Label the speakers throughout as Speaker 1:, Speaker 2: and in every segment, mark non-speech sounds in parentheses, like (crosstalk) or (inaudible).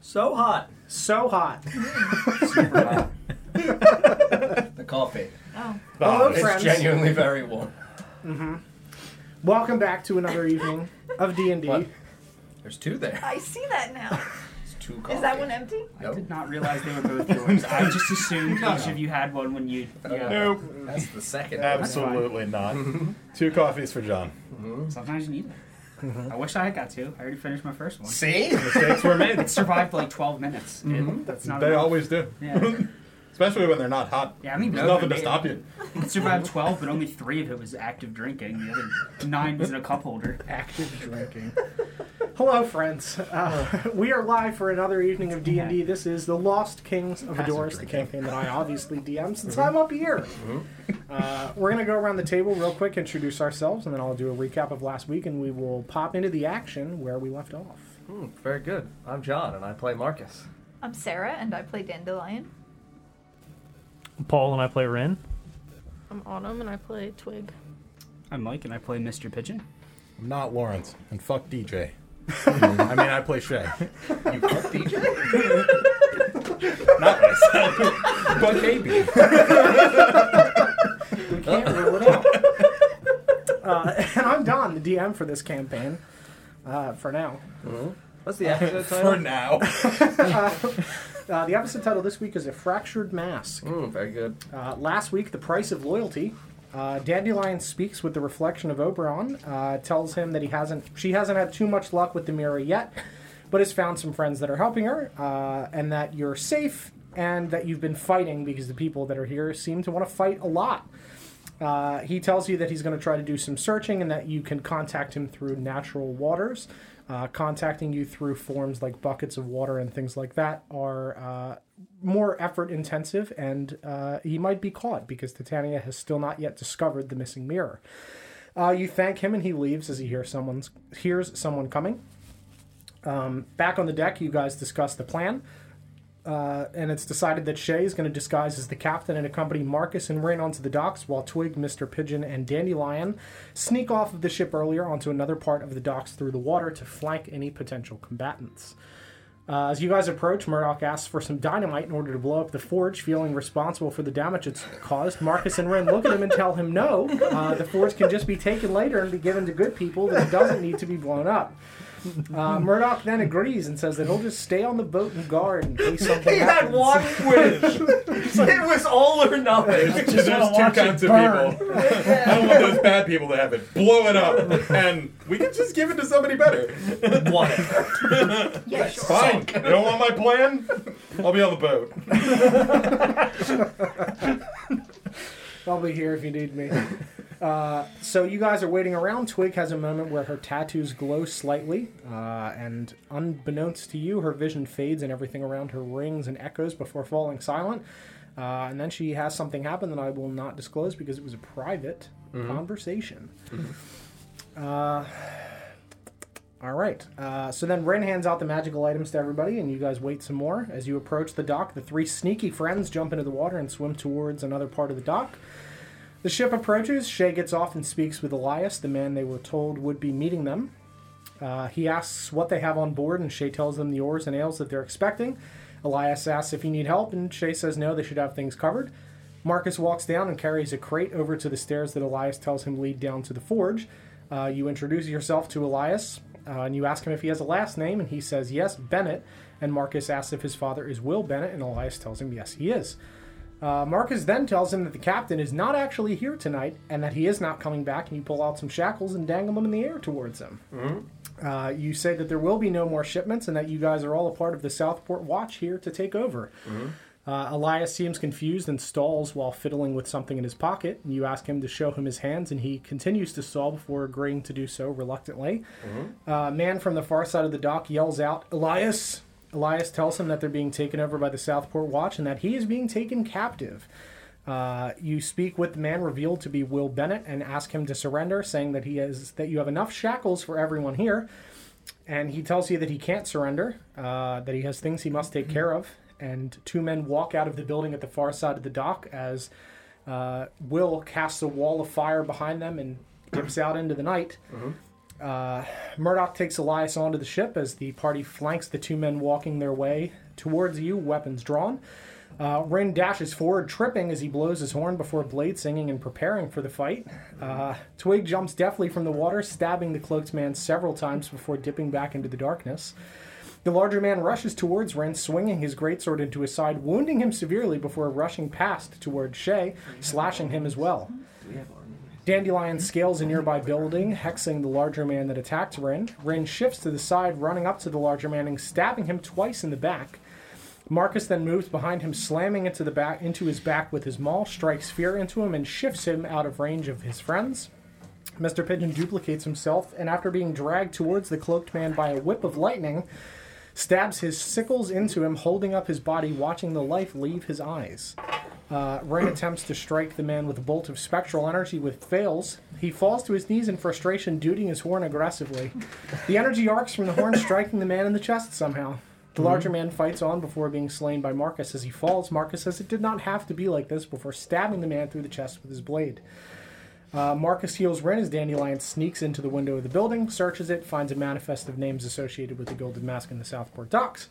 Speaker 1: So hot.
Speaker 2: So hot.
Speaker 3: Oh, Super hot. the coffee.
Speaker 4: Oh.
Speaker 2: Hello,
Speaker 3: it's
Speaker 2: friends.
Speaker 3: genuinely very warm.
Speaker 2: Welcome back to another evening of D and D.
Speaker 3: (laughs) What? There's two there.
Speaker 4: I see that now.
Speaker 3: It's two coffee.
Speaker 4: Is that one empty?
Speaker 5: I
Speaker 3: Nope.
Speaker 5: did not realize they were both yours. I just assumed each of you had one when you. Yeah.
Speaker 6: Nope.
Speaker 3: That's the second.
Speaker 6: Absolutely not. Two coffees for John.
Speaker 5: Sometimes you need it. I wish I had got two. I already finished my first one.
Speaker 3: See?
Speaker 6: Mistakes were made.
Speaker 5: It survived like 12 minutes. It- that's not
Speaker 6: They
Speaker 5: enough.
Speaker 6: (laughs) always do.
Speaker 5: Yeah.
Speaker 6: Especially when they're not hot.
Speaker 5: Yeah, I mean,
Speaker 6: There's
Speaker 5: no,
Speaker 6: nothing to
Speaker 5: they-
Speaker 6: stop you.
Speaker 5: It survived 12, but only three of it was active drinking. The other nine was in a cup holder.
Speaker 2: Active drinking. Hello, friends.
Speaker 3: Oh.
Speaker 2: Uh, we are live for another evening of D and D. This is the Lost Kings of Adorus, the campaign that I obviously DM since
Speaker 3: Mm-hmm.
Speaker 2: I'm up here. Uh, we're gonna go around the table real quick, introduce ourselves, and then I'll do a recap of last week, and we will pop into the action where we left off.
Speaker 3: Hmm, very good. I'm John, and I play Marcus.
Speaker 4: I'm Sarah, and I play Dandelion.
Speaker 7: Paul and I play Ren.
Speaker 8: I'm Autumn and I play Twig.
Speaker 5: I'm Mike, and I play Mr. Pigeon.
Speaker 6: I'm not Lawrence. And fuck DJ. I mean, I play Shay.
Speaker 3: You fuck DJ?
Speaker 6: Not myself. but maybe.
Speaker 2: We can't rule it out.
Speaker 3: (laughs)
Speaker 2: Uh, (laughs) and I'm Don, the DM for this campaign. Uh, for now,
Speaker 1: What's the episode
Speaker 6: For
Speaker 1: title?
Speaker 6: now.
Speaker 2: uh, the episode title this week is a fractured mask.
Speaker 3: Hmm, very good.
Speaker 2: Uh, last week, the price of loyalty. Uh, Dandelion speaks with the reflection of Oberon, uh, tells him that he hasn't, she hasn't had too much luck with the mirror yet, but has found some friends that are helping her, uh, and that you're safe, and that you've been fighting because the people that are here seem to want to fight a lot. Uh, he tells you that he's going to try to do some searching, and that you can contact him through natural waters. Uh, contacting you through forms like buckets of water and things like that are uh, more effort intensive, and uh, he might be caught because Titania has still not yet discovered the missing mirror. Uh, you thank him, and he leaves as he hears someone's hears someone coming. Um, back on the deck, you guys discuss the plan, uh, and it's decided that Shay is going to disguise as the captain and accompany Marcus and Rain onto the docks, while Twig, Mister Pigeon, and Dandelion sneak off of the ship earlier onto another part of the docks through the water to flank any potential combatants. Uh, as you guys approach, Murdoch asks for some dynamite in order to blow up the forge, feeling responsible for the damage it's caused. Marcus and Ren look at him and tell him no. Uh, the forge can just be taken later and be given to good people that it doesn't need to be blown up. Uh, Murdoch then agrees and says that he'll just stay on the boat and guard in case
Speaker 1: (laughs)
Speaker 2: something
Speaker 1: He
Speaker 2: happens.
Speaker 1: had one quiz.
Speaker 3: (laughs)
Speaker 1: it was all or nothing.
Speaker 6: There's two kinds of people. I don't want those bad people to have it. Blow it up. And we can just give it to somebody better.
Speaker 1: What?
Speaker 4: Yeah, sure.
Speaker 6: Fine. You don't want my plan? I'll be on the boat.
Speaker 2: I'll be here if you need me. Uh, so you guys are waiting around. Twig has a moment where her tattoos glow slightly, uh, and unbeknownst to you, her vision fades and everything around her rings and echoes before falling silent. Uh, and then she has something happen that I will not disclose because it was a private conversation. Uh, All right. Uh, so then Ren hands out the magical items to everybody, and you guys wait some more. As you approach the dock, the three sneaky friends jump into the water and swim towards another part of the dock. The ship approaches. Shay gets off and speaks with Elias, the man they were told would be meeting them. Uh, he asks what they have on board, and Shay tells them the oars and ales that they're expecting. Elias asks if you need help, and Shay says no, they should have things covered. Marcus walks down and carries a crate over to the stairs that Elias tells him lead down to the forge. Uh, you introduce yourself to Elias, uh, and you ask him if he has a last name, and he says yes, Bennett. And Marcus asks if his father is Will Bennett, and Elias tells him yes, he is. Uh, Marcus then tells him that the captain is not actually here tonight and that he is not coming back, and you pull out some shackles and dangle them in the air towards him. Uh, you say that there will be no more shipments and that you guys are all a part of the Southport Watch here to take over. Uh, Elias seems confused and stalls while fiddling with something in his pocket. You ask him to show him his hands, and he continues to stall before agreeing to do so reluctantly. Uh, a man from the far side of the dock yells out, Elias! Elias tells him that they're being taken over by the Southport Watch and that he is being taken captive. Uh, you speak with the man revealed to be Will Bennett and ask him to surrender, saying that he has that you have enough shackles for everyone here. And he tells you that he can't surrender, uh, that he has things he must take care of. And two men walk out of the building at the far side of the dock as uh, Will casts a wall of fire behind them and dips out into the night. Uh, Murdoch takes Elias onto the ship as the party flanks the two men walking their way towards you, weapons drawn. Uh, Rin dashes forward, tripping as he blows his horn before blade singing and preparing for the fight. Uh, Twig jumps deftly from the water, stabbing the cloaked man several times before dipping back into the darkness. The larger man rushes towards Ren, swinging his greatsword into his side, wounding him severely before rushing past towards Shay, slashing him as well. Dandelion scales a nearby building, hexing the larger man that attacked Rin. Rin shifts to the side, running up to the larger man and stabbing him twice in the back. Marcus then moves behind him, slamming into the back into his back with his maul, strikes fear into him, and shifts him out of range of his friends. Mr. Pigeon duplicates himself, and after being dragged towards the cloaked man by a whip of lightning, stabs his sickles into him, holding up his body, watching the life leave his eyes. Uh, Ren attempts to strike the man with a bolt of spectral energy, with fails. He falls to his knees in frustration, dooting his horn aggressively. The energy arcs from the horn, striking the man in the chest somehow. The larger man fights on before being slain by Marcus. As he falls, Marcus says it did not have to be like this before stabbing the man through the chest with his blade. Uh, Marcus heals Ren as Dandelion sneaks into the window of the building, searches it, finds a manifest of names associated with the Gilded Mask in the Southport docks,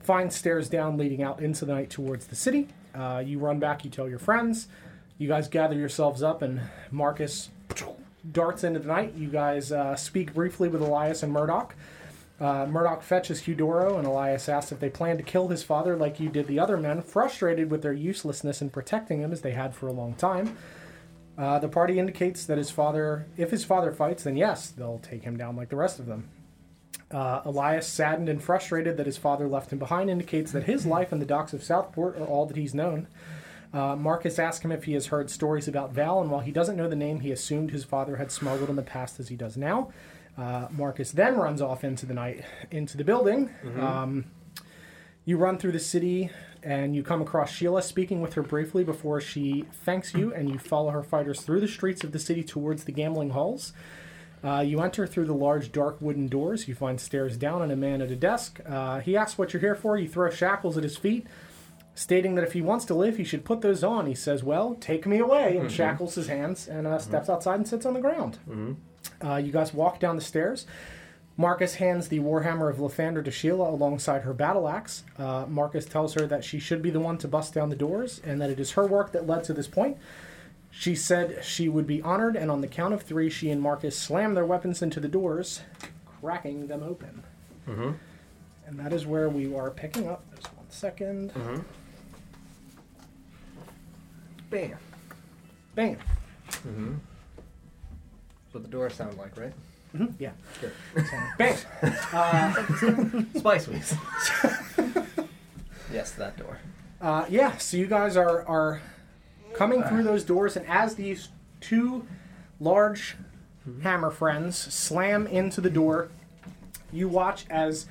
Speaker 2: finds stairs down leading out into the night towards the city. Uh, you run back, you tell your friends, you guys gather yourselves up, and Marcus darts into the night. You guys uh, speak briefly with Elias and Murdoch. Uh, Murdoch fetches Hudoro, and Elias asks if they plan to kill his father like you did the other men, frustrated with their uselessness in protecting him as they had for a long time. Uh, the party indicates that his father, if his father fights, then yes, they'll take him down like the rest of them. Uh, Elias, saddened and frustrated that his father left him behind, indicates that his life in the docks of Southport are all that he's known. Uh, Marcus asks him if he has heard stories about Val, and while he doesn't know the name, he assumed his father had smuggled in the past as he does now. Uh, Marcus then runs off into the night, into the building. Um, you run through the city and you come across Sheila speaking with her briefly before she thanks you, and you follow her fighters through the streets of the city towards the gambling halls. Uh, you enter through the large dark wooden doors. You find stairs down and a man at a desk. Uh, he asks what you're here for. You throw shackles at his feet, stating that if he wants to live, he should put those on. He says, Well, take me away, and shackles his hands and uh, steps outside and sits on the ground. Uh, you guys walk down the stairs. Marcus hands the Warhammer of Lathander to Sheila alongside her battle axe. Uh, Marcus tells her that she should be the one to bust down the doors and that it is her work that led to this point. She said she would be honored, and on the count of three, she and Marcus slam their weapons into the doors, cracking them open. And that is where we are picking up. Just one second.
Speaker 3: Bam.
Speaker 2: Bam.
Speaker 3: That's what the doors sound like, right?
Speaker 2: Yeah.
Speaker 3: Good.
Speaker 2: Bam.
Speaker 3: Spice Weeks. yes, that door.
Speaker 2: Uh, yeah, so you guys are are coming through those doors, and as these two large hammer friends slam into the door, you watch as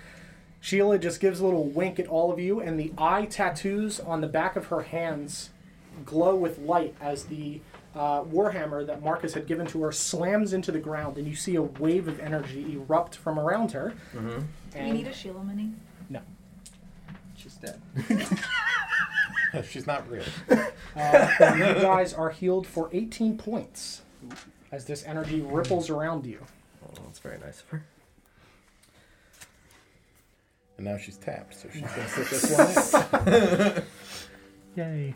Speaker 2: Sheila just gives a little wink at all of you, and the eye tattoos on the back of her hands glow with light as the uh, warhammer that Marcus had given to her slams into the ground, and you see a wave of energy erupt from around her.
Speaker 4: Do you need a Sheila mini?
Speaker 2: no.
Speaker 3: She's dead.
Speaker 6: She's not real.
Speaker 2: you guys are healed for 18 points as this energy ripples around you.
Speaker 3: Oh, that's very nice of her.
Speaker 6: And now she's tapped, so she's gonna sit this one out.
Speaker 7: Yay.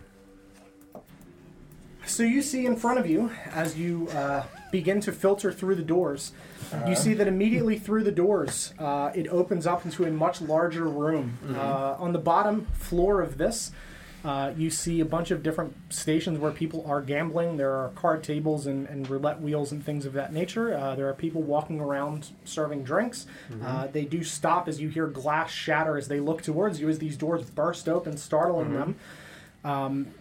Speaker 2: So you see in front of you, as you uh, begin to filter through the doors, you see that immediately through the doors, uh, it opens up into a much larger room. Uh, on the bottom floor of this, uh, you see a bunch of different stations where people are gambling. There are card tables and, and roulette wheels and things of that nature. Uh, there are people walking around serving drinks. Uh, they do stop as you hear glass shatter as they look towards you as these doors burst open, startling them.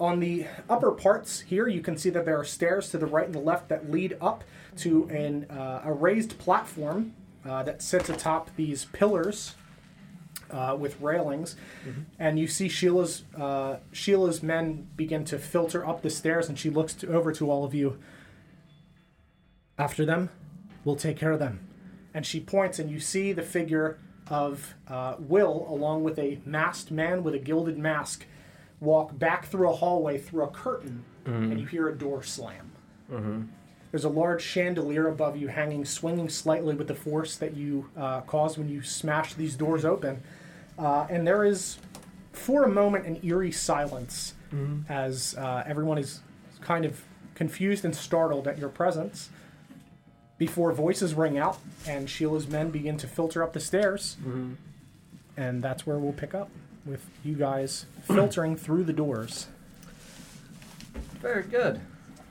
Speaker 2: On the upper parts here, you can see that there are stairs to the right and the left that lead up to an, uh, a raised platform uh, that sits atop these pillars uh, with railings, and you see Sheila's uh, Sheila's men begin to filter up the stairs, and she looks to, over to all of you. After them, we'll take care of them, and she points, and you see the figure of uh, Will, along with a masked man with a gilded mask, walk back through a hallway through a curtain, and you hear a door slam. There's a large chandelier above you, hanging, swinging slightly with the force that you uh, caused when you smashed these doors open. Uh, and there is, for a moment, an eerie silence as uh, everyone is kind of confused and startled at your presence. Before voices ring out and Sheila's men begin to filter up the stairs, and that's where we'll pick up with you guys filtering (clears throat) through the doors.
Speaker 3: Very good.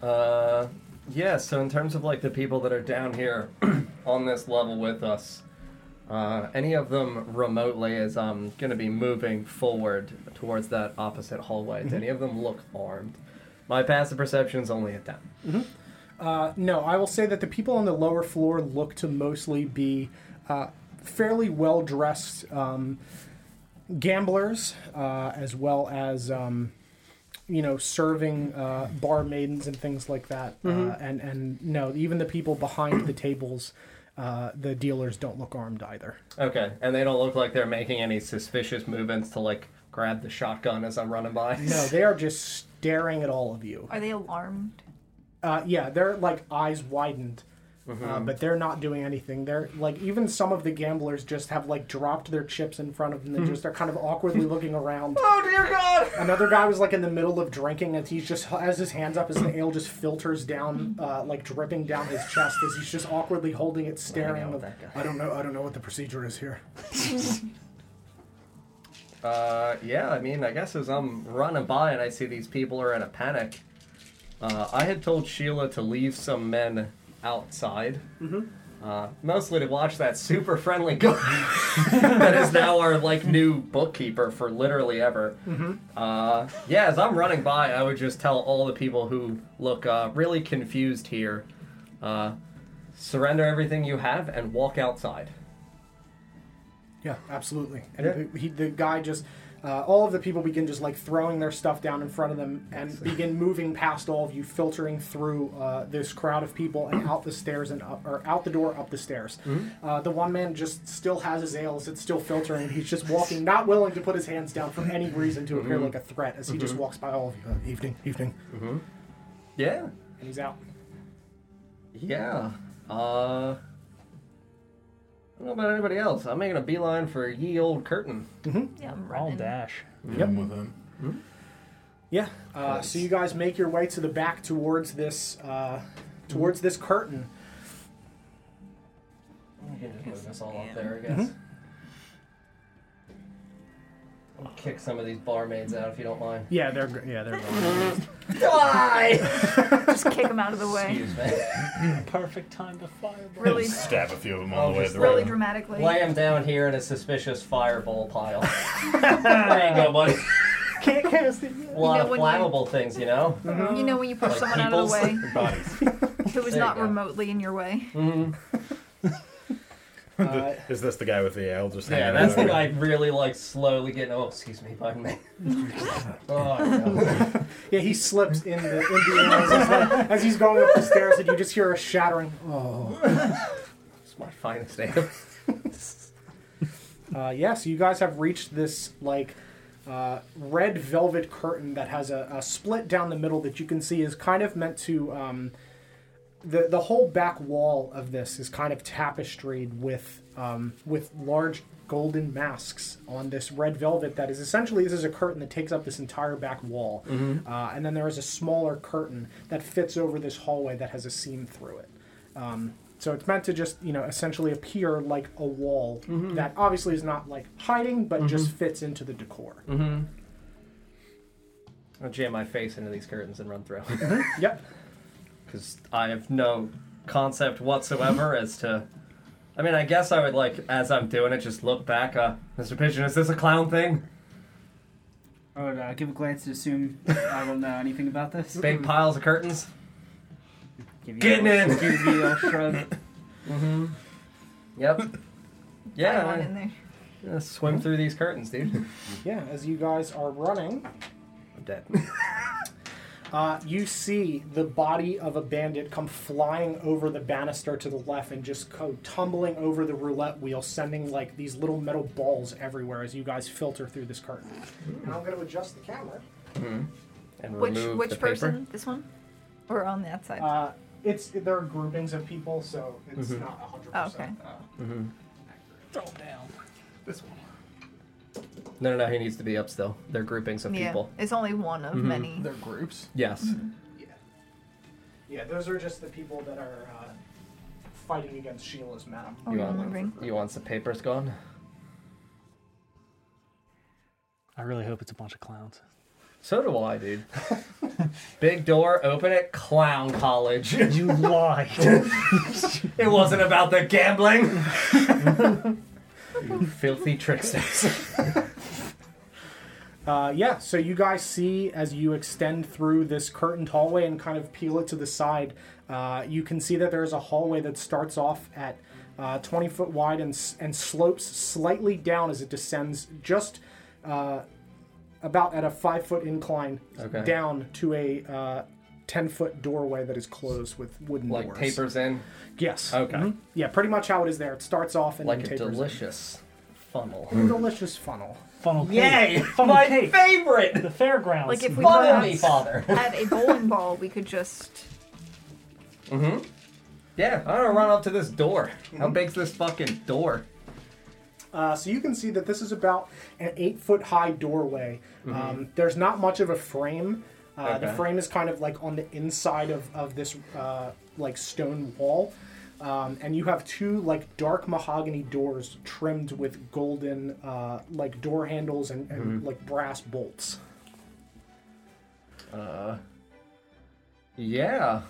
Speaker 3: Uh, yeah, so in terms of like the people that are down here (clears throat) on this level with us, uh, any of them remotely is um, going to be moving forward towards that opposite hallway. Do any of them look armed? My passive perception is only at that.
Speaker 2: Uh, no, I will say that the people on the lower floor look to mostly be uh, fairly well dressed um, gamblers, uh, as well as um, you know serving uh, barmaidens and things like that. Uh, and and no, even the people behind the tables, uh, the dealers don't look armed either.
Speaker 3: Okay, and they don't look like they're making any suspicious movements to like grab the shotgun as I'm running by.
Speaker 2: No, they are just staring at all of you.
Speaker 4: Are they alarmed?
Speaker 2: Uh, yeah, they're like eyes widened,
Speaker 3: Mm-hmm.
Speaker 2: uh, but they're not doing anything. They're like even some of the gamblers just have like dropped their chips in front of them and just are kind of awkwardly looking around.
Speaker 3: Mm-hmm. (laughs) Oh dear God!
Speaker 2: Another guy was like in the middle of drinking and he's just has his hands up as the ale just filters down,
Speaker 3: Mm-hmm.
Speaker 2: uh, like dripping down his chest as he's just awkwardly holding it, staring.
Speaker 3: with
Speaker 2: with-
Speaker 3: that guy.
Speaker 2: I don't know. I don't know what the procedure is here.
Speaker 3: Uh, yeah, I mean, I guess as I'm running by and I see these people are in a panic, uh, I had told Sheila to leave some men outside, uh, mostly to watch that super friendly guy (laughs) that is now our like new bookkeeper for literally ever. Uh, yeah, as I'm running by, I would just tell all the people who look uh, really confused here, uh, surrender everything you have and walk outside.
Speaker 2: Yeah, absolutely. And the, he, the guy just, uh, all of the people begin just like throwing their stuff down in front of them and begin moving past all of you, filtering through uh, this crowd of people and out the stairs and up, or out the door up the stairs. Uh, the one man just still has his ales; it's still filtering. He's just walking, not willing to put his hands down for any reason to appear like a threat as he just walks by all of you. Mm-hmm. Uh, evening, evening,
Speaker 3: Yeah,
Speaker 2: and he's out.
Speaker 3: Yeah. Uh. I don't know about anybody else. I'm making a beeline for ye old curtain.
Speaker 4: Yeah, I'm
Speaker 7: I'll
Speaker 4: running.
Speaker 7: dash.
Speaker 2: Yep.
Speaker 6: with him.
Speaker 2: Yeah. Uh, so you guys make your way to the back towards this uh, towards this curtain.
Speaker 3: Move this all up there, I guess. I'll kick some of these barmaids out if you don't mind.
Speaker 2: Yeah, they're gr- yeah they're. gone.
Speaker 3: (laughs) Die!
Speaker 4: Just kick them out of the way.
Speaker 3: Excuse me.
Speaker 7: Perfect time to fireball.
Speaker 4: Really,
Speaker 3: (laughs)
Speaker 6: Stab a few of them on the way to the
Speaker 4: really
Speaker 6: road.
Speaker 4: dramatically.
Speaker 3: Lay them down here in a suspicious fireball
Speaker 8: (laughs)
Speaker 3: pile. there you go, buddy.
Speaker 2: Can't cast it. yet.
Speaker 3: A lot
Speaker 8: know,
Speaker 3: of
Speaker 8: when
Speaker 3: flammable things, you know?
Speaker 8: You know when you push
Speaker 3: Like
Speaker 8: someone out of
Speaker 3: people's
Speaker 8: the
Speaker 3: (laughs)
Speaker 8: way
Speaker 6: Bodies.
Speaker 4: Who
Speaker 3: There
Speaker 4: was
Speaker 3: you
Speaker 4: not
Speaker 3: go.
Speaker 4: remotely in your way.
Speaker 2: Uh,
Speaker 6: (laughs) Is this the guy with the ale just
Speaker 3: Yeah,
Speaker 6: hanging
Speaker 3: that's
Speaker 6: out
Speaker 3: the guy really, like, slowly getting. Oh, excuse me, pardon
Speaker 8: (laughs)
Speaker 3: me. oh, no.
Speaker 2: Yeah, he slips in the, in the air as, he's like- as he's going up the stairs, and you just hear a shattering. Oh.
Speaker 3: It's my finest ale.
Speaker 2: Uh, yeah, so you guys have reached this like uh, red velvet curtain that has a, a split down the middle that you can see is kind of meant to. Um, the the whole back wall of this is kind of tapestried with um, with large golden masks on this red velvet that is essentially this is a curtain that takes up this entire back wall, uh, and then there is a smaller curtain that fits over this hallway that has a seam through it. Um, so it's meant to just you know essentially appear like a wall that obviously is not like hiding but just fits into the decor.
Speaker 3: I'll jam my face into these curtains and run through.
Speaker 2: Yep.
Speaker 3: because I have no concept whatsoever as to. I mean, I guess I would like, as I'm doing it, just look back. Uh, Mr. Pigeon, is this a clown thing?
Speaker 5: I would uh, give a glance to assume I don't know anything about this.
Speaker 3: Big piles of curtains.
Speaker 5: Give you
Speaker 3: Getting
Speaker 5: a,
Speaker 3: in.
Speaker 5: Give you a shrug.
Speaker 4: (laughs)
Speaker 3: Yep.
Speaker 4: I went
Speaker 3: Yeah,
Speaker 4: in there.
Speaker 3: I- I swim through these curtains, dude.
Speaker 2: Yeah. As you guys are running,
Speaker 3: I'm dead.
Speaker 2: Uh, you see the body of a bandit come flying over the banister to the left and just go tumbling over the roulette wheel, sending like these little metal balls everywhere as you guys filter through this curtain. And I'm going to adjust the camera.
Speaker 3: And
Speaker 4: Which
Speaker 3: remove the
Speaker 4: which
Speaker 3: paper.
Speaker 4: person? This one, or on that side?
Speaker 2: Uh,
Speaker 9: It's there are groupings of people, so it's
Speaker 2: Mm-hmm.
Speaker 9: not hundred
Speaker 4: Oh, okay.
Speaker 2: uh,
Speaker 9: percent.
Speaker 7: Throw him down.
Speaker 6: This one.
Speaker 3: No, no, no. He needs to be up still. They're groupings of
Speaker 4: Yeah, Mm-hmm.
Speaker 3: people. Mm-hmm.
Speaker 4: it's only one of many.
Speaker 7: They're groups.
Speaker 3: Yes.
Speaker 9: Yeah, those are just the people that are uh, fighting against Sheila's madam.
Speaker 4: Oh,
Speaker 3: You
Speaker 4: you're
Speaker 3: want-
Speaker 4: moving.
Speaker 3: You want some papers gone?
Speaker 7: I really hope it's a bunch of clowns.
Speaker 3: So do I, dude. (laughs) Big door, open it. Clown college. (laughs) it
Speaker 7: (laughs) You lied.
Speaker 3: wasn't about the gambling. (laughs) you filthy (laughs) tricksters.
Speaker 2: Uh, yeah, so you guys see as you extend through this curtained hallway and kind of peel it to the side, uh, you can see that there's a hallway that starts off at uh, 20 foot wide and, s- and slopes slightly down as it descends just uh, about at a five foot incline
Speaker 3: Okay.
Speaker 2: down to a uh, 10 foot doorway that is closed with wooden
Speaker 3: like
Speaker 2: doors.
Speaker 3: papers in.
Speaker 2: Yes.
Speaker 3: Okay.
Speaker 2: Mhm. Yeah, pretty much how it is there. It starts off and
Speaker 3: Like
Speaker 2: then
Speaker 3: a
Speaker 2: tapers in.
Speaker 3: delicious funnel.
Speaker 2: delicious funnel.
Speaker 7: Funnel
Speaker 3: (laughs)
Speaker 7: cake.
Speaker 3: Yay!
Speaker 7: Funnel
Speaker 3: My
Speaker 7: cake.
Speaker 3: favorite.
Speaker 7: the fairgrounds.
Speaker 4: Like if we
Speaker 3: Follow me,
Speaker 4: perhaps
Speaker 3: father.
Speaker 4: had a bowling ball, we could just.
Speaker 3: (laughs) Yeah, I'm gonna run up to this door. How big's this fucking door?
Speaker 2: Uh, so you can see that this is about an eight foot high doorway. Um, there's not much of a frame. Uh, The
Speaker 3: Mm-hmm. Okay.
Speaker 2: frame is kind of like on the inside of, of this uh, like stone wall. Um, and you have two like dark mahogany doors trimmed with golden uh, like door handles and, and
Speaker 3: Mm-hmm.
Speaker 2: like brass bolts.
Speaker 3: Yeah.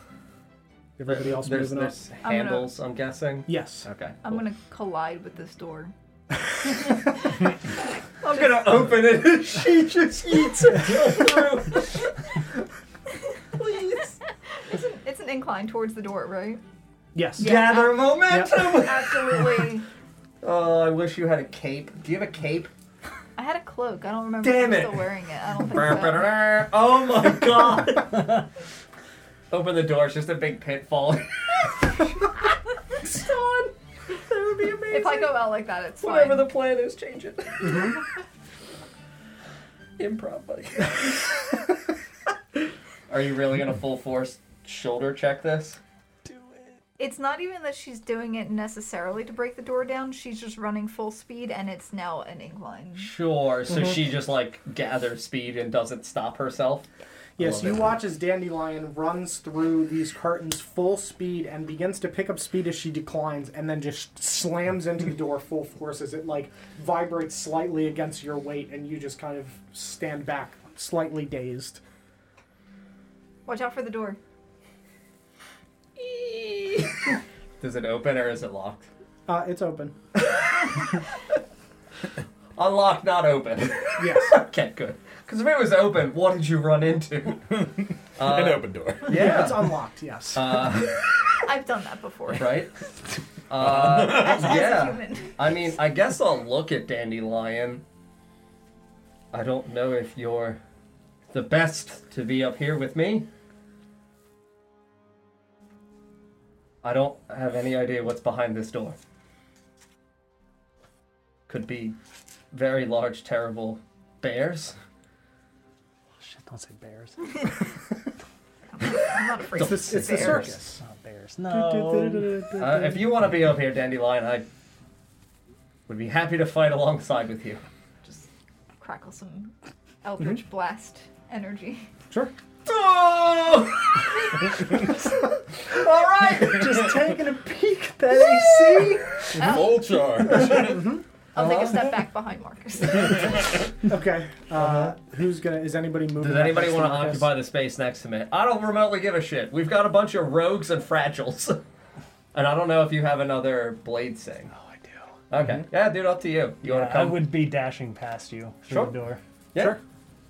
Speaker 2: Everybody else
Speaker 3: there's,
Speaker 2: moving
Speaker 3: there's
Speaker 2: up?
Speaker 4: gonna-
Speaker 3: handles, I'm guessing.
Speaker 2: Yes.
Speaker 3: Okay.
Speaker 4: I'm gonna collide with this
Speaker 3: (laughs)
Speaker 4: door. (laughs)
Speaker 3: I'm gonna open it. (laughs) she just eats it through. (laughs)
Speaker 4: (laughs) Please. it's, an, it's an incline towards the door, right?
Speaker 2: Yes.
Speaker 3: Gather momentum. (laughs)
Speaker 4: Absolutely.
Speaker 3: Oh, I wish you had a cape. Do you have a cape?
Speaker 4: I had a cloak. I don't remember
Speaker 3: Damn
Speaker 4: if
Speaker 3: it.
Speaker 4: I'm still wearing it. I don't think (laughs) so.
Speaker 3: (laughs) oh my god. (laughs) Open the door. It's just a big pitfall. (laughs) Son, that would be amazing.
Speaker 4: If I go out like that, it's
Speaker 3: Whatever
Speaker 4: fine. Mm-hmm.
Speaker 3: the plan is, change it. Improv, buddy.
Speaker 4: (laughs)
Speaker 3: (laughs) Are you really gonna full force shoulder check this?
Speaker 4: It's not even that she's doing it necessarily to break the door down. She's just running full speed, and it's now an incline.
Speaker 3: Sure. So she just like gathers speed and doesn't stop herself.
Speaker 2: Yes,
Speaker 3: Love
Speaker 2: you
Speaker 3: it.
Speaker 2: watch as Dandelion runs through these curtains full speed and begins to pick up speed as she declines and then just slams into the door full force as it like vibrates slightly against your weight and you just kind of stand back slightly dazed.
Speaker 4: Watch out for the door.
Speaker 3: Does it open or is it locked?
Speaker 2: Uh, it's open.
Speaker 3: Unlocked, not open. (laughs)
Speaker 2: Yes.
Speaker 3: okay, good. Because if it was open, what did you run into?
Speaker 6: An open door.
Speaker 2: (laughs)
Speaker 3: (laughs)
Speaker 2: yeah, it's unlocked, yes.
Speaker 3: Uh,
Speaker 4: I've done that before.
Speaker 3: right? Uh,
Speaker 4: As, as
Speaker 3: Yeah.
Speaker 4: a human.
Speaker 3: I mean, I guess I'll look at Dandelion. I don't know if you're the best to be up here with me. I don't have any idea what's behind this door. Could be very large, terrible bears.
Speaker 7: Shit, don't say bears.
Speaker 4: I'm not afraid
Speaker 2: it's the, it's the
Speaker 4: Bears.
Speaker 2: circus.
Speaker 7: Not bears. No.
Speaker 3: Uh, if you want to be up here, Dandelion, I would be happy to fight alongside with you.
Speaker 4: Just crackle some Eldritch Blast energy.
Speaker 2: Sure.
Speaker 3: Oh! (laughs) All right.
Speaker 7: (laughs)
Speaker 2: Just taking a peek at that AC.
Speaker 6: Full charge.
Speaker 4: I'll take a step back behind Marcus.
Speaker 2: Okay. Uh, Who's gonna? Is anybody moving?
Speaker 3: Uh-huh. Does
Speaker 2: up
Speaker 3: anybody
Speaker 2: next
Speaker 3: want to
Speaker 2: Marcus?
Speaker 3: occupy the space next to me? I don't remotely give a shit. We've got a bunch of rogues and fragiles. (laughs) and I don't know if you have another blade sing.
Speaker 7: Oh, I do.
Speaker 3: Okay. Yeah, dude, up to you. You want
Speaker 7: Yeah,
Speaker 3: to
Speaker 7: I
Speaker 3: come?
Speaker 7: would be dashing past you through
Speaker 3: Sure.
Speaker 7: the door.
Speaker 3: Yeah.
Speaker 2: Sure.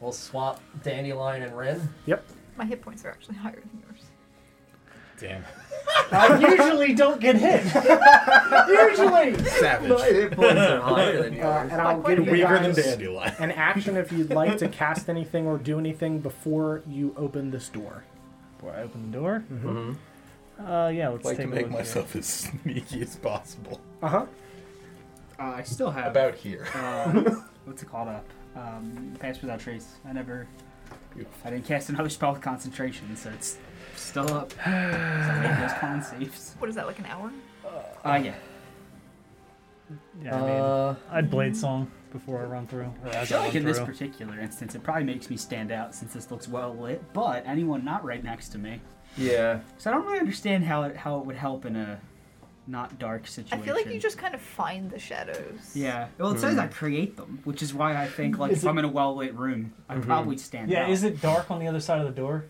Speaker 3: We'll swap Dandelion and (laughs) Rin.
Speaker 2: Yep.
Speaker 4: My hit points are actually higher than yours.
Speaker 6: Damn.
Speaker 7: I usually don't get hit.
Speaker 2: Usually.
Speaker 6: (laughs) Savage.
Speaker 3: hit points are higher than
Speaker 2: Uh, and I'll
Speaker 4: quite a
Speaker 2: give you
Speaker 4: bit.
Speaker 6: Weaker than
Speaker 2: guys-
Speaker 6: dandelion.
Speaker 2: an action if you'd like to cast anything or do anything before you open this door.
Speaker 7: (laughs) Before I open the door. Uh, yeah, let's
Speaker 6: like
Speaker 7: take
Speaker 6: to
Speaker 7: a
Speaker 6: make
Speaker 7: look here.
Speaker 6: myself as sneaky as possible.
Speaker 2: Uh
Speaker 7: Uh-huh.
Speaker 2: huh.
Speaker 5: Uh, I still have
Speaker 6: (laughs) About here.
Speaker 5: uh, what's it called up? Um, Pass without trace. I never I didn't cast another (laughs) spell with concentration, so it's still up. so I made those con saves.
Speaker 4: What is that, like an hour?
Speaker 5: Uh, yeah.
Speaker 7: Yeah, I mean,
Speaker 3: Uh,
Speaker 7: I'd blade song before I run through. Or
Speaker 5: I
Speaker 7: as
Speaker 5: feel
Speaker 7: I
Speaker 5: like in
Speaker 7: run
Speaker 5: this
Speaker 7: through.
Speaker 5: particular instance, it probably makes me stand out since this looks well lit. But anyone not right next to me,
Speaker 3: yeah.
Speaker 5: so I don't really understand how it how it would help in a not dark
Speaker 4: I
Speaker 5: situation.
Speaker 4: feel like you just kind of find the shadows.
Speaker 5: Yeah. Well, it says I create them, which is why I think like
Speaker 7: Is
Speaker 5: if I'm in a well lit room, I probably stand out.
Speaker 7: Yeah, is it dark on the other side of the door?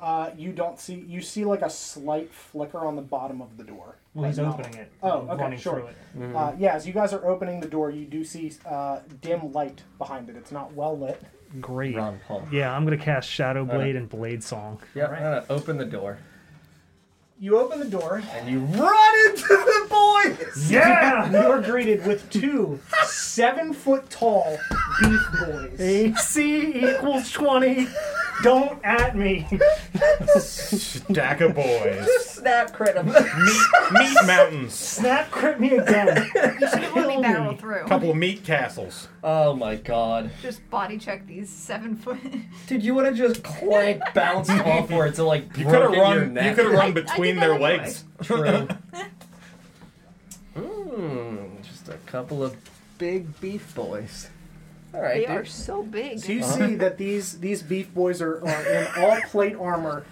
Speaker 9: Uh, you don't see. You see like a slight flicker on the bottom of the door.
Speaker 7: Well, he's
Speaker 9: Like,
Speaker 7: opening it.
Speaker 9: Oh,
Speaker 7: and
Speaker 9: okay,
Speaker 7: running
Speaker 9: sure.
Speaker 7: through it.
Speaker 9: Uh, yeah, as you guys are opening the door, you do see uh, dim light behind it. It's not well lit.
Speaker 7: Great.
Speaker 3: Ron Paul.
Speaker 7: Yeah, I'm gonna cast Shadow Blade and Blade Song.
Speaker 3: Yeah, I'm gonna open the door.
Speaker 9: You open the door.
Speaker 3: And you run into the boys!
Speaker 7: Yeah! (laughs)
Speaker 9: You are greeted with two seven foot tall beef boys.
Speaker 7: AC (laughs) equals 20. Don't at me.
Speaker 6: Stack of boys.
Speaker 3: (laughs) Snap crit him.
Speaker 6: meat mountains.
Speaker 7: Snap crit me again.
Speaker 4: You should have let me barrel through.
Speaker 6: Couple of meat castles.
Speaker 3: (laughs) Oh my god.
Speaker 4: Just body check these seven (laughs) foot.
Speaker 3: Dude, you would have just clank bounced off where it's like
Speaker 6: You could have
Speaker 3: broken your
Speaker 6: run. You
Speaker 3: neck.
Speaker 6: could have
Speaker 4: I- I
Speaker 6: run
Speaker 4: did
Speaker 6: between
Speaker 4: that
Speaker 6: their
Speaker 4: anyway.
Speaker 6: legs.
Speaker 3: True. Mmm, just a couple of big beef boys. All right,
Speaker 4: they
Speaker 3: dude.
Speaker 4: are so big.
Speaker 2: So you see that these these beef boys are, are in all plate armor.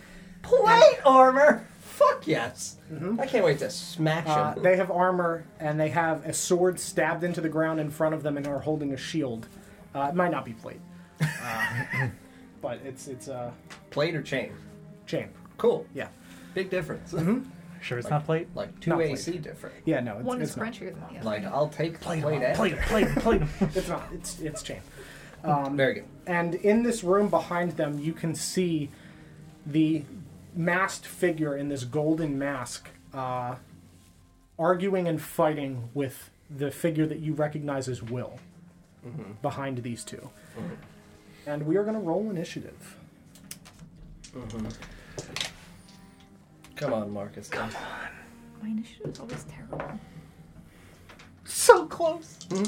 Speaker 3: plate armor. Fuck yes. I can't wait to smash
Speaker 2: Uh,
Speaker 3: them.
Speaker 2: they have armor and they have a sword stabbed into the ground in front of them and are holding a shield. Uh, it might not be plate, Uh, (laughs) but it's it's a uh,
Speaker 3: plate or chain?
Speaker 2: chain.
Speaker 3: Cool.
Speaker 2: Yeah,
Speaker 3: Big difference.
Speaker 7: Sure, it's not plate.
Speaker 3: Like two
Speaker 2: Not plate.
Speaker 3: AC different.
Speaker 2: yeah, no, it's,
Speaker 4: One
Speaker 2: it's
Speaker 4: is
Speaker 2: not.
Speaker 4: crunchier than the other.
Speaker 3: Like I'll take plate. Plate. eh?
Speaker 7: Plate, plate, plate.
Speaker 2: It's not. It's it's chain.
Speaker 3: Very good.
Speaker 2: And in this room behind them, you can see the masked figure in this golden mask uh, arguing and fighting with the figure that you recognize as Will behind these 2 And we are going to roll initiative.
Speaker 3: Come on, Marcus. Come on.
Speaker 4: My initiative is always terrible.
Speaker 3: So close.
Speaker 7: (laughs)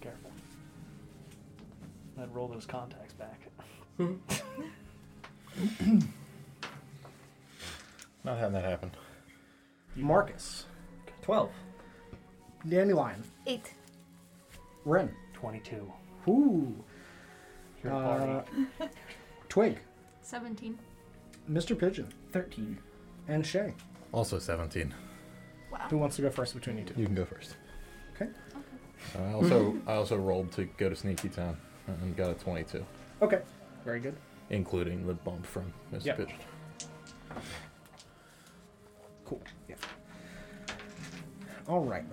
Speaker 7: Careful. I'd roll those contacts back.
Speaker 6: Not having that happen.
Speaker 2: Marcus,
Speaker 3: Twelve.
Speaker 2: Dandelion,
Speaker 4: Eight.
Speaker 2: Ren,
Speaker 7: 22.
Speaker 2: Ooh,
Speaker 7: Your party.
Speaker 2: (laughs)
Speaker 9: Uh,
Speaker 2: Twig,
Speaker 8: 17.
Speaker 2: Mr. Pigeon,
Speaker 5: Thirteen.
Speaker 2: and Shay.
Speaker 6: Also 17.
Speaker 2: Who wants to go first between you two?
Speaker 6: You can go first.
Speaker 2: Okay.
Speaker 6: I also I also rolled to go to Sneaky Town and got a 22,
Speaker 2: Okay. Very good.
Speaker 6: including the bump from Mr.
Speaker 2: Yep.
Speaker 6: (laughs) Pigeon.
Speaker 2: Cool. Yeah. All right.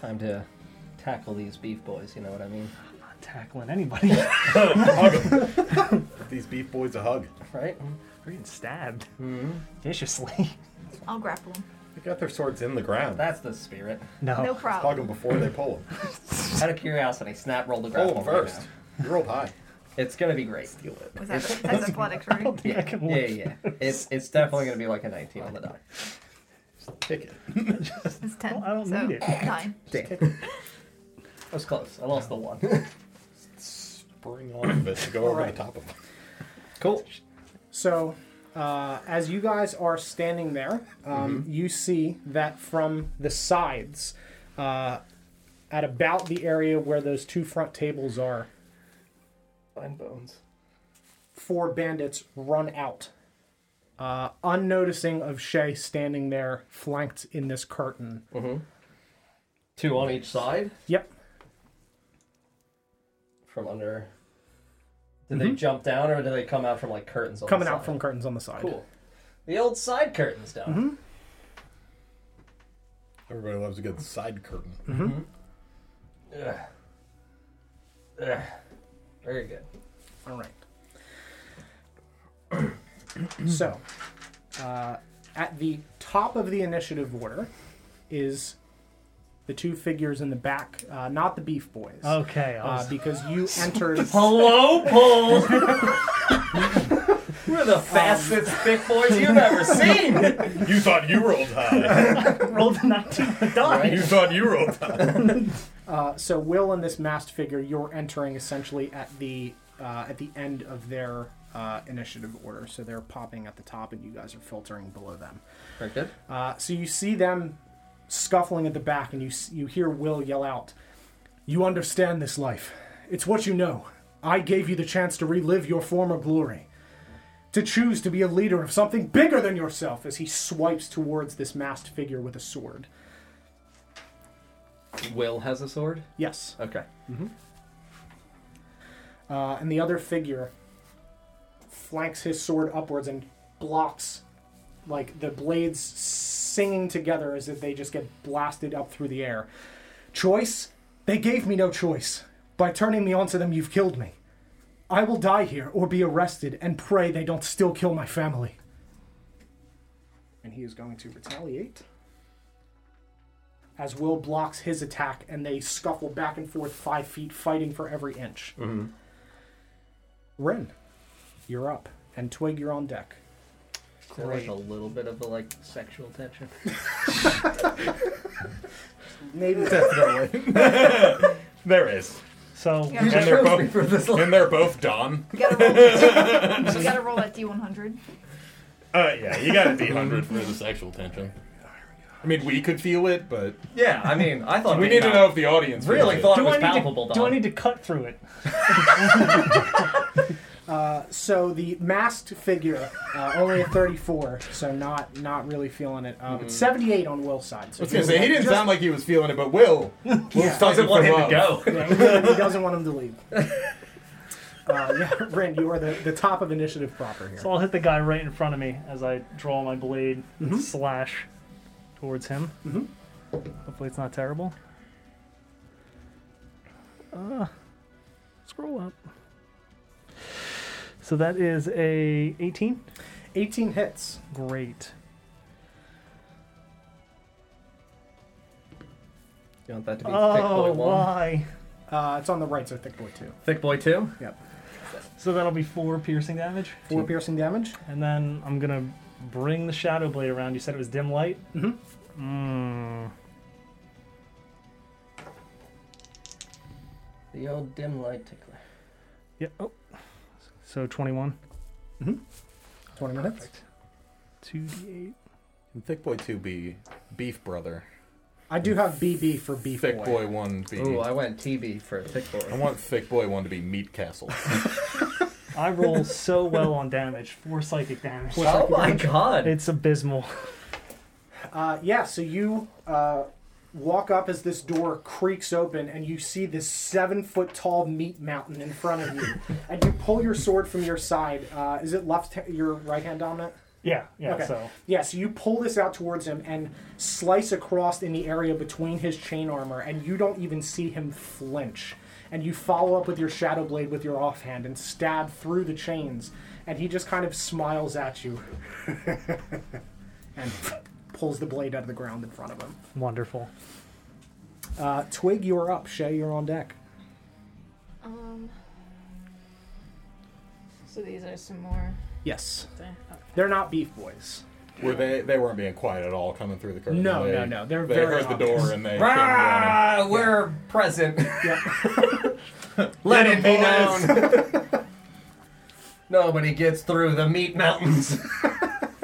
Speaker 3: Time to tackle these beef boys. You know what I mean,
Speaker 7: Not
Speaker 9: (laughs)
Speaker 7: tackling anybody.
Speaker 6: (laughs) These beef boys a hug.
Speaker 3: right?
Speaker 7: We're getting stabbed.
Speaker 9: Mm-hmm.
Speaker 7: Viciously.
Speaker 4: I'll grapple him.
Speaker 6: They got their swords in the ground.
Speaker 3: That's the spirit.
Speaker 7: (laughs) No.
Speaker 4: No problem.
Speaker 6: Hug them before they pull them.
Speaker 3: Out of curiosity, snap roll the
Speaker 6: Pull
Speaker 3: grapple
Speaker 6: them
Speaker 3: right
Speaker 6: first.
Speaker 3: now.
Speaker 6: You rolled high.
Speaker 3: It's gonna be great. Oh, Steal it.
Speaker 4: Was that that's athletics, right?
Speaker 7: I
Speaker 3: (laughs) Yeah,
Speaker 7: can
Speaker 3: yeah,
Speaker 7: look.
Speaker 3: yeah. It's it's definitely gonna be like a 19 on the die.
Speaker 6: Pick it.
Speaker 4: It's ten.
Speaker 7: I don't
Speaker 4: so
Speaker 7: need it.
Speaker 4: Nine.
Speaker 3: Damn. I was close. I lost the one.
Speaker 6: Bring on of it to go over
Speaker 2: Alright.
Speaker 6: the top of them.
Speaker 3: (laughs) cool.
Speaker 2: So, uh, as you guys are standing there, um, you see that from the sides, uh, at about the area where those two front tables are,
Speaker 3: Fine bones.
Speaker 2: four bandits run out, uh, unnoticing of Shay standing there, flanked in this curtain.
Speaker 3: Two on each side
Speaker 2: Yep.
Speaker 3: from under. Did they jump down or do they come Mm-hmm. out from like curtains? On
Speaker 2: Coming
Speaker 3: the
Speaker 2: out
Speaker 3: side?
Speaker 2: from curtains on the side.
Speaker 3: Cool. The old side curtains down.
Speaker 6: Everybody loves a good side curtain.
Speaker 3: Ugh. Ugh. Very good.
Speaker 2: All right. (clears throat) so, uh, at the top of the initiative order is the two figures in the back, uh, not the Beef Boys.
Speaker 7: Okay. I
Speaker 2: Uh,
Speaker 7: was-
Speaker 2: because you entered.
Speaker 3: Hello, Paul.
Speaker 7: (laughs)
Speaker 3: We're the Um. fastest thick boys you've ever (laughs) seen.
Speaker 6: You thought you
Speaker 3: (laughs)
Speaker 6: rolled high.
Speaker 7: rolled a 19 to die.
Speaker 6: You thought you rolled high.
Speaker 2: Uh, so Will and this masked figure, you're entering essentially at the uh, at the end of their uh, initiative order. So they're popping at the top, and you guys are filtering below them.
Speaker 3: Very good.
Speaker 2: Uh, so you see them scuffling at the back, and you s- you hear Will yell out, "You understand this life. It's what you know. I gave you the chance to relive your former glory." To choose to be a leader of something bigger than yourself, as he swipes towards this masked figure with a sword.
Speaker 3: Will has a sword.
Speaker 2: Yes.
Speaker 3: Okay.
Speaker 2: uh, and the other figure flanks his sword upwards and blocks like the blades singing together as if they just get blasted up through the air choice they gave me no choice by turning me onto them you've killed me i will die here or be arrested and pray they don't still kill my family and he is going to retaliate as will blocks his attack and they scuffle back and forth five feet fighting for every inch Ren, you're up, and Twig, you're on deck.
Speaker 3: Is there like a little bit of a like sexual tension?
Speaker 2: Maybe
Speaker 6: (laughs) There is.
Speaker 7: So,
Speaker 4: Yeah.
Speaker 6: And they're both And they're
Speaker 3: (laughs)
Speaker 6: both Don.
Speaker 4: You gotta roll, you gotta roll that D100.
Speaker 6: Uh yeah, you gotta be hundred for the sexual tension. I mean we could feel it, but
Speaker 3: (laughs) Yeah, I mean, I thought
Speaker 6: we
Speaker 3: being
Speaker 6: need to
Speaker 3: out-
Speaker 6: know if the audience feels
Speaker 3: Really
Speaker 6: it.
Speaker 3: thought it
Speaker 7: do,
Speaker 3: was
Speaker 7: I need
Speaker 3: palpable.
Speaker 7: to,
Speaker 3: Don.
Speaker 7: do I need to cut through it?
Speaker 2: so. The masked figure, uh, only a 34, so not not really feeling it. Um, It's 78 on Will's side. So
Speaker 6: Mm-hmm. I was gonna say he didn't sound like he was feeling it, but Will, Will
Speaker 3: doesn't want him to go.
Speaker 2: (laughs) Yeah, he doesn't want him to leave. Uh, yeah, (laughs) Ren, you are the, the top of initiative proper here.
Speaker 7: So I'll hit the guy right in front of me as I draw my blade
Speaker 3: Mm-hmm.
Speaker 7: and slash towards him. Mm-hmm. Hopefully it's not terrible. Uh, scroll up. So that is a 18.
Speaker 2: 18 hits.
Speaker 7: Great.
Speaker 3: You want that to be thick boy
Speaker 7: Oh,
Speaker 3: one?
Speaker 7: why?
Speaker 2: Uh, it's on the right, so thick boy two.
Speaker 3: Thick boy two.
Speaker 7: So that'll be four piercing damage.
Speaker 2: Four piercing damage.
Speaker 7: And then I'm going to bring the shadow blade around. You said it was dim light?
Speaker 2: Mhm.
Speaker 7: Mm.
Speaker 3: The old dim light tickler.
Speaker 7: Yeah. Oh. So 21.
Speaker 2: 20 minutes.
Speaker 7: 2d8.
Speaker 6: And Thick Boy Two be Beef Brother.
Speaker 2: I do have BB for beef
Speaker 6: Thick Boy One be.
Speaker 3: Ooh,
Speaker 6: I
Speaker 3: I went TB for thick boy.
Speaker 6: want Thick Boy One to be
Speaker 2: (laughs)
Speaker 6: Meat Castle.
Speaker 7: I roll so well on damage. Four psychic damage.
Speaker 3: Oh my god!
Speaker 7: It's (laughs) abysmal.
Speaker 2: Uh, yeah, so you uh, walk up as this door creaks open, and you see this seven foot tall meat mountain in front of you. and you pull your sword from your side. Uh, is it left? ha- your right hand dominant?
Speaker 7: Yeah, yeah,
Speaker 2: Okay.
Speaker 7: so.
Speaker 2: Yeah, so you pull this out towards him and slice across in the area between his chain armor, and you don't even see him flinch. And you follow up with your shadow blade with your offhand and stab through the chains, and he just kind of smiles at (laughs) you and pulls the blade out of the ground in front of him.
Speaker 7: Wonderful.
Speaker 2: Uh, Twig, you're up. Shay, you're on deck.
Speaker 8: Um. So these are some more.
Speaker 2: Yes.
Speaker 8: There.
Speaker 2: They're not beef boys.
Speaker 6: Were they? They weren't being quiet at all coming through the curtain.
Speaker 2: No,
Speaker 6: they,
Speaker 2: no, no, they're
Speaker 6: they
Speaker 2: very
Speaker 6: heard the door
Speaker 2: obvious. (laughs)
Speaker 6: and they. came running.
Speaker 3: Rah, we're present. (laughs) Let
Speaker 6: Yeah,
Speaker 3: it be
Speaker 6: boys.
Speaker 3: known. (laughs) Nobody gets through the meat mountains,
Speaker 7: Oh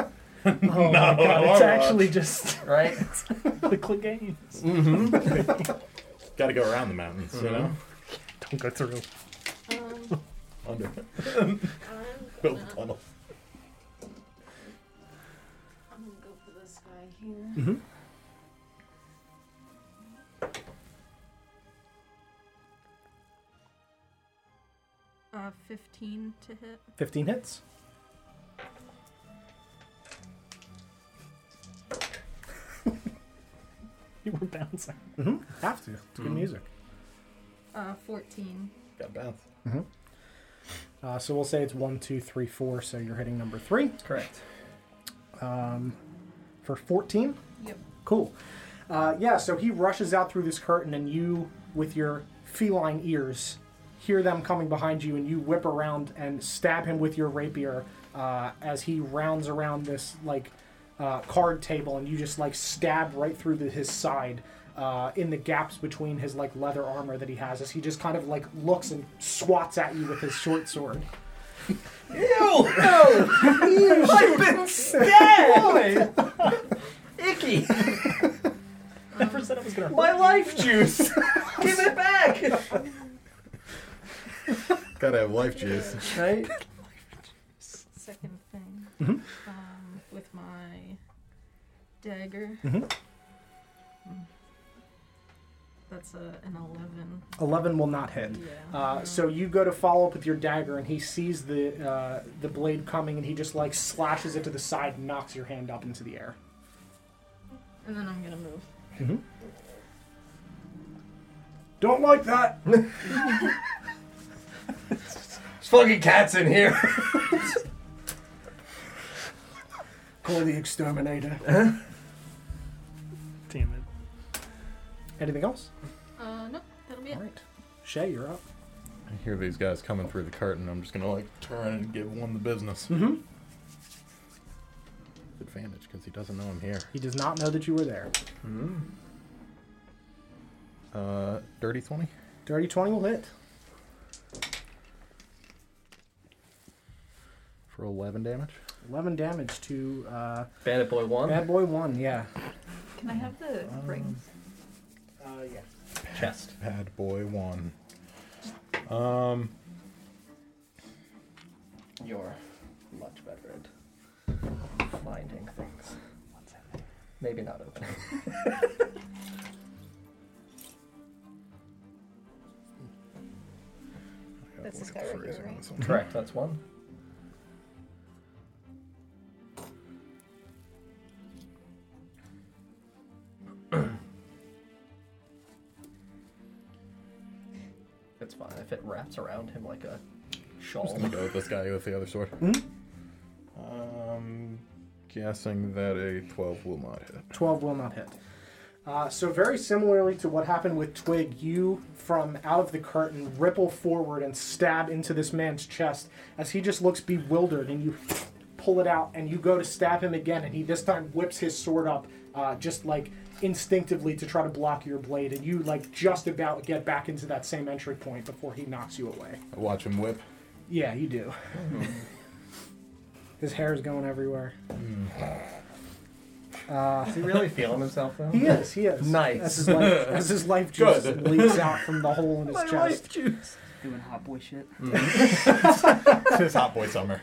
Speaker 7: my god,
Speaker 6: I
Speaker 7: it's
Speaker 6: watched.
Speaker 7: actually just (laughs)
Speaker 3: (laughs) right?
Speaker 7: the click games.
Speaker 6: Got to go around the mountains, you know.
Speaker 2: Mm-hmm.
Speaker 7: Don't go through.
Speaker 8: Um,
Speaker 6: Under
Speaker 8: I'm
Speaker 6: build
Speaker 8: gonna,
Speaker 6: a tunnel.
Speaker 8: I'm gonna go for this guy here. Uh, 15 to hit.
Speaker 2: 15 hits.
Speaker 7: You you were bouncing.
Speaker 2: Have to. It's good music.
Speaker 8: Uh, 14.
Speaker 3: Got bounce.
Speaker 2: Uh, so we'll say it's one, two, three, four. So you're hitting number three
Speaker 3: Correct.
Speaker 2: for 14.
Speaker 8: Yep.
Speaker 2: Cool. Uh, yeah, so he rushes out through this curtain, and you, with your feline ears, hear them coming behind you, and you whip around and stab him with your rapier uh, as he rounds around this like uh, card table, and you just like stab right through the, his side. Uh, in the gaps between his like leather armor that he has, as he just kind of like looks and swats at you with his short sword.
Speaker 1: I've been stabbed! Icky!
Speaker 7: Never said I was gonna.
Speaker 1: My life juice! Give it back!
Speaker 6: Gotta have life juice.
Speaker 3: Right?
Speaker 8: Second thing.
Speaker 2: Mm-hmm.
Speaker 8: Um, with my dagger.
Speaker 2: Mm-hmm.
Speaker 8: Mm. That's a, an 11.
Speaker 2: Eleven will not hit.
Speaker 8: Yeah.
Speaker 2: Uh, so you go to follow up with your dagger, and he sees the uh, the blade coming, and he just like slashes it to the side and knocks your hand up into the air.
Speaker 8: and then I'm gonna move.
Speaker 2: Don't like that.
Speaker 3: There's fucking cats in here.
Speaker 2: Call the exterminator.
Speaker 7: Damn it.
Speaker 2: Anything else?
Speaker 8: Uh, nope, that'll be it.
Speaker 2: All right, Shay, you're up.
Speaker 6: I hear these guys coming through the curtain. I'm just gonna like turn and give one the business.
Speaker 2: Mhm.
Speaker 6: Advantage because he doesn't know I'm here.
Speaker 2: He does not know that you were there.
Speaker 6: Uh, dirty twenty.
Speaker 2: Dirty twenty will hit.
Speaker 6: for 11 damage.
Speaker 2: Eleven damage to uh,
Speaker 3: Bandit Boy 1.
Speaker 2: Bad Boy One. Yeah.
Speaker 4: Can I have the rings?
Speaker 9: Uh, yeah.
Speaker 3: Chest.
Speaker 6: Bad boy 1. Um,
Speaker 3: You're much better at finding things. Maybe not (laughs) open.
Speaker 6: I gotta
Speaker 4: That's this
Speaker 6: look at
Speaker 4: guy right
Speaker 6: the phrasing
Speaker 4: here,
Speaker 6: on
Speaker 4: right?
Speaker 6: this one.
Speaker 3: Correct, that's one. it's fine if it wraps around him like a
Speaker 6: I'm just
Speaker 3: shawl.
Speaker 6: gonna go with this guy with the other sword. Hmm? Um, guessing that a 12 will not hit.
Speaker 2: 12 will not hit. Uh, so, very similarly to what happened with Twig, you from out of the curtain ripple forward and stab into this man's chest as he just looks bewildered and you pull it out and you go to stab him again and he this time whips his sword up uh, just like instinctively to try to block your blade and you like just about get back into that same entry point before he knocks you away.
Speaker 6: I watch him whip.
Speaker 2: Yeah, you do. (laughs) his hair is going everywhere.
Speaker 3: Is he really feeling himself though?
Speaker 2: He is. He is.
Speaker 3: Nice.
Speaker 2: As his life, as his life juice
Speaker 6: Good.
Speaker 2: leaks out from the hole in his chest.
Speaker 3: juice.
Speaker 5: Doing hot boy shit.
Speaker 6: (laughs) it's hot boy summer.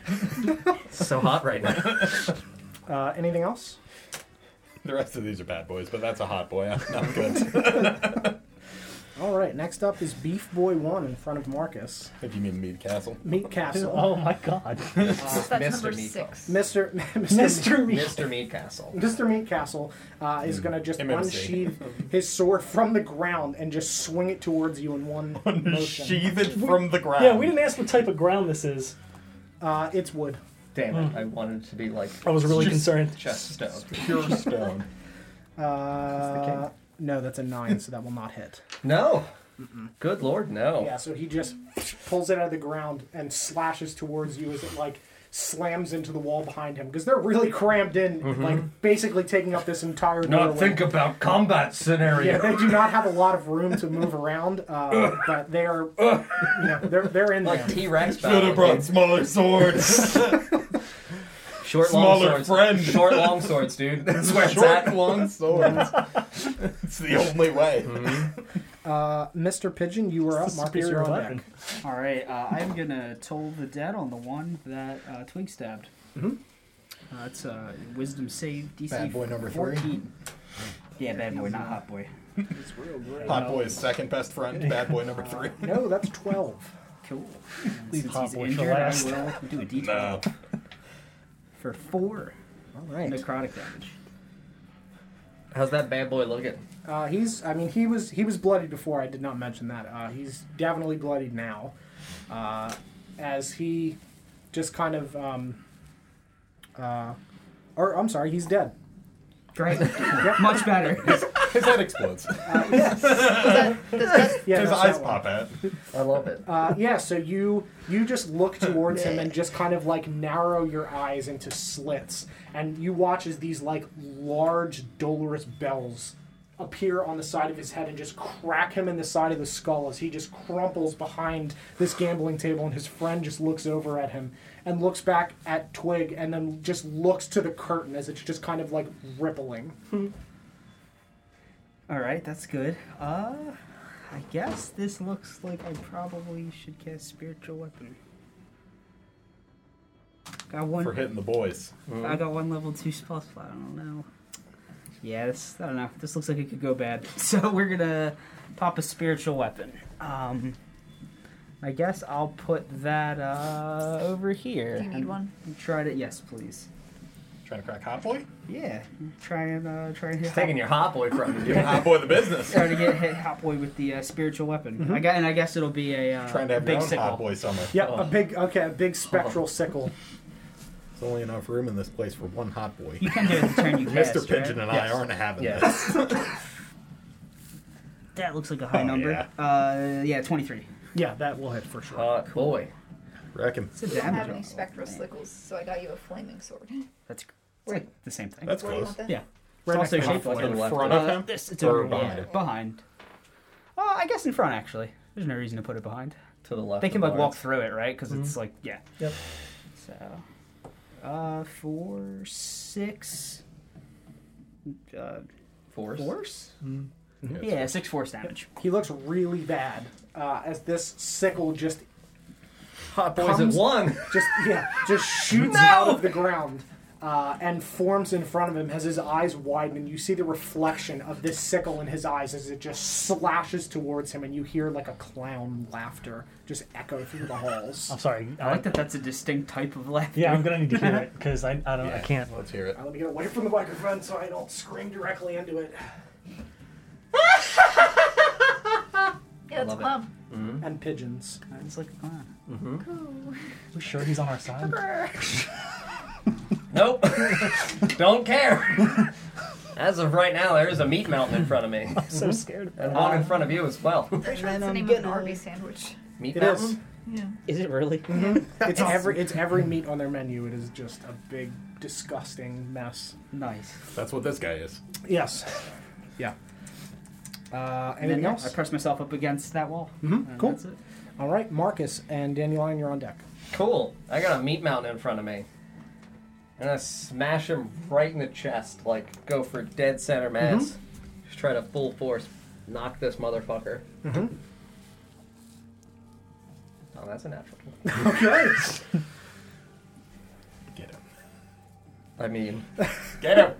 Speaker 3: It's (laughs) so hot right (laughs) now.
Speaker 2: Uh, anything else?
Speaker 6: The rest of these are bad boys, but that's a hot boy. I'm not (laughs) good.
Speaker 2: All right. Next up is Beef Boy One in front of Marcus.
Speaker 6: if you mean Mead Castle.
Speaker 2: Meat
Speaker 7: (laughs)
Speaker 2: Castle.
Speaker 7: Oh my god.
Speaker 4: That's
Speaker 3: Mr.
Speaker 4: number
Speaker 3: Meatball.
Speaker 4: six.
Speaker 2: Mister (laughs) Mister Meat.
Speaker 3: Mr. Meadcastle.
Speaker 2: Mr. Meat Castle uh, is going to just
Speaker 6: MMC.
Speaker 2: unsheath his sword from the ground and just swing it towards you in one motion.
Speaker 6: Sheath it from the ground.
Speaker 7: Yeah, we didn't ask what type of ground this is.
Speaker 2: Uh, it's wood.
Speaker 3: Damn it, I wanted it to be like
Speaker 7: I was really concerned.
Speaker 3: chest stone.
Speaker 6: (laughs) Pure stone.
Speaker 2: Uh, no, that's a nine, so that will not hit.
Speaker 3: No. Good lord, no.
Speaker 2: Yeah, so he just pulls it out of the ground and slashes towards you as it like slams into the wall behind him because they're really crammed in, like basically taking up this entire. doorway.
Speaker 3: about combat scenario.
Speaker 2: Yeah, they do not have a lot of room to move around, uh, but they are, you know, they're they're in there.
Speaker 3: Like T Rex
Speaker 6: Should have brought smaller swords.
Speaker 3: Short long
Speaker 6: smaller
Speaker 3: swords.
Speaker 6: friend.
Speaker 3: Short long swords,
Speaker 6: (laughs)
Speaker 3: dude. That's where it's
Speaker 6: Short,
Speaker 3: at.
Speaker 6: long (laughs) swords. (laughs) Hmm. it's the only way.
Speaker 2: Uh, Mr. Pigeon, you were up.
Speaker 7: It's a
Speaker 2: Marcus, you're
Speaker 7: superior
Speaker 2: on
Speaker 7: weapon.
Speaker 2: deck.
Speaker 5: All right, uh, I'm gonna toll the dead on the one that uh, Twig stabbed. Mm-hmm. Uh, it's a wisdom save DC.
Speaker 6: Bad boy number three.
Speaker 5: 14. Yeah, bad boy, not hot boy.
Speaker 6: Hot boy's second best friend, bad boy number three.
Speaker 2: No, that's twelve.
Speaker 5: Cool. And Since
Speaker 7: hot
Speaker 5: he's
Speaker 7: boy for
Speaker 5: injured,
Speaker 7: last.
Speaker 5: I will do a D12
Speaker 6: No.
Speaker 5: for four
Speaker 2: All right.
Speaker 5: necrotic damage.
Speaker 3: How's that bad boy looking?
Speaker 2: Uh, he's. I mean, he was. He was bloodied before. I did not mention that. Uh, he's definitely bloodied now, uh, as he just kind of. Um, uh, or I'm sorry, he's dead.
Speaker 5: Great. Much better.
Speaker 6: His head explodes.
Speaker 2: Yeah,
Speaker 6: His
Speaker 2: that's
Speaker 6: eyes
Speaker 2: that one.
Speaker 6: pop out.
Speaker 3: I love it.
Speaker 2: Uh, yeah, so you you just look towards him and just kind of like narrow your eyes into slits, and you watch as these like large dolorous bells appear on the side of his head and just crack him in the side of the skull as he just crumples behind this gambling table and his friend just looks over at him and looks back at Twig and then just looks to the curtain as it's just kind of like rippling.
Speaker 5: All right, that's good. Uh, I guess this looks like I probably should cast spiritual weapon. Got one.
Speaker 6: For hitting the boys.
Speaker 5: I got one level two spell slot. I don't know. Yeah, this, I don't know. This looks like it could go bad. (laughs) So we're gonna pop a spiritual weapon. Um, I guess I'll put that uh, over here.
Speaker 4: You need
Speaker 5: and
Speaker 4: one?
Speaker 5: Try to yes, please.
Speaker 6: Trying to crack hot boy?
Speaker 5: Yeah, try and uh, try and hit.
Speaker 3: It's taking your hot boy from you.
Speaker 6: Hot boy
Speaker 5: (laughs)
Speaker 6: the business.
Speaker 5: Try to get hit hot boy with the uh, spiritual weapon. I got, and I guess it'll be a uh,
Speaker 6: Mm-hmm. Trying to have
Speaker 5: big
Speaker 6: your own
Speaker 5: sickle.
Speaker 6: hot boy summer.
Speaker 2: Yep, a big okay, a big spectral (laughs) sickle.
Speaker 6: There's only enough room in this place for one hot boy. (laughs)
Speaker 5: You can do it the turn you cast.
Speaker 6: Mr. Pigeon
Speaker 5: right?
Speaker 6: and I aren't having
Speaker 3: Yes.
Speaker 6: this.
Speaker 5: That looks like a high
Speaker 6: Oh,
Speaker 5: number.
Speaker 6: yeah.
Speaker 5: Uh, yeah, twenty-three.
Speaker 2: Yeah, that will hit for
Speaker 7: Oh,
Speaker 2: sure.
Speaker 3: (laughs) Hot boy.
Speaker 6: Reckon.
Speaker 5: It's a
Speaker 4: I don't
Speaker 5: damage.
Speaker 4: have any
Speaker 5: roll.
Speaker 4: spectral sickles, so I got you a flaming sword.
Speaker 5: That's it's like the same thing.
Speaker 6: That's
Speaker 4: What do you
Speaker 6: close.
Speaker 4: want that?
Speaker 5: Yeah.
Speaker 2: Right
Speaker 5: it's also
Speaker 2: next to
Speaker 5: shaped
Speaker 3: hot
Speaker 5: like
Speaker 3: boy.
Speaker 5: a
Speaker 3: Left
Speaker 6: Front
Speaker 5: Uh,
Speaker 6: of him?
Speaker 5: This, it's
Speaker 6: Or
Speaker 5: over behind.
Speaker 6: behind?
Speaker 5: Yeah, behind. Uh, I guess in front actually. There's no reason to put it behind.
Speaker 3: To the left.
Speaker 5: They can
Speaker 3: of
Speaker 5: like walk
Speaker 3: Lawrence.
Speaker 5: through it, right? Because it's like yeah.
Speaker 3: Yep.
Speaker 5: So, uh, four, six, uh,
Speaker 3: Force.
Speaker 5: force.
Speaker 6: Yeah,
Speaker 5: Yeah, six force damage.
Speaker 2: He looks really bad uh, as this sickle just,
Speaker 3: Hot boys at
Speaker 2: Comes-
Speaker 3: Oh, one. (laughs)
Speaker 2: just yeah, just shoots out of the ground uh, and forms in front of him as his eyes widen, and you see the reflection of this sickle in his eyes as it just slashes towards him, and you hear like a clown laughter just echo through the halls.
Speaker 7: I'm sorry.
Speaker 5: I like that. That's a distinct type of laughter. (laughs)
Speaker 7: Yeah, I'm gonna need to hear it because I, I don't I
Speaker 6: Yeah,
Speaker 7: can't.
Speaker 6: Let's hear it.
Speaker 2: Uh, let me get away from the microphone so I don't scream directly into it.
Speaker 4: Yeah, it's
Speaker 3: love it.
Speaker 4: mom.
Speaker 2: And pigeons.
Speaker 5: It's like ah. a clown.
Speaker 7: You sure he's on our side?
Speaker 3: Nope. (laughs) Don't care. (laughs) As of right now, there is a meat mountain in front of (laughs) me,
Speaker 7: I'm so scared.
Speaker 3: and one in front of you as well.
Speaker 4: Pretty sure
Speaker 5: then
Speaker 4: that's the
Speaker 5: I'm
Speaker 4: name of an
Speaker 5: gonna-
Speaker 4: Arby sandwich.
Speaker 3: Meat
Speaker 2: It
Speaker 3: mountain.
Speaker 2: is.
Speaker 4: Yeah.
Speaker 5: Is it really? (laughs)
Speaker 2: It's every. It's every meat on their menu. It is just a big, disgusting mess.
Speaker 5: Nice.
Speaker 6: That's what this guy is.
Speaker 2: Yes. Yeah. Uh,
Speaker 5: And then
Speaker 2: anything
Speaker 5: yeah,
Speaker 2: else? Mm-hmm.
Speaker 5: I press myself up against that wall. And
Speaker 2: cool.
Speaker 5: That's it.
Speaker 2: All right, Marcus and Dandelion, you're on deck.
Speaker 3: Cool. I got a meat mountain in front of me. And I smash him right in the chest, like go for dead center mass.
Speaker 7: Mm-hmm.
Speaker 3: Just try to full force knock this motherfucker.
Speaker 7: Mm-hmm.
Speaker 3: Oh, that's a natural. one.
Speaker 2: Okay.
Speaker 6: Get him.
Speaker 3: I mean, get him.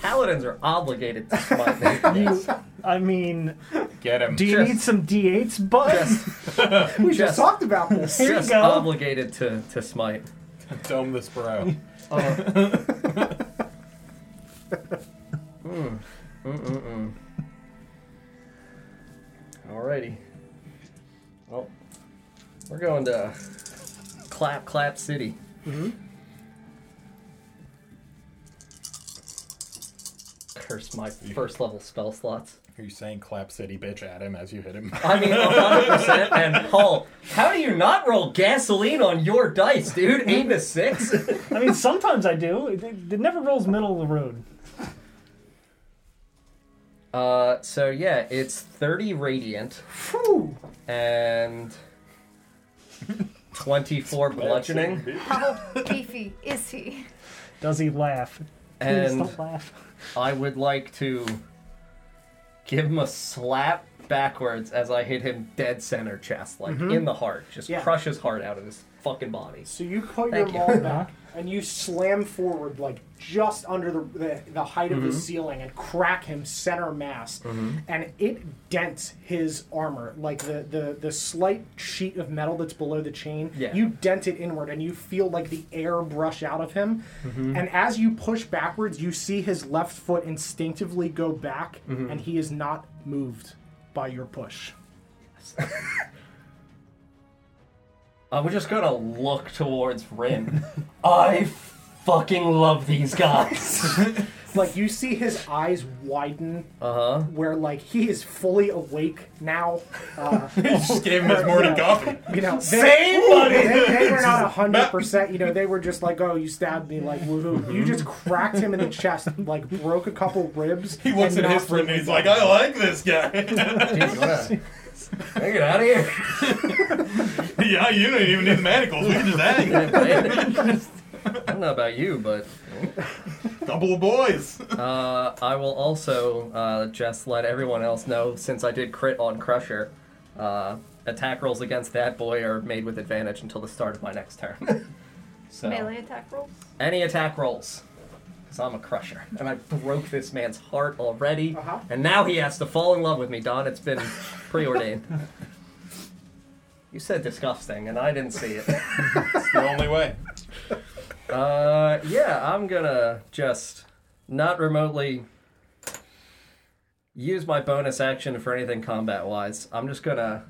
Speaker 3: Paladins are obligated to
Speaker 7: (laughs)
Speaker 3: smite. me.
Speaker 7: (laughs) I mean,
Speaker 6: Get him.
Speaker 7: do you
Speaker 3: Just-
Speaker 7: need some d8s, bud?
Speaker 3: Just,
Speaker 2: we
Speaker 3: Just-
Speaker 2: just talked about
Speaker 5: (laughs)
Speaker 2: this.
Speaker 7: Here you
Speaker 3: just
Speaker 7: go.
Speaker 3: obligated to, to smite.
Speaker 6: Dome this bro. (laughs)
Speaker 3: Mm-mm-mm. Alrighty. Well, we're going to Clap Clap City. Mm-hmm. Curse my first level spell slots.
Speaker 6: Are you saying clap city bitch at him as you hit him?
Speaker 3: I mean, 100%. and Paul, how do you not roll gasoline on your dice, dude? Eight to six?
Speaker 7: (laughs) I mean, sometimes I do. It, it never rolls middle of the road.
Speaker 3: (laughs) Uh, so yeah, it's 30 radiant
Speaker 2: Phew.
Speaker 3: and 24 bludgeoning.
Speaker 4: How beefy
Speaker 3: (laughs)
Speaker 4: is he?
Speaker 7: Does he laugh? Please
Speaker 3: And
Speaker 7: don't laugh.
Speaker 3: I would like to give him a slap backwards as I hit him dead center chest, like in the heart. Just
Speaker 2: Yeah.
Speaker 3: crush his heart out of his fucking body.
Speaker 2: So you put your
Speaker 3: Thank you.
Speaker 2: maul back, and you slam forward like just under the the, the height
Speaker 3: Mm-hmm.
Speaker 2: of the ceiling and crack him center mass, and it dents his armor like the the the slight sheet of metal that's below the chain.
Speaker 3: Yeah.
Speaker 2: You dent it inward, and you feel like the air brush out of him.
Speaker 3: Mm-hmm.
Speaker 2: And as you push backwards, you see his left foot instinctively go back,
Speaker 3: Mm-hmm.
Speaker 2: and he is not moved by your push.
Speaker 3: Uh, we're just gonna look towards Rin. I fucking love these guys.
Speaker 2: Like you see his eyes widen,
Speaker 3: uh huh.
Speaker 2: where like he is fully awake now. Uh,
Speaker 6: just (laughs) gave him his morning coffee.
Speaker 2: you know, they,
Speaker 3: Same, buddy!
Speaker 2: They, they were not hundred percent. You know, they were just like, "Oh, you stabbed me!" Like,
Speaker 6: Mm-hmm.
Speaker 2: woohoo! You just cracked him in the chest, like broke a couple ribs.
Speaker 6: He looks
Speaker 2: and
Speaker 6: at his
Speaker 2: knocked
Speaker 6: friend
Speaker 2: him-
Speaker 6: and he's like, I like this guy.
Speaker 3: Dude, you wanna- Hey, get out of here.
Speaker 6: yeah, you don't even need the manacles. We can just
Speaker 3: (laughs)
Speaker 6: hang.
Speaker 3: I don't know about you, but
Speaker 6: Couple of boys.
Speaker 3: uh, I will also uh, just let everyone else know since I did crit on Crusher. Uh, attack rolls against that boy are made with advantage until the start of my next turn. (laughs) so
Speaker 4: Melee attack rolls.
Speaker 3: any attack rolls, because I'm a Crusher, and I broke this man's heart already,
Speaker 2: Uh-huh.
Speaker 3: and now he has to fall in love with me, Don. It's been preordained. you said disgusting, and I didn't see it.
Speaker 6: It's the only way.
Speaker 3: Uh, yeah, I'm gonna just not remotely use my bonus action for anything combat wise. I'm just gonna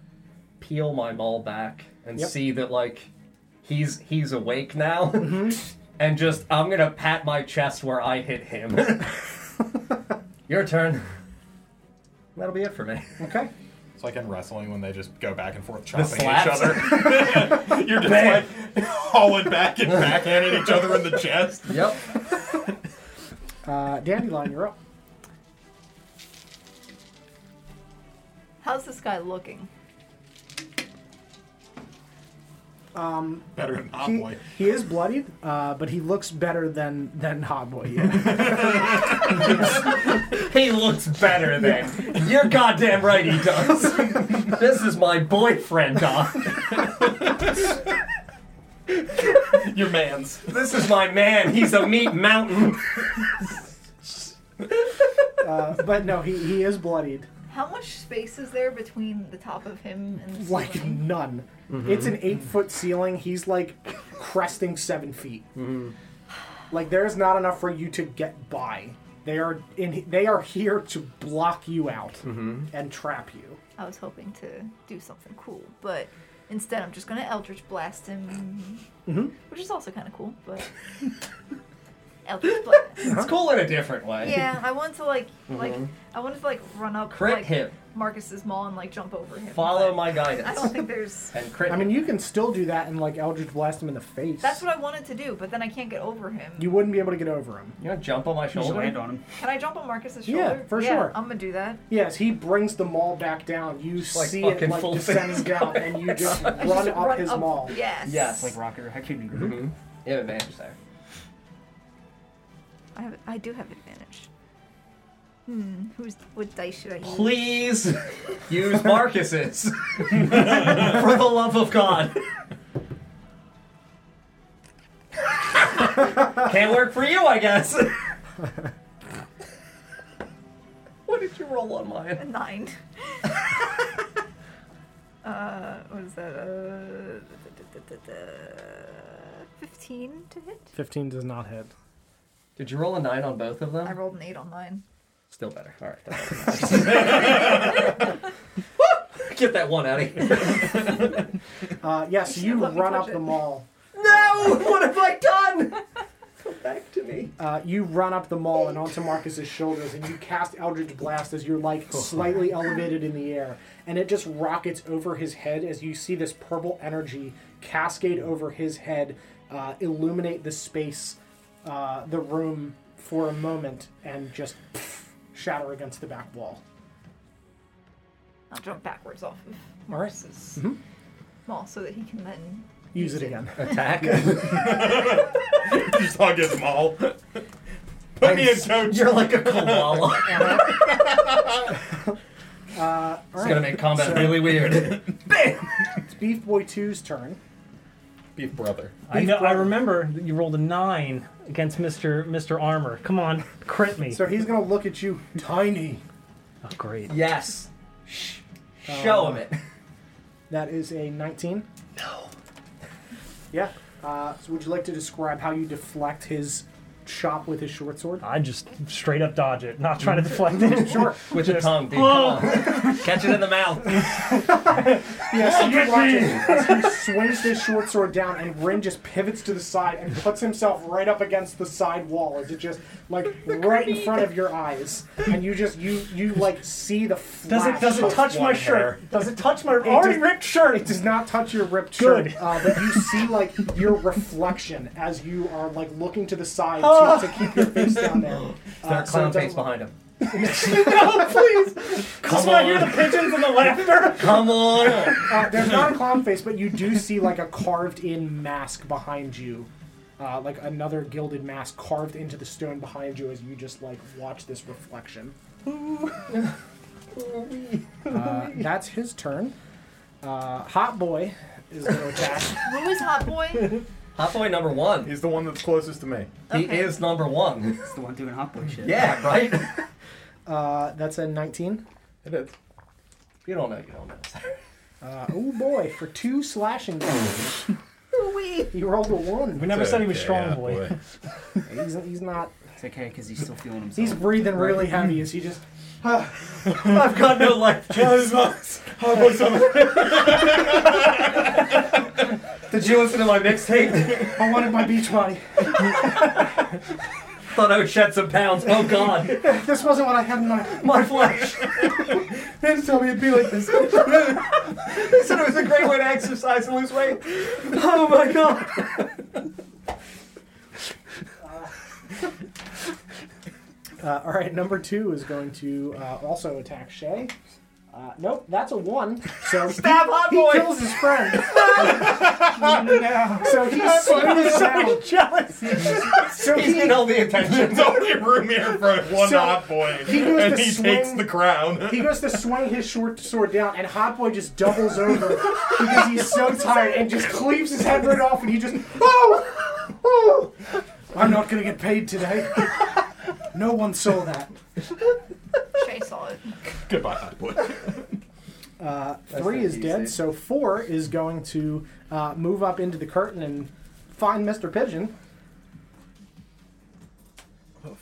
Speaker 3: peel my maul back and
Speaker 2: Yep.
Speaker 3: see that like he's he's awake now, (laughs) and just I'm gonna pat my chest where I hit him. Your turn. That'll be it for me.
Speaker 2: Okay.
Speaker 6: It's like in wrestling when they just go back and forth chopping
Speaker 3: (laughs)
Speaker 6: each
Speaker 3: slaps.
Speaker 6: other. You're just
Speaker 3: Bam.
Speaker 6: like hauling back and backhanding each other in the chest.
Speaker 3: Yep.
Speaker 2: Uh, Dandelion, you're up.
Speaker 4: How's this guy looking?
Speaker 6: Better than Hot
Speaker 2: He,
Speaker 6: Boy.
Speaker 2: he is bloodied, uh, but he looks better than than Hotboy. Yeah.
Speaker 3: He looks better than. You're goddamn right he does. this is my boyfriend, Don.
Speaker 6: Your man's.
Speaker 3: This is my man. He's a meat mountain.
Speaker 2: Uh, but no, he, he is bloodied.
Speaker 4: How much space is there between the top of him and the
Speaker 2: Like
Speaker 4: ceiling?
Speaker 2: none. It's an eight foot ceiling. He's like cresting seven feet. Like there is not enough for you to get by. They are in. They are here to block you out and trap you.
Speaker 4: I was hoping to do something cool, but instead I'm just gonna Eldritch Blast him,
Speaker 3: Mm-hmm.
Speaker 4: which is also kind of cool.
Speaker 3: (laughs)
Speaker 4: But Eldritch Blast.
Speaker 3: It's cool in a different way.
Speaker 4: yeah, I want to like like I wanted to like run up
Speaker 3: Mm-hmm. Crit
Speaker 4: like,
Speaker 3: him.
Speaker 4: Marcus's mall and like jump over him.
Speaker 3: Follow
Speaker 4: but
Speaker 3: my
Speaker 4: I
Speaker 3: guidance.
Speaker 4: don't think there's.
Speaker 3: And crit.
Speaker 2: I mean, you can still do that and like Eldritch blast him in the face.
Speaker 4: That's what I wanted to do, but then I can't get over him.
Speaker 2: you wouldn't be able to get over him.
Speaker 3: you gonna jump on my
Speaker 5: Just land
Speaker 3: shoulder?
Speaker 5: on him.
Speaker 4: Can I jump on Marcus's
Speaker 2: Yeah,
Speaker 4: shoulder?
Speaker 2: for sure.
Speaker 4: I'm gonna do that.
Speaker 2: Yes, he brings the maul back down. You see it
Speaker 3: fucking
Speaker 2: like
Speaker 3: full
Speaker 2: descending
Speaker 3: face.
Speaker 2: down, and you
Speaker 4: (laughs)
Speaker 2: just
Speaker 4: I
Speaker 2: run
Speaker 4: just
Speaker 2: up his maul.
Speaker 4: Yes.
Speaker 3: Yes.
Speaker 5: Like Rocket or Hector and
Speaker 3: Mm-hmm. You have advantage there.
Speaker 4: I have, I do have advantage. Hmm. Who's what dice should I use?
Speaker 3: Please use Marcus's. (laughs) For the love of God. Can't work for you, I guess. (laughs) what did you roll on
Speaker 4: A
Speaker 3: mine?
Speaker 4: nine. (laughs) uh, what is that? Uh, fifteen to hit.
Speaker 2: Fifteen does not hit.
Speaker 3: Did you roll a nine on both of them?
Speaker 4: I rolled an eight on mine.
Speaker 3: Still better. All (laughs) right. that works. Get that one out of here.
Speaker 2: Uh, yes,
Speaker 4: You
Speaker 2: you
Speaker 4: let me
Speaker 2: run
Speaker 4: touch
Speaker 2: up
Speaker 4: it.
Speaker 2: the mall.
Speaker 3: No! What have I done? Come back to me.
Speaker 2: Uh, you run up the mall and onto Marcus's shoulders, and you cast Eldritch Blast as you're like slightly elevated in the air, and it just rockets over his head as you see this purple energy cascade over his head, uh, illuminate the space, uh, the room for a moment, and just pff, shatter against the back wall.
Speaker 4: I'll jump backwards off of
Speaker 2: All right. Mm-hmm.
Speaker 4: Marcus's mall so that he can then.
Speaker 2: Use it again.
Speaker 3: Attack. (laughs)
Speaker 6: just hug his mall. Put me in coach.
Speaker 3: You're like a koala. Uh, it's
Speaker 2: All
Speaker 3: gonna (laughs)
Speaker 2: right.
Speaker 3: make combat really weird.
Speaker 2: It's Beef Boy 2's turn.
Speaker 6: Beef brother.
Speaker 7: I, know, I remember that you rolled a nine against Mr. Mr. Armor. Come on, crit me.
Speaker 2: So he's gonna look at you, tiny.
Speaker 7: Oh, great.
Speaker 1: Yes. Shh.
Speaker 3: Oh.
Speaker 1: Show him it.
Speaker 2: That is a 19. No. Yeah. Uh, so would you like to describe how you deflect his chop with his short sword?
Speaker 7: I just straight up dodge it, not trying to deflect it. (laughs)
Speaker 2: Sure.
Speaker 3: With the
Speaker 7: Just-
Speaker 3: tongue, dude. Come (laughs) on. Catch it in the mouth.
Speaker 2: Yes, you watch it (laughs) as he swings his short sword down, and Rin just pivots to the side and puts himself right up against the side wall as it just like right in front of your eyes, and you just you you like see the
Speaker 7: Does
Speaker 2: flash.
Speaker 7: it does it
Speaker 2: of
Speaker 7: touch my
Speaker 2: one
Speaker 7: shirt?
Speaker 2: hair.
Speaker 7: Does it touch my already
Speaker 2: does-
Speaker 7: ripped shirt?
Speaker 2: It does not touch your ripped
Speaker 7: Good.
Speaker 2: shirt, uh, but you see like your reflection as you are like looking to the side to, to keep your face down there. Uh,
Speaker 3: That
Speaker 2: so it
Speaker 3: clown face
Speaker 2: doesn't-
Speaker 3: behind him.
Speaker 7: no, please. Just
Speaker 3: Come
Speaker 7: when I hear the
Speaker 3: on.
Speaker 7: pigeons and the laughter.
Speaker 3: Come (laughs) on.
Speaker 2: Uh, there's not a clown face, but you do see like a carved-in mask behind you, uh, like another gilded mask carved into the stone behind you as you just like watch this reflection. Uh, that's his turn. Uh, Hot boy is going to
Speaker 4: (laughs)
Speaker 2: attack.
Speaker 4: Who is Hot
Speaker 2: (laughs)
Speaker 4: Boy?
Speaker 3: Hot boy number one.
Speaker 6: He's the one that's closest to me.
Speaker 3: He
Speaker 4: Okay.
Speaker 3: is number (laughs) one.
Speaker 5: It's the one doing hot boy shit.
Speaker 3: Yeah, right?
Speaker 2: Uh, that's a 19.
Speaker 6: It is.
Speaker 3: You don't know, you don't know.
Speaker 2: Uh, oh boy, for two slashing damage.
Speaker 4: Ooh-wee.
Speaker 2: He rolled a one.
Speaker 7: We never said he was
Speaker 6: Okay,
Speaker 7: strong
Speaker 6: yeah,
Speaker 7: boy.
Speaker 6: (laughs)
Speaker 2: He's, he's not.
Speaker 5: It's okay because he's still feeling himself.
Speaker 2: He's breathing really heavy as he just.
Speaker 3: (laughs) I've got no (laughs) life. (laughs) Did you listen to my mixtape?
Speaker 2: I wanted my beach body.
Speaker 3: Thought I would shed some pounds. Oh god,
Speaker 2: This wasn't what I had in mind.
Speaker 3: my (laughs) flesh.
Speaker 2: They didn't tell me it'd be like this.
Speaker 3: (laughs) They said it was a great way to exercise and lose weight. Oh my god.
Speaker 2: Uh, all right, number two is going to uh, also attack Shay. Uh, nope, that's a one. So
Speaker 3: Stab hot
Speaker 2: he,
Speaker 3: boy.
Speaker 2: he kills his friend. no. So he swings down.
Speaker 7: Jealous.
Speaker 2: So
Speaker 3: He's
Speaker 2: he,
Speaker 3: getting all the attention.
Speaker 6: There's only room here for one
Speaker 2: So,
Speaker 6: hot boy,
Speaker 2: he goes
Speaker 6: and
Speaker 2: to
Speaker 6: he
Speaker 2: swing-
Speaker 6: takes the crown.
Speaker 2: he goes to swing his short sword down, and Hot Boy just doubles over because he's so tired and just cleaves his head right off, and he just oh, oh. I'm not gonna get paid today. No one saw that.
Speaker 4: Shay saw it.
Speaker 6: Goodbye, hot boy.
Speaker 2: Uh, three
Speaker 3: not
Speaker 2: is dead,
Speaker 3: easy.
Speaker 2: so four is going to uh, move up into the curtain and find Mr. Pigeon.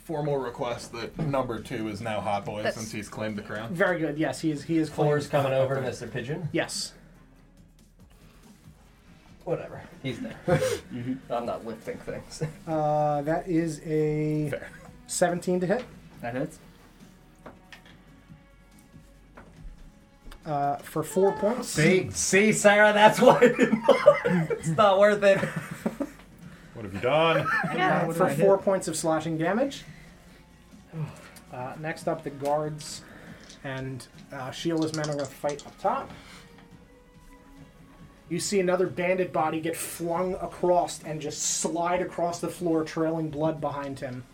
Speaker 6: Formal request that number two is now hot boy
Speaker 4: That's-
Speaker 6: since he's claimed the crown.
Speaker 2: Very good. Yes, he is. He is.
Speaker 3: Four's
Speaker 2: claimed-
Speaker 3: coming over, Mr. Pigeon.
Speaker 2: Yes.
Speaker 3: Whatever. He's (laughs) there. Mm-hmm. I'm not lifting things.
Speaker 2: Uh, that is a
Speaker 6: Fair.
Speaker 2: 17 to hit
Speaker 5: That hits.
Speaker 2: uh, for four points.
Speaker 3: (laughs) See, see, Sarah, that's why (laughs) I didn't mind. it's not worth it.
Speaker 6: What have
Speaker 2: (laughs)
Speaker 6: you done?
Speaker 4: I
Speaker 2: Uh,
Speaker 4: got it.
Speaker 5: what did
Speaker 2: for
Speaker 5: I
Speaker 2: four points of slashing damage. (sighs) Uh, next up, the guards and uh, Sheila's men are going to fight up top. You see another bandit body get flung across and just slide across the floor, trailing blood behind him.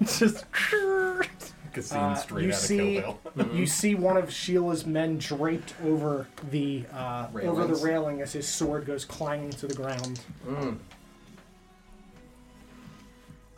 Speaker 7: It's just.
Speaker 6: Cassine
Speaker 2: Uh,
Speaker 6: straight
Speaker 2: you
Speaker 6: out of
Speaker 2: see-
Speaker 6: Kill Bill.
Speaker 2: (laughs) You see one of Sheila's men draped over the uh, over the
Speaker 3: Railings.
Speaker 2: railing as his sword goes clanging to the ground.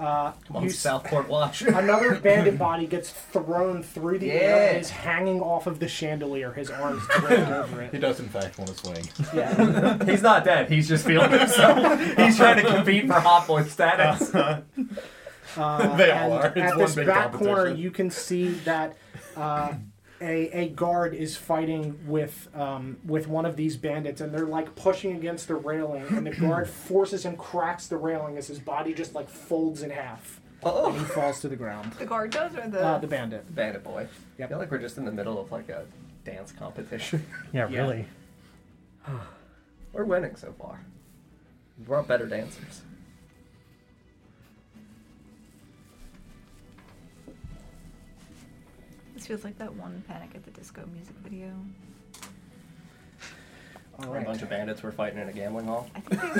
Speaker 2: Uh,
Speaker 3: Come on,
Speaker 2: you s-
Speaker 3: Southport Watch.
Speaker 6: (laughs)
Speaker 2: Another bandit body gets thrown through the air and
Speaker 3: Yeah.
Speaker 2: is hanging off of the chandelier, his
Speaker 6: (laughs)
Speaker 2: arms draped over
Speaker 6: He
Speaker 2: it.
Speaker 6: does, in fact, want to swing.
Speaker 5: (laughs)
Speaker 2: Yeah.
Speaker 3: (laughs) He's not dead. He's just feeling (laughs) himself. He's trying to compete for hot boy status.
Speaker 2: Uh,
Speaker 6: They
Speaker 2: and
Speaker 6: all are. It's
Speaker 2: at
Speaker 6: one
Speaker 2: this
Speaker 6: big
Speaker 2: back corner,
Speaker 6: competition.
Speaker 2: you can see that uh, a, a guard is fighting with um, with one of these bandits, and they're like pushing against the railing, and the
Speaker 6: (clears throat)
Speaker 2: guard forces and cracks the railing as his body just like folds in half. And he
Speaker 3: Oh,
Speaker 2: falls to the ground.
Speaker 4: The guard does or the.
Speaker 2: Uh, the bandit.
Speaker 3: (laughs) bandit boy.
Speaker 2: Yep.
Speaker 3: I feel like we're just in the middle of like a dance competition. (laughs)
Speaker 7: Yeah,
Speaker 2: Yeah.
Speaker 7: really.
Speaker 3: We're winning so far. We're all better dancers.
Speaker 4: This feels like that one Panic at the Disco music video.
Speaker 2: All
Speaker 3: A bunch
Speaker 2: right.
Speaker 3: of bandits were fighting in a gambling
Speaker 6: (laughs)
Speaker 3: hall.
Speaker 4: I think they
Speaker 3: (laughs)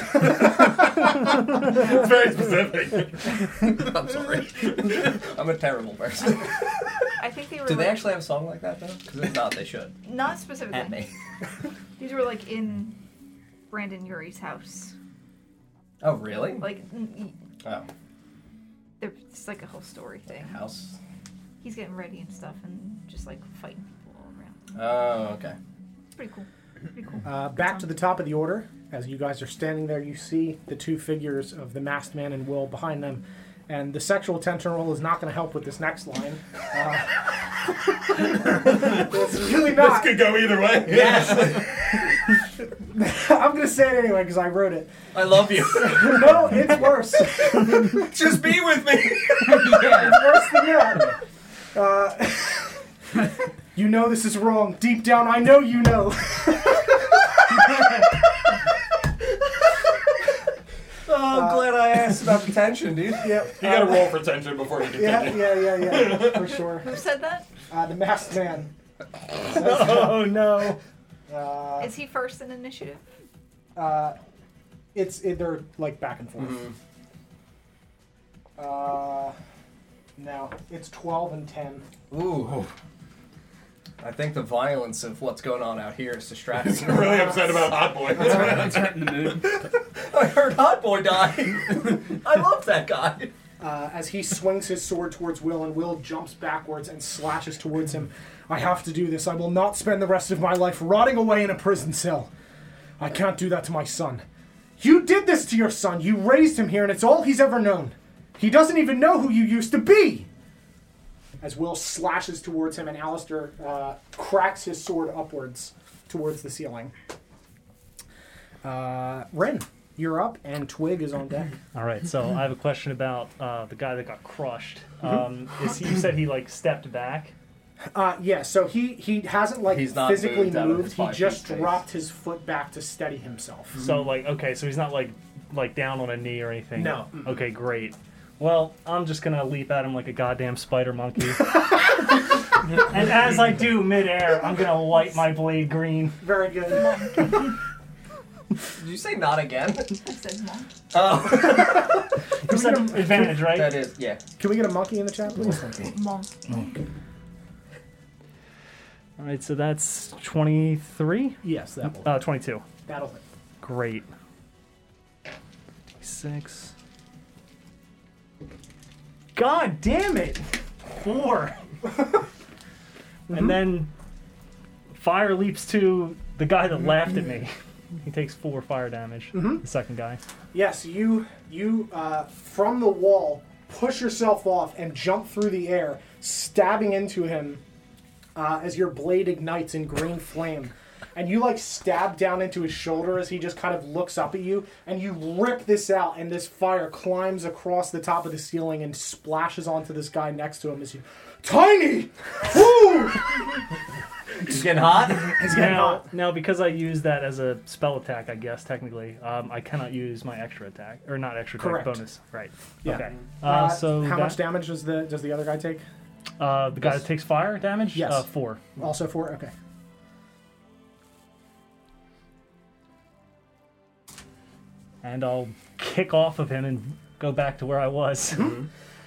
Speaker 6: it's very specific.
Speaker 3: I'm sorry. (laughs) I'm a terrible
Speaker 6: (laughs)
Speaker 3: person.
Speaker 4: I think they were.
Speaker 3: Do they
Speaker 4: like-
Speaker 3: actually have a
Speaker 6: (laughs)
Speaker 3: song like that though? Because if not, they should.
Speaker 4: Not specifically.
Speaker 3: At me.
Speaker 4: These were like in Brandon Yuri's house.
Speaker 3: Oh, really?
Speaker 4: Like, mm, y-
Speaker 3: Oh,
Speaker 4: there- it's like a whole story thing.
Speaker 3: house.
Speaker 4: He's getting ready and stuff, and just like fighting people all around.
Speaker 3: Oh, okay.
Speaker 4: It's pretty cool. Pretty cool.
Speaker 2: Uh, back to the top of the order. As you guys are standing there, you see the two figures of the masked man and Will behind them. And the sexual tension roll is not going to help with this next line. Uh, (laughs) it's really
Speaker 6: This
Speaker 2: not.
Speaker 6: could go either way. Yes.
Speaker 2: I'm going to say it anyway because I wrote it.
Speaker 3: I love
Speaker 6: (laughs)
Speaker 3: you.
Speaker 2: No, it's worse. it's
Speaker 3: Just be with me.
Speaker 2: worse than that. Uh, (laughs) you know this is wrong. Deep down, I know you know.
Speaker 3: (laughs)
Speaker 2: (laughs)
Speaker 3: Oh, I'm glad I asked about the tension, dude. Uh,
Speaker 2: Yep.
Speaker 6: you gotta roll for tension before you continue.
Speaker 2: Yeah, yeah, yeah, yeah, for sure.
Speaker 4: Who said that?
Speaker 2: Uh, the masked man.
Speaker 7: Oh no.
Speaker 2: Uh,
Speaker 4: Is he first in initiative?
Speaker 2: uh, it's it, they're like back and forth. Uh, no, it's twelve and ten.
Speaker 3: Ooh. I think the violence of what's going on out here is distracting.
Speaker 6: (laughs) I'm really upset about Hot Boy.
Speaker 5: It's hurting the mood.
Speaker 3: I heard Hot Boy die. (laughs) I love that guy.
Speaker 2: Uh, as he swings his sword towards Will, and Will jumps backwards and slashes towards him. I have to do this. I will not spend the rest of my life rotting away in a prison cell. I can't do that to my son. You did this to your son. You raised him here, and it's all he's ever known. He doesn't even know who you used to be. As Will slashes towards him, and Alistair uh, cracks his sword upwards towards the ceiling. Uh, Ren, you're up, and Twig is on deck.
Speaker 7: All right. So I have a question about uh, the guy that got crushed. Um, is he? You said he like stepped back.
Speaker 2: Uh, yeah, so he he hasn't like
Speaker 3: He's not
Speaker 2: physically
Speaker 3: moved out
Speaker 2: moved.
Speaker 3: of his
Speaker 2: He
Speaker 3: five-piece
Speaker 2: just
Speaker 3: space.
Speaker 2: dropped his foot back to steady himself.
Speaker 7: So like okay, so he's not like like down on a knee or anything.
Speaker 2: No.
Speaker 7: Okay, great. Well, I'm just gonna leap at him like a goddamn spider monkey. and as I do midair, I'm gonna light my blade green.
Speaker 2: Very good.
Speaker 3: Did you say not again?
Speaker 4: I said mom.
Speaker 3: Oh,
Speaker 7: You said advantage, right?
Speaker 3: (laughs) that is yeah.
Speaker 2: Can we get a monkey in the chat, please?
Speaker 4: Mom.
Speaker 7: All right. So that's 23.
Speaker 2: yes, that will.
Speaker 7: Uh, 22.
Speaker 2: That'll hit.
Speaker 7: Great. Six. God damn it! (laughs) 4
Speaker 2: Mm-hmm.
Speaker 7: And then fire leaps to the guy that laughed at me.
Speaker 2: Mm-hmm.
Speaker 7: (laughs) He takes four fire damage. The second guy.
Speaker 2: Yes, you you uh, from the wall push yourself off and jump through the air, stabbing into him uh, as your blade ignites in green flame. And you like stab down into his shoulder as he just kind of looks up at you, and you rip this out, and this fire climbs across the top of the ceiling and splashes onto this guy next to him as you, Tiny! Woo!
Speaker 3: He's getting hot.
Speaker 7: Now, now, because I use that as a spell attack, I guess technically, um, I cannot use my extra attack or not extra attack
Speaker 2: Correct.
Speaker 7: bonus. Right.
Speaker 2: Yeah.
Speaker 7: Okay. Uh,
Speaker 2: Uh,
Speaker 7: so
Speaker 2: how much
Speaker 7: that-
Speaker 2: damage does the does the other guy take?
Speaker 7: Uh, the guy that takes fire damage.
Speaker 2: Yes.
Speaker 7: Uh, four.
Speaker 2: Also four. Okay.
Speaker 7: and I'll kick off of him and go back to where I was.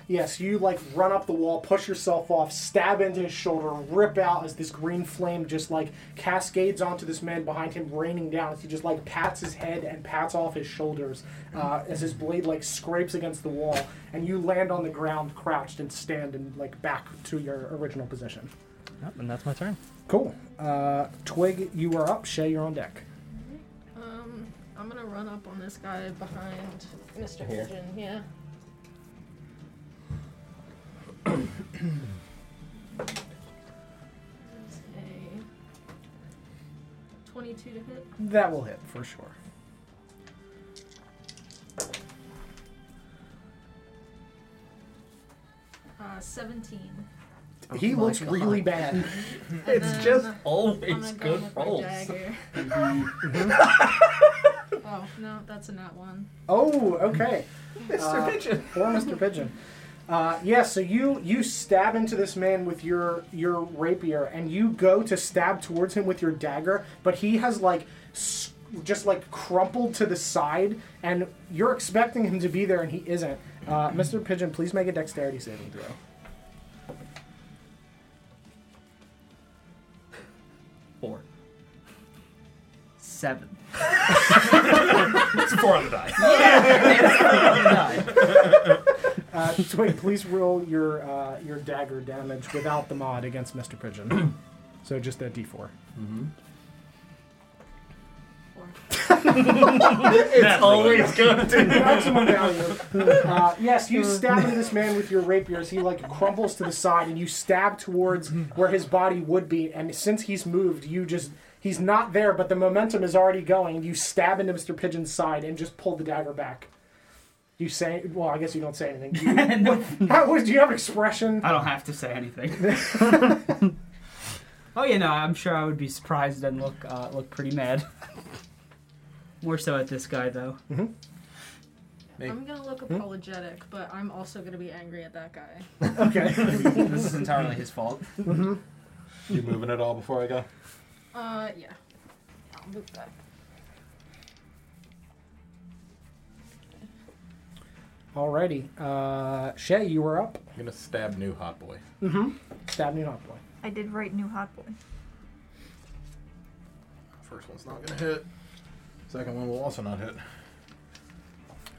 Speaker 2: Yes, you like run up the wall, push yourself off, stab into his shoulder, rip out as this green flame just like cascades onto this man behind him, raining down as he just like pats his head and pats off his shoulders uh, as his blade like scrapes against the wall, and you land on the ground crouched and stand and like back to your original position.
Speaker 7: Yep, and that's my turn.
Speaker 2: Cool. Uh, Twig, you are up. Shay, you're on deck.
Speaker 8: Um, I'm gonna run up on this guy behind Mr.
Speaker 3: Here.
Speaker 8: Pigeon. Yeah. That's a 22 to hit.
Speaker 2: That will hit for sure.
Speaker 8: Uh, 17.
Speaker 2: he looks really (laughs) bad.
Speaker 8: And
Speaker 3: It's
Speaker 8: then
Speaker 3: just
Speaker 8: I'm
Speaker 3: (laughs) always
Speaker 8: gonna go
Speaker 3: good
Speaker 8: with my
Speaker 3: rolls. (laughs)
Speaker 8: dagger. oh no, that's a not one.
Speaker 2: Oh, okay.
Speaker 3: Mr. Pigeon.
Speaker 2: or Mr. Pigeon. Uh, yeah, so you you stab into this man with your your rapier, and you go to stab towards him with your dagger, but he has like s- just like crumpled to the side, and you're expecting him to be there, and he isn't. Uh, Mr. Pigeon, please make a dexterity saving throw.
Speaker 3: Four.
Speaker 5: Seven.
Speaker 6: four on the die.
Speaker 2: Uh, (laughs) so wait, please roll your uh, your dagger damage without the mod against Mr. Pigeon. (clears throat) so just that D4.
Speaker 4: Four.
Speaker 3: it's always (laughs) good.
Speaker 2: Maximum value. Uh, yes, you stab into this man with your rapier as he like crumbles to the side, and you stab towards where his body would be. And since he's moved, you just he's not there, but the momentum is already going. You stab into Mr. Pigeon's side and just pull the dagger back. You say, well, I guess you don't say anything. Do you,
Speaker 5: No,
Speaker 2: how was? Do you have an expression?
Speaker 5: I don't have to say anything. (laughs) oh yeah, no, I'm sure I would be surprised and look uh, look pretty mad. (laughs) More so at this guy though.
Speaker 8: I'm gonna look apologetic, but I'm also gonna be angry at that guy.
Speaker 2: Okay.
Speaker 5: this is entirely his fault.
Speaker 6: You moving at all before I go?
Speaker 8: Uh, yeah. I'll move back.
Speaker 2: Alrighty, uh, Shay, you were up.
Speaker 6: I'm gonna stab new hot boy.
Speaker 2: Stab me, not boy.
Speaker 4: I did write new
Speaker 3: (laughs)
Speaker 4: hot boy.
Speaker 6: First one's not gonna hit. Second one will also not hit.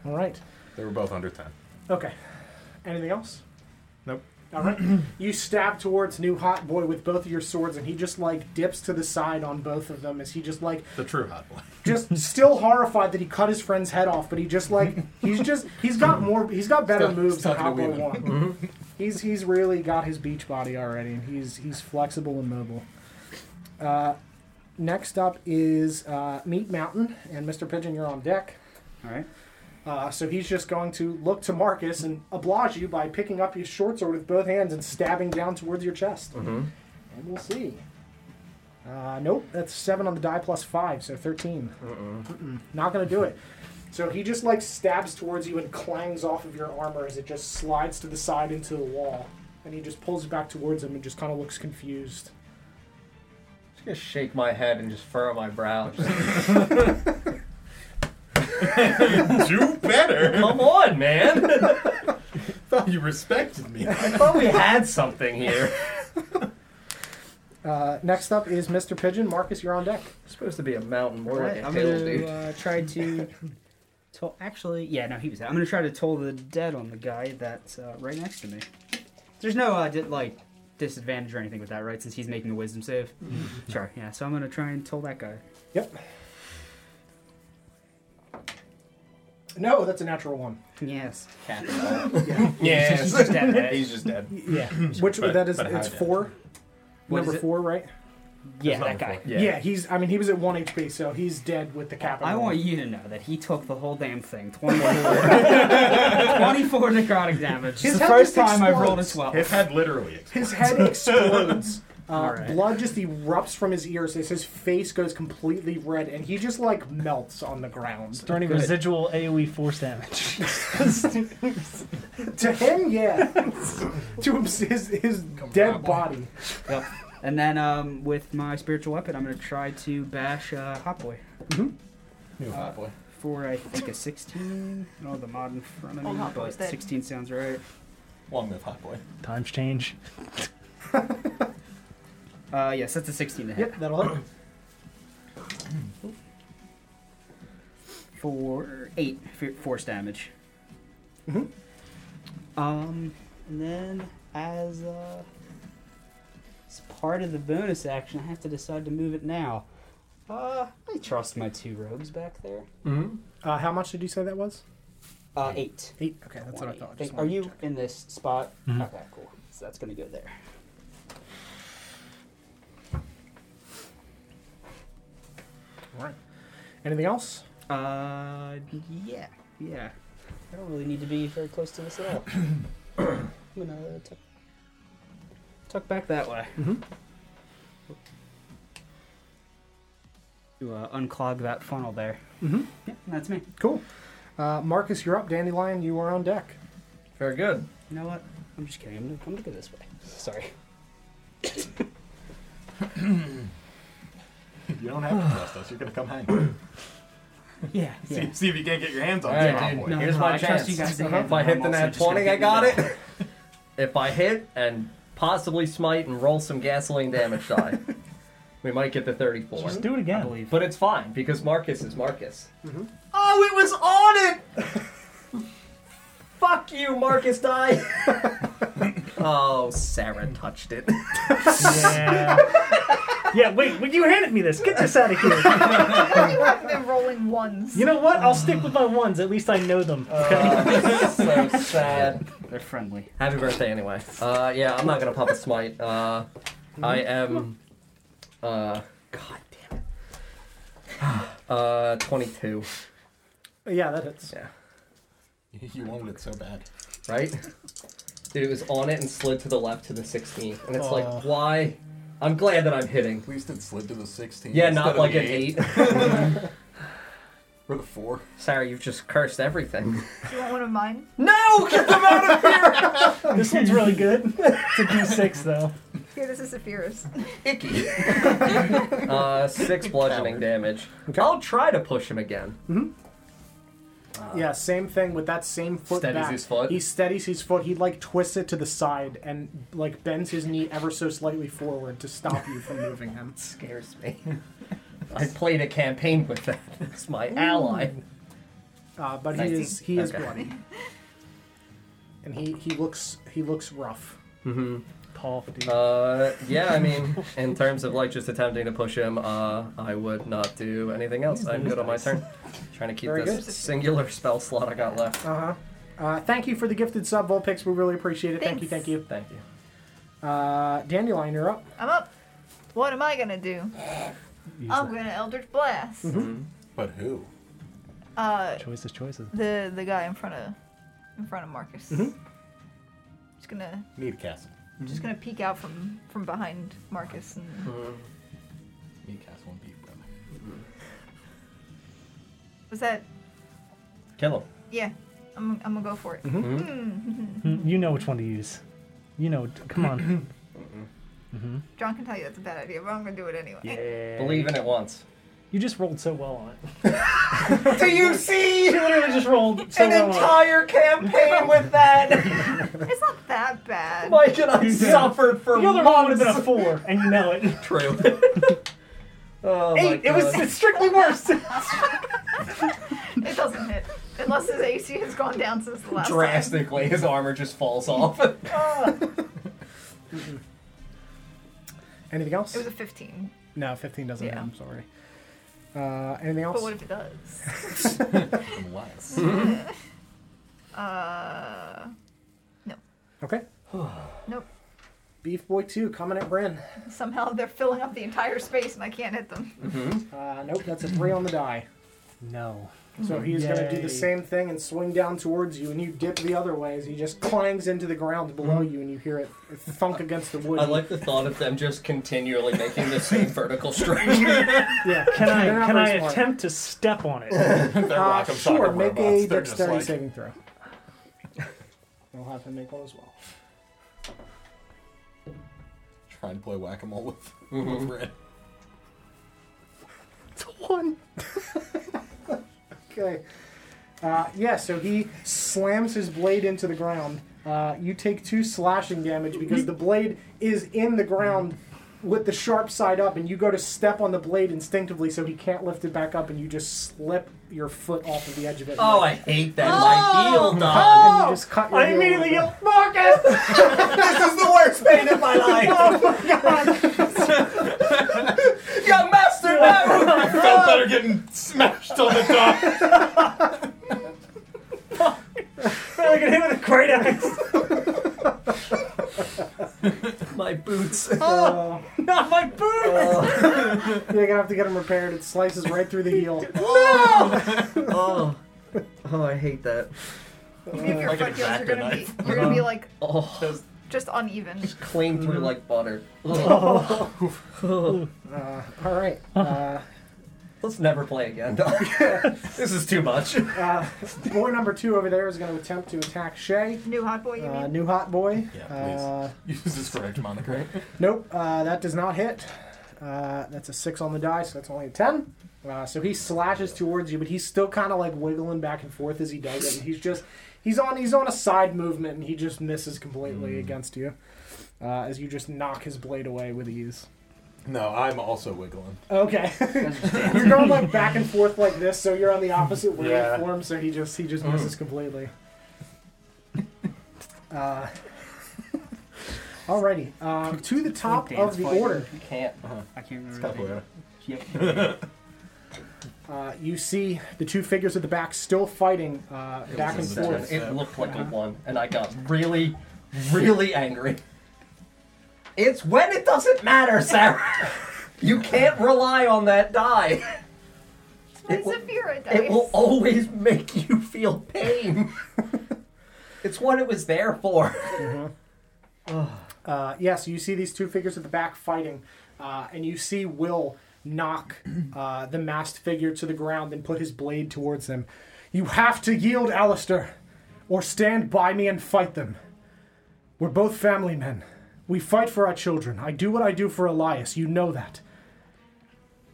Speaker 2: All right.
Speaker 6: They were both under ten.
Speaker 2: Okay. Anything else?
Speaker 6: Nope.
Speaker 2: All right. (clears throat) you stab towards New Hot Boy with both of your swords, and he just like dips to the side on both of them as he just like
Speaker 6: The true hot (laughs) boy.
Speaker 2: just still horrified that he cut his friend's head off, but he just like he's just he's got more he's got better
Speaker 6: Stuck-
Speaker 2: moves than
Speaker 6: stuck in a
Speaker 2: Hot Boy
Speaker 6: weaving.
Speaker 2: One. He's he's really got his beach body already, and he's he's flexible and mobile. Uh, next up is uh, Meat Mountain, and Mr. Pigeon, you're on deck.
Speaker 5: All right.
Speaker 2: Uh, so he's just going to look to Marcus and oblige you by picking up his short sword with both hands and stabbing down towards your chest. And we'll see. Uh, nope, that's seven on the die plus five, so 13. Mm-mm, not going to do it. So he just like stabs towards you and clangs off of your armor as it just slides to the side into the wall. And he just pulls it back towards him and just kind of looks confused.
Speaker 3: just gonna shake my head and just furrow my brow. Just,
Speaker 6: Do better.
Speaker 3: Come on, man!
Speaker 6: Thought you respected me.
Speaker 3: I thought we had something here.
Speaker 2: Uh, next up is Mr. Pigeon. Marcus, you're on deck.
Speaker 3: supposed to be a mountain, more
Speaker 5: Alright,
Speaker 3: like a
Speaker 5: I'm
Speaker 3: hill,
Speaker 5: gonna
Speaker 3: dude.
Speaker 5: uh, try to. (laughs) Toll, actually, yeah, no, he was out. I'm gonna try to toll the dead on the guy that's uh, right next to me. There's no uh, di- like disadvantage or anything with that, right? Since he's making a wisdom save.
Speaker 3: Mm-hmm.
Speaker 5: sure, yeah. So I'm gonna try and toll that guy.
Speaker 2: Yep. No, that's a natural one.
Speaker 5: Yes.
Speaker 3: Yeah,
Speaker 5: He's just dead,
Speaker 3: (laughs)
Speaker 5: right?
Speaker 3: He's just dead.
Speaker 2: Yeah.
Speaker 5: Hmm.
Speaker 2: Which
Speaker 6: But-
Speaker 2: that is
Speaker 6: but how
Speaker 2: it's
Speaker 6: dead?
Speaker 2: four.
Speaker 5: What
Speaker 2: Number
Speaker 5: is it?
Speaker 2: four, right?
Speaker 5: Yeah, that
Speaker 6: number
Speaker 5: guy.
Speaker 3: Yeah.
Speaker 2: he's. I mean, he was at one HP, so he's dead with the cap.
Speaker 5: I
Speaker 2: on.
Speaker 5: want you to know that he took the whole damn thing. 24, 24 necrotic damage.
Speaker 2: His
Speaker 5: It's the
Speaker 2: head
Speaker 5: first
Speaker 2: just
Speaker 5: time I've rolled a
Speaker 2: explodes.
Speaker 5: 12.
Speaker 6: His head literally explodes.
Speaker 2: His
Speaker 5: (laughs)
Speaker 2: head explodes. Uh,
Speaker 5: Alright.
Speaker 2: Blood just erupts from his ears as his face goes completely red, and he just like melts on the ground.
Speaker 7: Is there any residual AoE force (laughs) damage?
Speaker 2: to him, yeah. (laughs) to him, his his dead body.
Speaker 5: Yep. And then um, with my spiritual weapon, I'm going to try to bash uh, Hot Boy
Speaker 6: New hot boy.
Speaker 5: for, I think, a 16. I don't have the mod in front of
Speaker 4: Old
Speaker 5: me,
Speaker 4: Hot
Speaker 5: but
Speaker 4: Boy's dead.
Speaker 5: 16 sounds right.
Speaker 6: Long live hot boy.
Speaker 7: Times change.
Speaker 5: Uh, yes, that's a 16 to hit.
Speaker 2: Yep, that'll hit.
Speaker 5: For 8 f- force damage. Mm-hmm. Um, and then as, uh, as part of the bonus action, I have to decide to move it now. Uh, I trust my two rogues back there.
Speaker 2: Uh, how much did you say that was?
Speaker 5: Uh, 8.
Speaker 2: Eight. Okay, that's what I
Speaker 5: Wait,
Speaker 2: thought. I
Speaker 5: think-
Speaker 2: just
Speaker 5: are
Speaker 2: wanted to
Speaker 5: you
Speaker 2: check.
Speaker 5: in this spot? Okay, cool. So that's gonna go there.
Speaker 2: All right. Anything else?
Speaker 5: Uh, yeah, yeah. I don't really need to be very close to this at (coughs) all. I'm gonna uh, tuck, tuck back that way. Mm-hmm. To uh, unclog that funnel there.
Speaker 2: Mhm.
Speaker 5: Yeah, that's me.
Speaker 2: Cool. Uh, Marcus, you're up. Dandelion, you are on deck.
Speaker 3: Very good.
Speaker 5: You know what? I'm just kidding. I'm gonna, I'm gonna go this way. Sorry.
Speaker 6: (laughs) You don't have to trust us. You're gonna come hang.
Speaker 5: (laughs) Yeah, yeah.
Speaker 6: (laughs) See, see if you can't get your hands on
Speaker 3: All right,
Speaker 6: this hot
Speaker 3: dude.
Speaker 6: boy.
Speaker 5: No,
Speaker 3: Here's
Speaker 5: no,
Speaker 3: my
Speaker 5: I
Speaker 3: chance.
Speaker 5: trust you guys to
Speaker 3: Uh-huh. if I
Speaker 5: handle
Speaker 3: hit
Speaker 5: it.
Speaker 3: the
Speaker 5: I'm also
Speaker 3: nat
Speaker 5: just gonna
Speaker 3: 20, I
Speaker 5: get
Speaker 3: got
Speaker 5: the- (laughs)
Speaker 3: it. (laughs) if I hit and possibly smite and roll some gasoline damage die. We might get to 34.
Speaker 7: Just do it again.
Speaker 5: I believe.
Speaker 3: But it's fine because Marcus is Marcus.
Speaker 5: Mm-hmm.
Speaker 1: Oh, it was on it!
Speaker 5: (laughs)
Speaker 3: Fuck you, Marcus died. (laughs) oh, Sarah touched
Speaker 5: (laughs)
Speaker 3: it.
Speaker 7: Yeah. yeah, wait, when you handed me this, get this out of here.
Speaker 4: I've been rolling ones.
Speaker 7: You know what? I'll stick with my ones. At least I know them. Okay.
Speaker 3: Uh, (laughs) so sad.
Speaker 5: They're friendly.
Speaker 3: Happy birthday, anyway. Uh, yeah, I'm not gonna pop a smite. Uh, I am. Uh, God damn it. (sighs) Uh, 22,
Speaker 2: Yeah, that hits.
Speaker 6: (laughs) You wanted it so bad.
Speaker 3: right? Dude, it was on it and slid to the left to the 16, and it's like, why? I'm glad that I'm hitting.
Speaker 6: At least it slid to the 16.
Speaker 3: Yeah,
Speaker 6: instead
Speaker 3: not
Speaker 6: of
Speaker 3: like
Speaker 6: the
Speaker 3: an eight.
Speaker 6: Or the 4.
Speaker 3: Sarah, you've just cursed everything.
Speaker 4: Do you want one of mine?
Speaker 3: No, get them out of here.
Speaker 7: this one's really good. It's a (laughs) D6 though.
Speaker 4: Here, this is Saphira's.
Speaker 3: Icky. uh, six bludgeoning damage.
Speaker 2: Okay.
Speaker 3: I'll try to push him again.
Speaker 2: Yeah, same thing with that same foot.
Speaker 3: Uh, Steadies
Speaker 2: back.
Speaker 3: his foot?
Speaker 2: He steadies his foot. He like twists it to the side and like bends his knee ever so slightly forward to stop you
Speaker 3: (laughs)
Speaker 2: from moving him.
Speaker 3: Scares me. I played a campaign with that. (laughs) It's my ally.
Speaker 2: Uh, but he
Speaker 3: Nineteen.
Speaker 2: is he is
Speaker 3: Okay.
Speaker 2: bloody, and he he looks he looks rough.
Speaker 7: Paul, dude.
Speaker 3: Uh, yeah, I mean, in terms of like just attempting to push him, uh, I would not do anything else. I'm good on my turn. Trying to keep
Speaker 2: Very
Speaker 3: this
Speaker 2: good.
Speaker 3: singular spell slot I got left.
Speaker 2: Uh-huh. Uh Thank you for the gifted sub, Vulpix. We really appreciate it. Thank you,
Speaker 4: Thanks.
Speaker 2: thank you.
Speaker 3: Thank you.
Speaker 2: Uh, Dandelion, you're up.
Speaker 4: I'm up. What am I gonna do? I'm gonna Eldritch Blast.
Speaker 3: Mm-hmm.
Speaker 6: But who?
Speaker 4: Uh,
Speaker 7: Choices, choices.
Speaker 4: the the guy in front of in front of Marcus.
Speaker 6: Mm-hmm.
Speaker 4: Just gonna
Speaker 6: Need a castle.
Speaker 4: just gonna peek out from from behind Marcus and
Speaker 6: Need a castle and beat (laughs) brother.
Speaker 4: was that
Speaker 3: Kill him.
Speaker 4: yeah. I'm, I'm gonna go for it.
Speaker 6: Mm-hmm.
Speaker 7: Mm, You know which one to use. You know. Come (clears throat) on.
Speaker 4: John can tell you that's a bad idea, but I'm gonna do it anyway.
Speaker 3: Believe in it once.
Speaker 7: You just rolled so well on it.
Speaker 1: Do you see
Speaker 7: You literally just rolled so
Speaker 1: an
Speaker 7: well on
Speaker 1: entire campaign with
Speaker 3: (laughs)
Speaker 1: that?
Speaker 4: It's not that bad.
Speaker 1: Mike and I suffered for
Speaker 7: it. The other one would have been a four, (laughs) and you know it.
Speaker 3: True. (laughs) oh my
Speaker 7: Eight. It was
Speaker 3: God.
Speaker 7: it's strictly worse.
Speaker 4: It doesn't hit. Unless his AC has gone down since (laughs) the last time.
Speaker 3: drastically. His armor just falls (laughs) off.
Speaker 2: Anything else?
Speaker 4: It was a 15.
Speaker 2: no, 15 doesn't
Speaker 4: Yeah.
Speaker 2: hit. I'm sorry. Uh, anything else?
Speaker 4: But what if it does?
Speaker 6: Unless.
Speaker 4: Uh,
Speaker 2: okay.
Speaker 4: nope.
Speaker 2: Beef Boy 2 coming at Bryn.
Speaker 4: Somehow they're filling up the entire space and I can't hit them.
Speaker 2: Uh, nope, that's a 3 on the die.
Speaker 7: No.
Speaker 2: So he's going to do the
Speaker 7: Yay.
Speaker 2: same thing and swing down towards you, and you dip the other way as he just clangs into the ground below you, and you hear it thunk against the wood.
Speaker 3: I like the thought of them just continually making the same vertical strike.
Speaker 2: (laughs) yeah.
Speaker 7: Can I
Speaker 2: They're not
Speaker 7: can
Speaker 2: very
Speaker 7: I
Speaker 2: smart.
Speaker 7: attempt to step on
Speaker 2: (laughs)
Speaker 7: it?
Speaker 6: They're
Speaker 2: Uh,
Speaker 6: rock'em sock'em
Speaker 2: sure, make
Speaker 6: robots.
Speaker 2: a
Speaker 6: They're just
Speaker 2: dexterity
Speaker 6: like-
Speaker 2: saving throw. I'll have him make one as well.
Speaker 6: Try and play whack a mole with, (laughs) with Red.
Speaker 2: It's a one. okay. Uh, yeah, so he slams his blade into the ground. Uh, you take two slashing damage because the blade is in the ground with the sharp side up, and you go to step on the blade instinctively so he can't lift it back up, and you just slip your foot off of the edge of it.
Speaker 3: oh, I hate that. My heel died.
Speaker 2: and you just cut your
Speaker 7: I
Speaker 2: heel
Speaker 7: immediately
Speaker 2: open.
Speaker 7: yell, Marcus.
Speaker 1: This is the worst pain
Speaker 7: (laughs)
Speaker 1: of my
Speaker 7: Oh
Speaker 1: life.
Speaker 3: (laughs) Young master, no!
Speaker 6: I felt better getting smashed on the dock.
Speaker 3: (laughs)
Speaker 7: I can hit with a great axe.
Speaker 3: (laughs) My
Speaker 7: (laughs)
Speaker 3: boots.
Speaker 7: Oh.
Speaker 2: Uh,
Speaker 7: Not my boot.
Speaker 2: (laughs) you're gonna have to get him repaired. It slices right through the
Speaker 6: (laughs)
Speaker 2: heel.
Speaker 3: Oh. Oh, I hate that.
Speaker 4: Even if your
Speaker 6: Like an Uh-huh.
Speaker 4: foot heals, you're
Speaker 6: exacto
Speaker 4: gonna be you're gonna be like
Speaker 3: Oh,
Speaker 4: just uneven.
Speaker 3: clean
Speaker 6: Mm.
Speaker 3: through like butter.
Speaker 7: Oh.
Speaker 2: Uh, all right. Uh,
Speaker 3: Let's never play
Speaker 6: (laughs)
Speaker 3: again. (laughs) this is too much.
Speaker 2: uh, boy number two over there is gonna attempt to attack Shay.
Speaker 4: New hot boy, you
Speaker 2: Uh,
Speaker 4: mean?
Speaker 2: new hot boy.
Speaker 6: Yeah, please.
Speaker 2: uh,
Speaker 6: Use this (laughs) for Edgemon the Great.
Speaker 2: nope, uh, that does not hit. Uh, that's a six on the die, so that's only a ten. Uh, so he slashes towards you, but he's still kind of like wiggling back and forth as he does it. And he's just he's on he's on a side movement, and he just misses completely against you uh, as you just knock his blade away with ease.
Speaker 6: No, I'm also wiggling.
Speaker 2: (laughs) Okay. you're going like back and forth like this, so you're on the opposite
Speaker 6: Yeah.
Speaker 2: waveform, so he just he just misses completely. Uh, (laughs) alrighty. Uh, to the top
Speaker 5: dance
Speaker 2: of the
Speaker 5: fighting.
Speaker 2: order,
Speaker 3: You can't.
Speaker 5: I can't remember. the name.
Speaker 6: Capoeira.
Speaker 5: Yep.
Speaker 2: uh, you see the two figures at the back still fighting uh, back and
Speaker 6: was a
Speaker 2: forth.
Speaker 6: seven.
Speaker 3: It looked like a one, and I got really, really angry. It's when it doesn't matter, Sarah. You can't rely on that die. It
Speaker 4: It's
Speaker 3: will-
Speaker 4: a Fira dice.
Speaker 3: It will always make you feel pain. It's what it was there for.
Speaker 2: Uh, yes, you see these two figures at the back fighting, uh, and you see Will knock uh, the masked figure to the ground and put his blade towards them. You have to yield, Alistair, or stand by me and fight them. We're both family men. We fight for our children. I do what I do for Elias. You know that.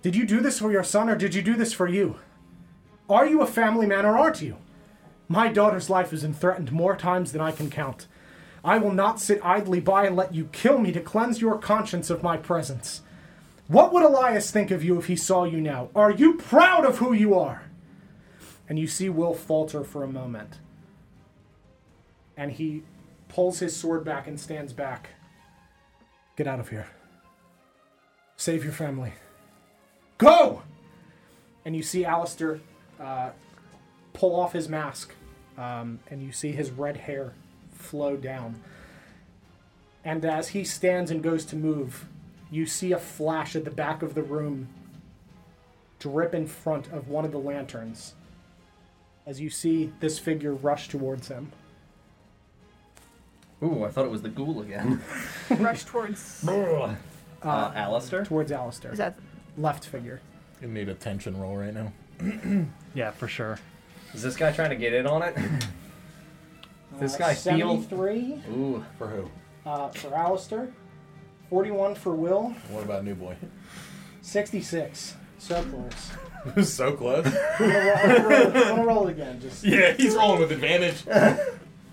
Speaker 2: Did you do this for your son, or did you do this for you? Are you a family man, or aren't you? My daughter's life has been threatened more times than I can count. I will not sit idly by and let you kill me to cleanse your conscience of my presence. What would Elias think of you if he saw you now? Are you proud of who you are? And you see Will falter for a moment. And he pulls his sword back and stands back. Get out of here. Save your family. Go! And you see Alistair uh, pull off his mask, um, and you see his red hair flow down. And as he stands and goes to move, you see a flash at the back of the room drip in front of one of the lanterns as you see this figure rush towards him.
Speaker 3: Ooh, I thought it was the ghoul again.
Speaker 4: rush towards.
Speaker 3: uh, Alistair?
Speaker 2: Towards Alistair.
Speaker 4: Is that
Speaker 2: Left figure.
Speaker 6: You need a tension roll right now.
Speaker 7: Yeah, for sure.
Speaker 3: Is this guy trying to get in on it? This
Speaker 2: Uh,
Speaker 3: guy feels.
Speaker 2: 73
Speaker 3: Ooh.
Speaker 6: For who?
Speaker 2: uh, for Alistair, 41 for Will,
Speaker 6: What about New (laughs) Boy?
Speaker 2: 66. So
Speaker 6: (laughs)
Speaker 2: close.
Speaker 6: so (laughs) close.
Speaker 2: I'm gonna roll- I'm gonna roll- I'm gonna roll it again. Just
Speaker 6: yeah, he's rolling with (laughs) advantage.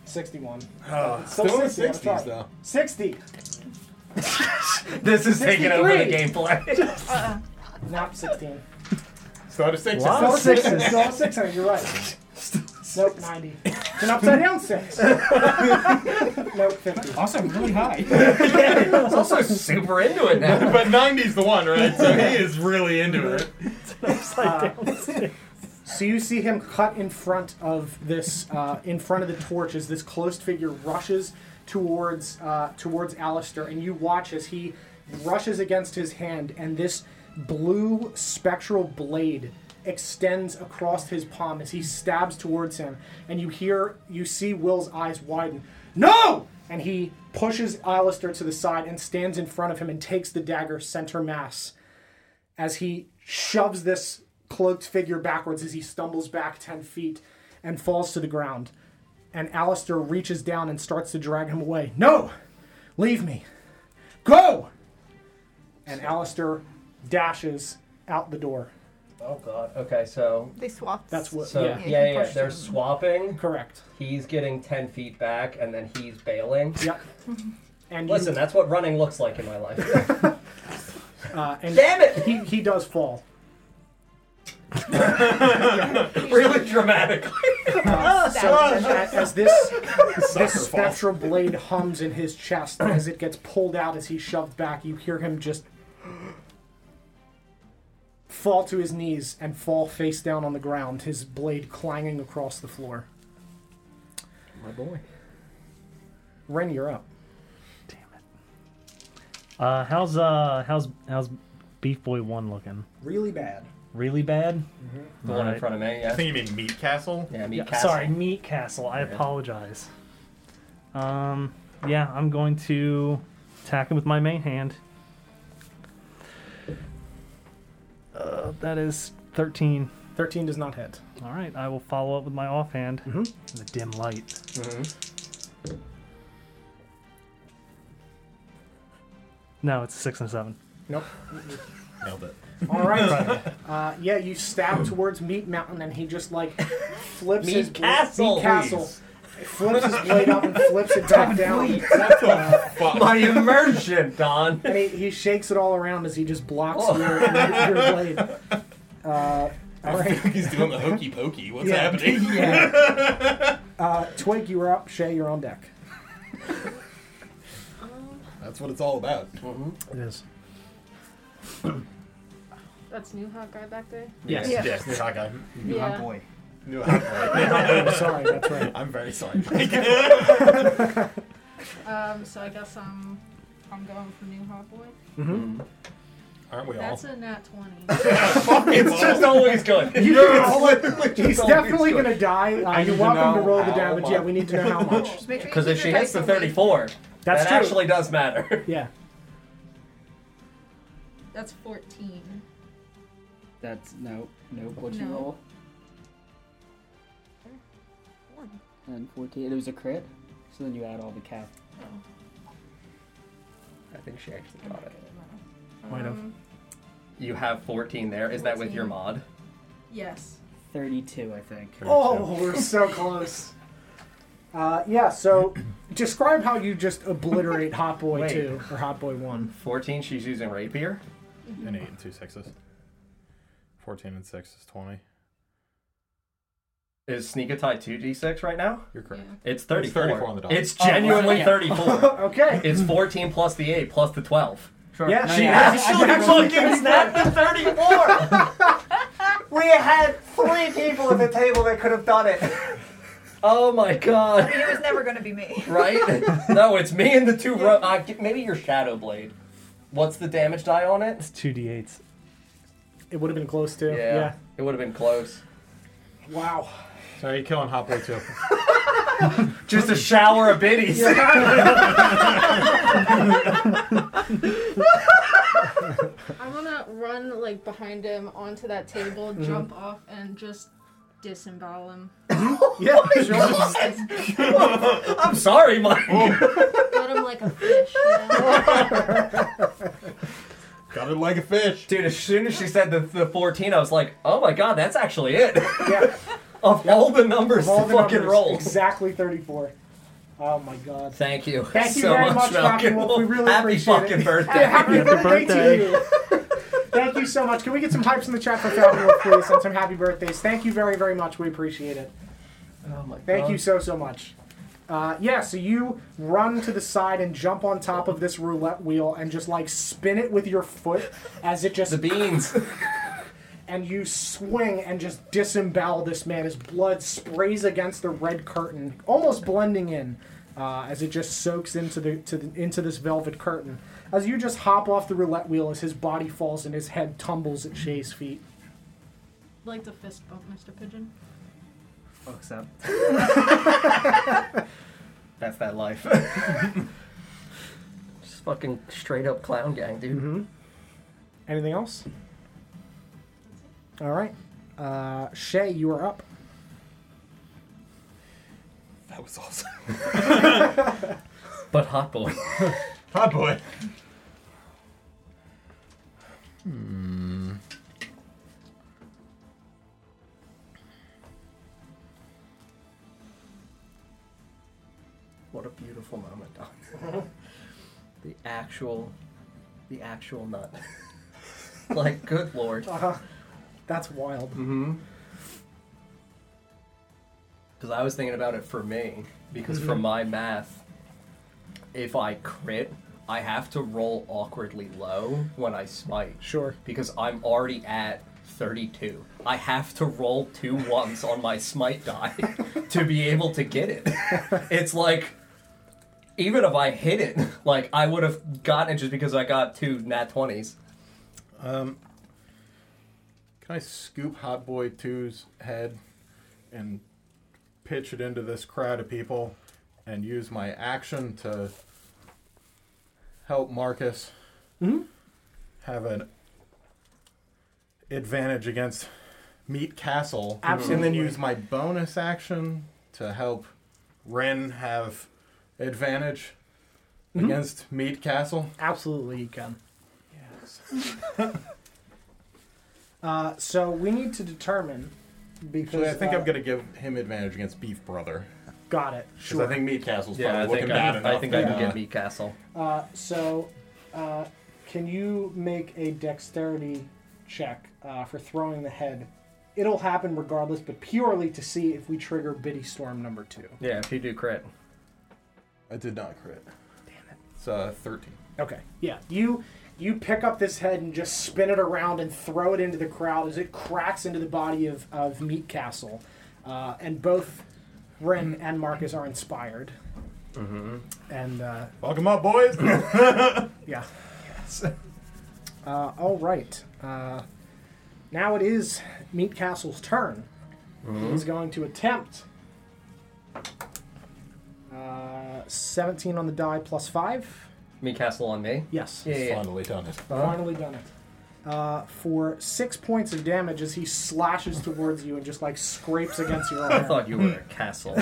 Speaker 2: 61.
Speaker 6: Oh,
Speaker 2: So
Speaker 6: still in the
Speaker 2: 60, I'm
Speaker 6: 60s,
Speaker 2: sorry.
Speaker 6: though.
Speaker 2: 60.
Speaker 3: This is taking over the
Speaker 2: 63.
Speaker 3: gameplay.
Speaker 2: Not 16.
Speaker 6: So out of 60.
Speaker 7: Wow.
Speaker 2: Still a Oh, six. Still a six. hundred, You're right. Nope, ninety. It's an upside down six. nope, fifty.
Speaker 5: also, really high.
Speaker 3: He's also super into it now.
Speaker 6: But 90's the one, right? So (laughs) he is really into (laughs) it.
Speaker 2: Uh, (laughs)
Speaker 7: Upside down.
Speaker 2: So you see him cut in front of this, uh, in front of the torch as this closed figure rushes towards uh, towards Alistair, and you watch as he rushes against his hand, and this blue spectral blade extends across his palm as he stabs towards him, and you hear, you see Will's eyes widen. No! And he pushes Alistair to the side and stands in front of him and takes the dagger center mass as he shoves this cloaked figure backwards as he stumbles back 10 feet and falls to the ground. And Alistair reaches down and starts to drag him away. No! Leave me! Go! And Alistair dashes out the door.
Speaker 3: Oh god. Okay, so
Speaker 4: they swapped?
Speaker 2: That's what-
Speaker 3: so
Speaker 2: Yeah.
Speaker 3: yeah,
Speaker 2: Yeah,
Speaker 3: yeah, yeah,
Speaker 4: you pushed
Speaker 3: they're
Speaker 4: him.
Speaker 3: swapping.
Speaker 2: Correct.
Speaker 3: He's getting ten feet back, and then he's bailing.
Speaker 2: Yep. And you-
Speaker 3: Listen, that's what running looks like in my life.
Speaker 2: uh, and
Speaker 3: Damn it!
Speaker 2: he, he does fall.
Speaker 3: Really dramatically.
Speaker 4: Oh, that was
Speaker 2: And a- as this
Speaker 6: Sucker
Speaker 2: this spectral blade hums in his chest as it gets pulled out as he's shoved back. You hear him just fall to his knees and fall face down on the ground, his blade clanging across the floor.
Speaker 3: My boy.
Speaker 2: Ren, you're up.
Speaker 7: Uh, how's uh, how's how's Beef Boy One looking?
Speaker 2: Really bad.
Speaker 7: Really bad.
Speaker 3: Mm-hmm. The one in
Speaker 7: Alright.
Speaker 3: front of me, yeah.
Speaker 6: I think you mean Meat Castle?
Speaker 3: Yeah, me
Speaker 7: Yeah,
Speaker 3: castle.
Speaker 7: Sorry, Meat Castle. I apologize. Um, yeah, I'm going to attack him with my main hand. Uh, that is 13.
Speaker 2: 13 does not hit.
Speaker 7: All right, I will follow up with my offhand
Speaker 2: Mm-hmm.
Speaker 7: in the dim light.
Speaker 6: Mm-hmm.
Speaker 7: No, it's a six and a seven.
Speaker 2: Nope.
Speaker 6: Nailed (laughs) it.
Speaker 2: (laughs) All right. uh, yeah, you stab towards Meat Mountain, and he just like flips
Speaker 3: Meat
Speaker 2: his blade-
Speaker 3: Castle,
Speaker 2: Meat Castle.
Speaker 6: please.
Speaker 2: flips his blade up and flips it back down. Uh,
Speaker 6: What the fuck?
Speaker 3: My (laughs) immersion, Don.
Speaker 2: And he, he shakes it all around as he just blocks
Speaker 3: Oh.
Speaker 2: your, your blade. Uh, all
Speaker 6: I
Speaker 2: right.
Speaker 6: think (laughs) he's doing the hokey pokey. What's
Speaker 2: Yeah.
Speaker 6: (laughs) happening?
Speaker 2: Uh, Twig, you are up. Shay, you're on deck.
Speaker 6: That's what it's all about.
Speaker 2: It is.
Speaker 8: That's new hot guy back there.
Speaker 5: Yes.
Speaker 4: Yeah.
Speaker 6: Yes, new hot guy.
Speaker 5: Yeah.
Speaker 8: Yeah.
Speaker 5: boy.
Speaker 6: (laughs) New hot (laughs) boy.
Speaker 2: I'm sorry, that's right.
Speaker 6: I'm very sorry. (laughs)
Speaker 8: Um. So I guess I'm I'm going for new hot boy.
Speaker 6: Aren't we all?
Speaker 8: That's a nat
Speaker 3: (laughs)
Speaker 8: twenty.
Speaker 3: It's just always good.
Speaker 2: You're
Speaker 3: always,
Speaker 2: He's definitely going to die. Uh,
Speaker 3: I
Speaker 2: you're
Speaker 3: need to
Speaker 2: welcome to
Speaker 3: know
Speaker 2: roll the
Speaker 3: how
Speaker 2: damage.
Speaker 3: much.
Speaker 2: Yeah, we need to know how
Speaker 3: (laughs)
Speaker 2: much.
Speaker 3: Because if she hits the 34,
Speaker 2: That's
Speaker 3: that
Speaker 2: true.
Speaker 3: actually does matter. (laughs)
Speaker 2: Yeah.
Speaker 8: That's fourteen.
Speaker 5: That's no, no. What'd you
Speaker 8: No.
Speaker 5: roll? And fourteen. It was a crit. So then you add all the cap.
Speaker 3: I think she actually got it.
Speaker 2: Might have.
Speaker 8: Um,
Speaker 3: You have 14 there. Is that with your
Speaker 8: 14.
Speaker 3: mod?
Speaker 8: Yes.
Speaker 5: Thirty-two, I think.
Speaker 2: Oh, we're so close. Uh, yeah, so describe how you just obliterate Hot Boy
Speaker 7: Wait.
Speaker 2: 2 or Hot Boy 1.
Speaker 3: 14, she's using rapier.
Speaker 8: Mm-hmm.
Speaker 6: An eight and two sixes. Fourteen and six is twenty.
Speaker 3: Is sneak attack 2d6 right now?
Speaker 6: You're correct.
Speaker 3: It's 34.
Speaker 6: It's 34 on the dot.
Speaker 1: Oh,
Speaker 3: It's genuinely
Speaker 5: yeah.
Speaker 3: 34.
Speaker 1: (laughs)
Speaker 2: Okay.
Speaker 3: it's 14 plus the 8 plus the 12.
Speaker 2: Yeah,
Speaker 5: No,
Speaker 2: she
Speaker 5: yeah.
Speaker 2: actually,
Speaker 3: fucking snapped the 34!
Speaker 1: (laughs) We had three people at the table that could have done it.
Speaker 3: (laughs) Oh my god.
Speaker 4: It was never going to be me.
Speaker 3: Right? no, it's me and the two. Ro- uh, g- maybe your Shadow Blade. What's the damage die on it?
Speaker 7: It's two d8s.
Speaker 2: It would have been close too.
Speaker 3: Yeah. It would have been close.
Speaker 2: Wow.
Speaker 6: So are you killing Hot Boy too?
Speaker 3: Just a shower of (laughs) biddies.
Speaker 1: (laughs)
Speaker 8: I'm gonna run like behind him onto that table,
Speaker 2: Mm-hmm.
Speaker 8: jump off, and just disembowel him.
Speaker 2: Yeah. sure.
Speaker 3: (laughs) I'm sorry, Mike.
Speaker 8: Put him like a fish. You know? (laughs)
Speaker 6: Got it like a fish.
Speaker 3: Dude, as soon as she said the, the 14, I was like, oh my god, that's actually it. (laughs)
Speaker 2: Yeah.
Speaker 3: of all the numbers
Speaker 2: All
Speaker 3: to
Speaker 2: the
Speaker 3: fucking
Speaker 2: numbers,
Speaker 3: roll.
Speaker 2: Exactly 34. Oh my god.
Speaker 3: Thank you.
Speaker 2: Thank you
Speaker 3: so
Speaker 2: very much, Falcon
Speaker 3: Falcon
Speaker 2: Wolf. We really
Speaker 3: Happy
Speaker 2: appreciate (laughs)
Speaker 3: fucking
Speaker 2: it.
Speaker 3: birthday.
Speaker 2: Yeah, happy, birthday,
Speaker 7: birthday.
Speaker 2: to you. Thank you so much. Can we get some hypes in the chat for Falcon Wolf, please, and some happy birthdays? Thank you very, very much. We appreciate it.
Speaker 3: Oh my
Speaker 2: Thank
Speaker 3: God.
Speaker 2: you so, so much. Uh, yeah, so you run to the side and jump on top of this roulette wheel and just like spin it with your foot as it just
Speaker 3: The
Speaker 2: (laughs)
Speaker 3: beans.
Speaker 2: and you swing and just disembowel this man. His blood sprays against the red curtain, almost blending in uh, as it just soaks into the, to the into this velvet curtain. As you just hop off the roulette wheel, as his body falls and his head tumbles at Shay's feet.
Speaker 8: like the fist bump, Mr. Pigeon.
Speaker 3: Oh,
Speaker 5: Fucks
Speaker 2: (laughs)
Speaker 5: up.
Speaker 3: That's that life. (laughs) Just fucking straight up clown gang, dude.
Speaker 2: Mm-hmm. Anything else? All right, uh, Shay, you are up.
Speaker 6: That was awesome.
Speaker 3: But hot boy.
Speaker 6: Hot Boy.
Speaker 3: (laughs) what a beautiful moment, Don. (laughs) the actual, the actual nut. like, good lord.
Speaker 2: Uh, that's wild.
Speaker 3: Because I was thinking about it for me. Because from my math, if I crit, I have to roll awkwardly low when I smite.
Speaker 2: Sure.
Speaker 3: Because I'm already at 32. I have to roll two ones on my smite die (laughs) to be able to get it. It's like, even if I hit it, like I would have gotten it just because I got two nat 20s.
Speaker 6: Can I scoop Hot Boy 2's head and pitch it into this crowd of people and use my action to help Marcus
Speaker 2: Mm-hmm.
Speaker 6: have an advantage against Meat Castle? And then
Speaker 2: Absolutely.
Speaker 6: use my bonus action to help Ren have advantage
Speaker 2: Mm-hmm.
Speaker 6: against Meat Castle?
Speaker 2: Absolutely, you can. (laughs) Uh, so we need to determine because
Speaker 6: Actually, I think
Speaker 2: uh,
Speaker 6: I'm going to give him advantage against Beef Brother.
Speaker 2: Got it.
Speaker 6: Because
Speaker 2: Sure.
Speaker 6: I think Meat Castle's probably
Speaker 3: Yeah, I
Speaker 6: looking
Speaker 3: think
Speaker 6: bad
Speaker 3: I,
Speaker 6: enough.
Speaker 3: I think I
Speaker 6: that,
Speaker 3: can
Speaker 6: uh,
Speaker 3: get Meat Castle.
Speaker 2: Uh, so, uh, can you make a dexterity check uh, for throwing the head? It'll happen regardless, but purely to see if we trigger Biddy Storm number two.
Speaker 3: Yeah, if you do crit.
Speaker 6: I did not crit. Damn it. It's uh, 13.
Speaker 2: Okay. Yeah. You you pick up this head and just spin it around and throw it into the crowd as it cracks into the body of of Meat Castle, uh, and both Ren and Marcus are inspired. Mm-hmm. And uh,
Speaker 6: Fuck 'em up, (laughs) boys!
Speaker 2: Yeah. (laughs) Uh, all right. Uh, now it is Meat Castle's turn. He's going to attempt. Uh, 17 on the die plus 5.
Speaker 3: Meat Castle on me.
Speaker 2: Yes.
Speaker 3: Yeah, yeah.
Speaker 6: Finally done it.
Speaker 2: Finally done it. Uh, for 6 points of damage as he slashes towards you and just like scrapes against
Speaker 5: (laughs)
Speaker 2: your
Speaker 3: I
Speaker 2: arm.
Speaker 3: thought you were (laughs) a castle.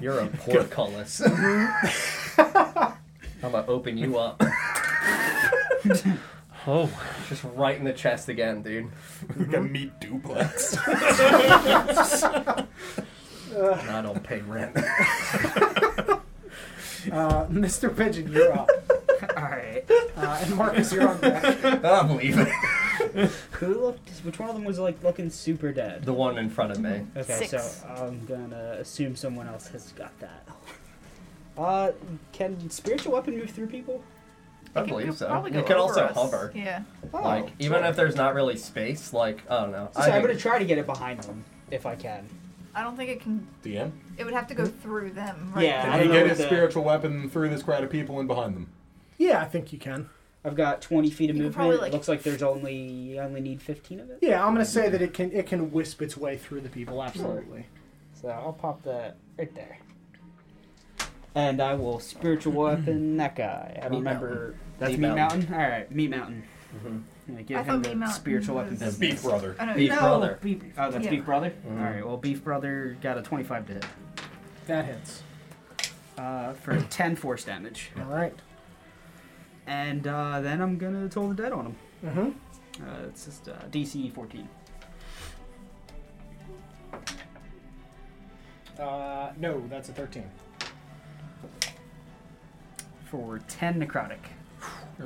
Speaker 3: You're a portcullis. I'm gonna open you up.
Speaker 7: Oh,
Speaker 3: Just right in the chest again, dude.
Speaker 6: Like a meat duplex.
Speaker 3: And I don't pay (laughs) rent.
Speaker 2: Uh, Mr. Pigeon, you're (laughs) up.
Speaker 5: All right.
Speaker 2: Uh, and Marcus, you're on deck.
Speaker 3: I believe it.
Speaker 5: Who looked? Which one of them was like looking super dead?
Speaker 3: The one in front of me.
Speaker 5: (laughs) Okay,
Speaker 4: Six.
Speaker 5: so I'm gonna assume someone else has got that. Uh, can spiritual weapon move through people?
Speaker 3: I
Speaker 4: It could-
Speaker 3: believe
Speaker 4: could
Speaker 3: so.
Speaker 4: probably
Speaker 3: It
Speaker 4: go
Speaker 3: could
Speaker 4: over
Speaker 3: also
Speaker 4: us.
Speaker 3: hover.
Speaker 4: Yeah.
Speaker 5: Oh,
Speaker 3: Like, even if there's not really space, like, I don't know.
Speaker 5: so
Speaker 3: I
Speaker 5: I'm gonna
Speaker 3: think-
Speaker 5: try to get it behind them if I can.
Speaker 4: I don't think it can.
Speaker 6: (laughs) DM?
Speaker 4: It would have to go
Speaker 3: Hmm?
Speaker 4: through them. Right?
Speaker 5: Yeah. I
Speaker 6: Can
Speaker 5: don't
Speaker 6: he
Speaker 5: know
Speaker 6: get
Speaker 5: what
Speaker 6: his
Speaker 5: the-
Speaker 6: spiritual weapon through this crowd of people and behind them?
Speaker 2: Yeah, I think you can.
Speaker 5: I've got 20 feet of
Speaker 4: You could
Speaker 5: movement.
Speaker 4: probably,
Speaker 5: it
Speaker 4: like-
Speaker 5: looks like there's only I only need 15 of it.
Speaker 2: Yeah, I'm gonna say that it can it can wisp its way through the people. Absolutely.
Speaker 5: So I'll pop that right there. And I will spiritual (clears throat) weapon that guy. I don't
Speaker 3: Meat
Speaker 5: remember. That's
Speaker 3: Meat
Speaker 5: Meat
Speaker 3: Mountain.
Speaker 5: Mountain. All right, Meat Mountain.
Speaker 3: Mm-hmm.
Speaker 5: I'm gonna give
Speaker 4: I
Speaker 5: him
Speaker 4: thought
Speaker 5: the
Speaker 4: Meat Mountain
Speaker 5: spiritual
Speaker 4: was-
Speaker 5: weapon.
Speaker 4: That's
Speaker 5: business.
Speaker 6: Beef brother.
Speaker 4: I know.
Speaker 3: Beef
Speaker 5: no,
Speaker 3: brother.
Speaker 5: Beef, oh, that's
Speaker 4: Yeah.
Speaker 5: Beef Brother? Alright, well, Beef Brother got a 25 to hit.
Speaker 2: That hits.
Speaker 5: Uh, for 10 force damage.
Speaker 2: All right.
Speaker 5: And uh, then I'm gonna Toll the Dead on him.
Speaker 2: Mm-hmm.
Speaker 5: Uh, it's just uh, DC 14.
Speaker 2: Uh, no, that's a 13.
Speaker 5: For 10 necrotic.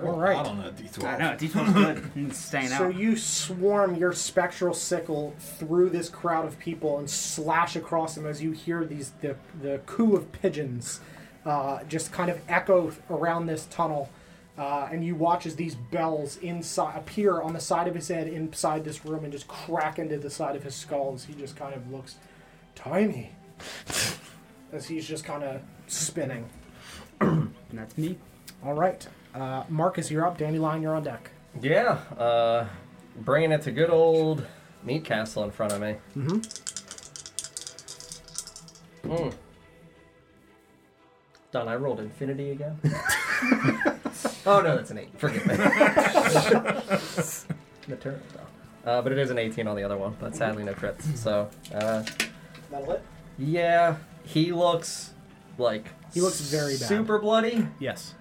Speaker 2: All right.
Speaker 6: I don't know, D12.
Speaker 5: I know, D12 is good. It's staying
Speaker 2: So
Speaker 5: out.
Speaker 2: you swarm your spectral sickle through this crowd of people and slash across them as you hear these the, the coo of pigeons uh, just kind of echo around this tunnel. Uh, and you watch as these bells inside appear on the side of his head inside this room and just crack into the side of his skull as he just kind of looks
Speaker 3: (laughs)
Speaker 2: tiny as he's just kind of spinning.
Speaker 5: And that's me.
Speaker 2: All right, uh, Marcus, you're up. Dandelion, you're on deck.
Speaker 3: Yeah, uh, bringing it to good old Meat Castle in front of me. Mm-hmm. Mm. Done. I rolled
Speaker 2: (laughs)
Speaker 3: infinity again. oh no, that's an eight. Forgive me. the turtle, though. Uh, but it is an 18 on the other one, but sadly no
Speaker 2: Mm-hmm.
Speaker 3: crits. So, uh,
Speaker 2: That'll it.
Speaker 3: yeah, he looks like
Speaker 2: He looks very bad.
Speaker 3: super bloody,
Speaker 2: Yes.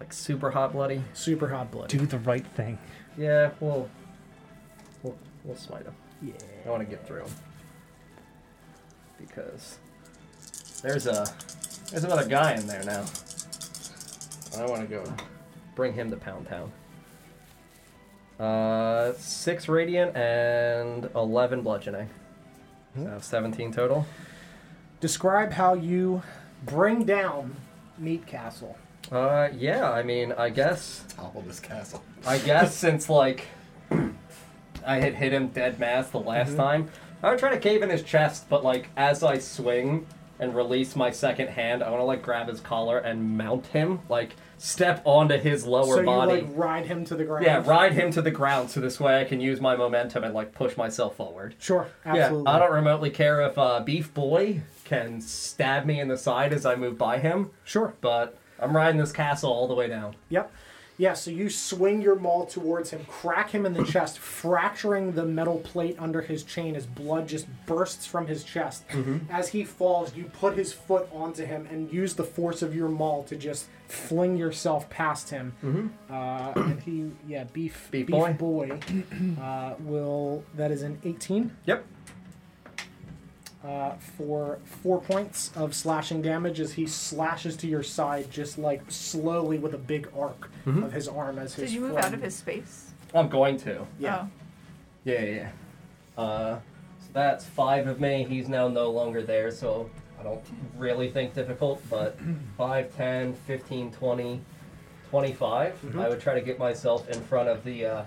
Speaker 3: like super hot bloody.
Speaker 2: Super hot blood.
Speaker 7: do the right thing.
Speaker 3: Yeah, we'll we'll, we'll smite him. Yeah. I want to get through him because there's a there's another guy in there now. I want to go bring him to Pound Town. Uh, six radiant and eleven bludgeoning. So seventeen total.
Speaker 2: Describe how you bring down Meat Castle.
Speaker 3: Uh, yeah. I mean, I guess
Speaker 6: Topple this castle.
Speaker 3: I guess since like I had hit him dead mass the
Speaker 2: Mm-hmm.
Speaker 3: last time, I would try to cave in his chest, but like as I swing and release my second hand, I want to like grab his collar and mount him, like step onto his lower
Speaker 2: so you
Speaker 3: body.
Speaker 2: like ride him to the ground.
Speaker 3: yeah, ride him to the ground so this way I can use my momentum and like push myself forward.
Speaker 2: Sure, absolutely.
Speaker 3: Yeah, I don't remotely care if uh, Beef Boy can stab me in the side as I move by him,
Speaker 2: Sure.
Speaker 3: but I'm riding this castle all the way down.
Speaker 2: Yep. Yeah, so you swing your maul towards him, crack him in
Speaker 3: (coughs)
Speaker 2: the chest, fracturing the metal plate under his chain as blood just bursts from his chest.
Speaker 3: Mm-hmm.
Speaker 2: As he falls, you put his foot onto him and use the force of your maul to just fling yourself past him. Uh, and he, yeah, beef,
Speaker 3: Mm-hmm. Beef boy.
Speaker 2: boy, uh, will, that is an 18.
Speaker 3: Yep.
Speaker 2: Uh, uh, for four points of slashing damage as he slashes to your side, just like slowly with a big arc
Speaker 3: Mm-hmm.
Speaker 2: of his arm as his.
Speaker 4: Did you move
Speaker 2: friend-
Speaker 4: out of his space?
Speaker 3: I'm going to.
Speaker 2: Yeah.
Speaker 4: Oh.
Speaker 3: Yeah, yeah. yeah. Uh, so that's five of me. He's now no longer there, so I don't really think difficult, but 5, 10, 15, 20, 25. I would try to get myself in front of the uh,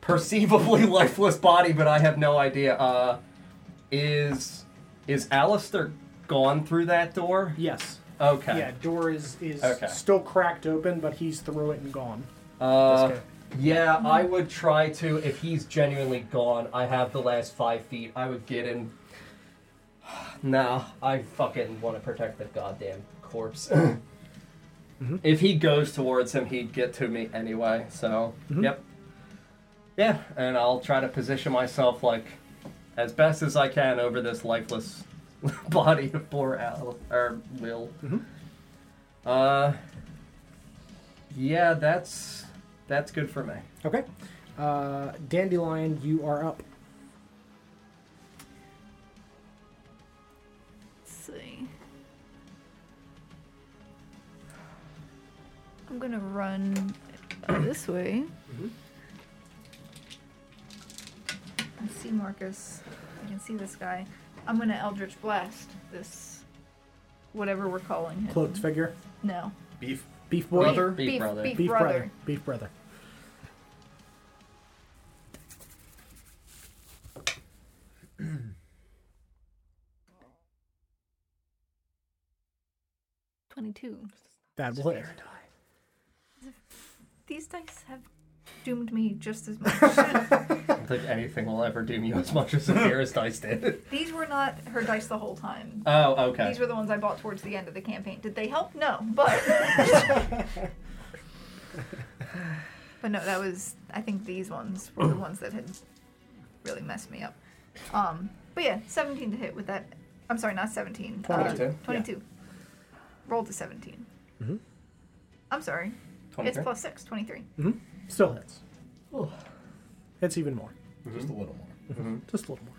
Speaker 3: perceivably (laughs) lifeless body, but I have no idea. Uh, is is Alistair gone through that door?
Speaker 2: Yes.
Speaker 3: Okay.
Speaker 2: Yeah. Door is is
Speaker 3: Okay.
Speaker 2: still cracked open, but he's through it and gone.
Speaker 3: Uh,
Speaker 2: This guy.
Speaker 3: yeah, I would try to. If he's genuinely gone, I have the last five feet. I would get in. (sighs) Nah, I fucking want to protect the goddamn corpse. If he goes towards him, he'd get to me anyway. So, yep. Yeah, and I'll try to position myself like as best as I can over this lifeless (laughs) body of poor Al or Will. Uh, yeah, that's that's good for me.
Speaker 2: Okay. Uh, Dandelion, you are up.
Speaker 4: Let's see. I'm gonna run (clears throat) uh, this way. I see Marcus. I can see this guy. I'm gonna Eldritch Blast this, whatever we're calling him.
Speaker 2: Cloaked figure.
Speaker 4: No.
Speaker 6: Beef.
Speaker 2: Beef brother.
Speaker 3: Beef brother.
Speaker 4: Beef,
Speaker 2: Beef
Speaker 4: brother.
Speaker 2: brother. Beef brother.
Speaker 4: Twenty-two.
Speaker 2: That will hit.
Speaker 4: These dice have doomed me just (laughs) as much.
Speaker 3: I don't think anything will ever doom you as much as the nearest dice did.
Speaker 4: These were not her dice the whole time.
Speaker 3: Oh, okay.
Speaker 4: These were the ones I bought towards the end of the campaign. Did they help? No, but but no, that was I think these ones were the ones that had really messed me up. Um, but yeah, 17 to hit with that. I'm sorry, not 17. uh,
Speaker 3: 22.
Speaker 4: 22. Rolled to 17. Mm-hmm. I'm sorry. It's
Speaker 3: 23?
Speaker 4: plus six, 23.
Speaker 2: Still hits. Hits even more.
Speaker 6: Just a little more.
Speaker 2: Just a little more.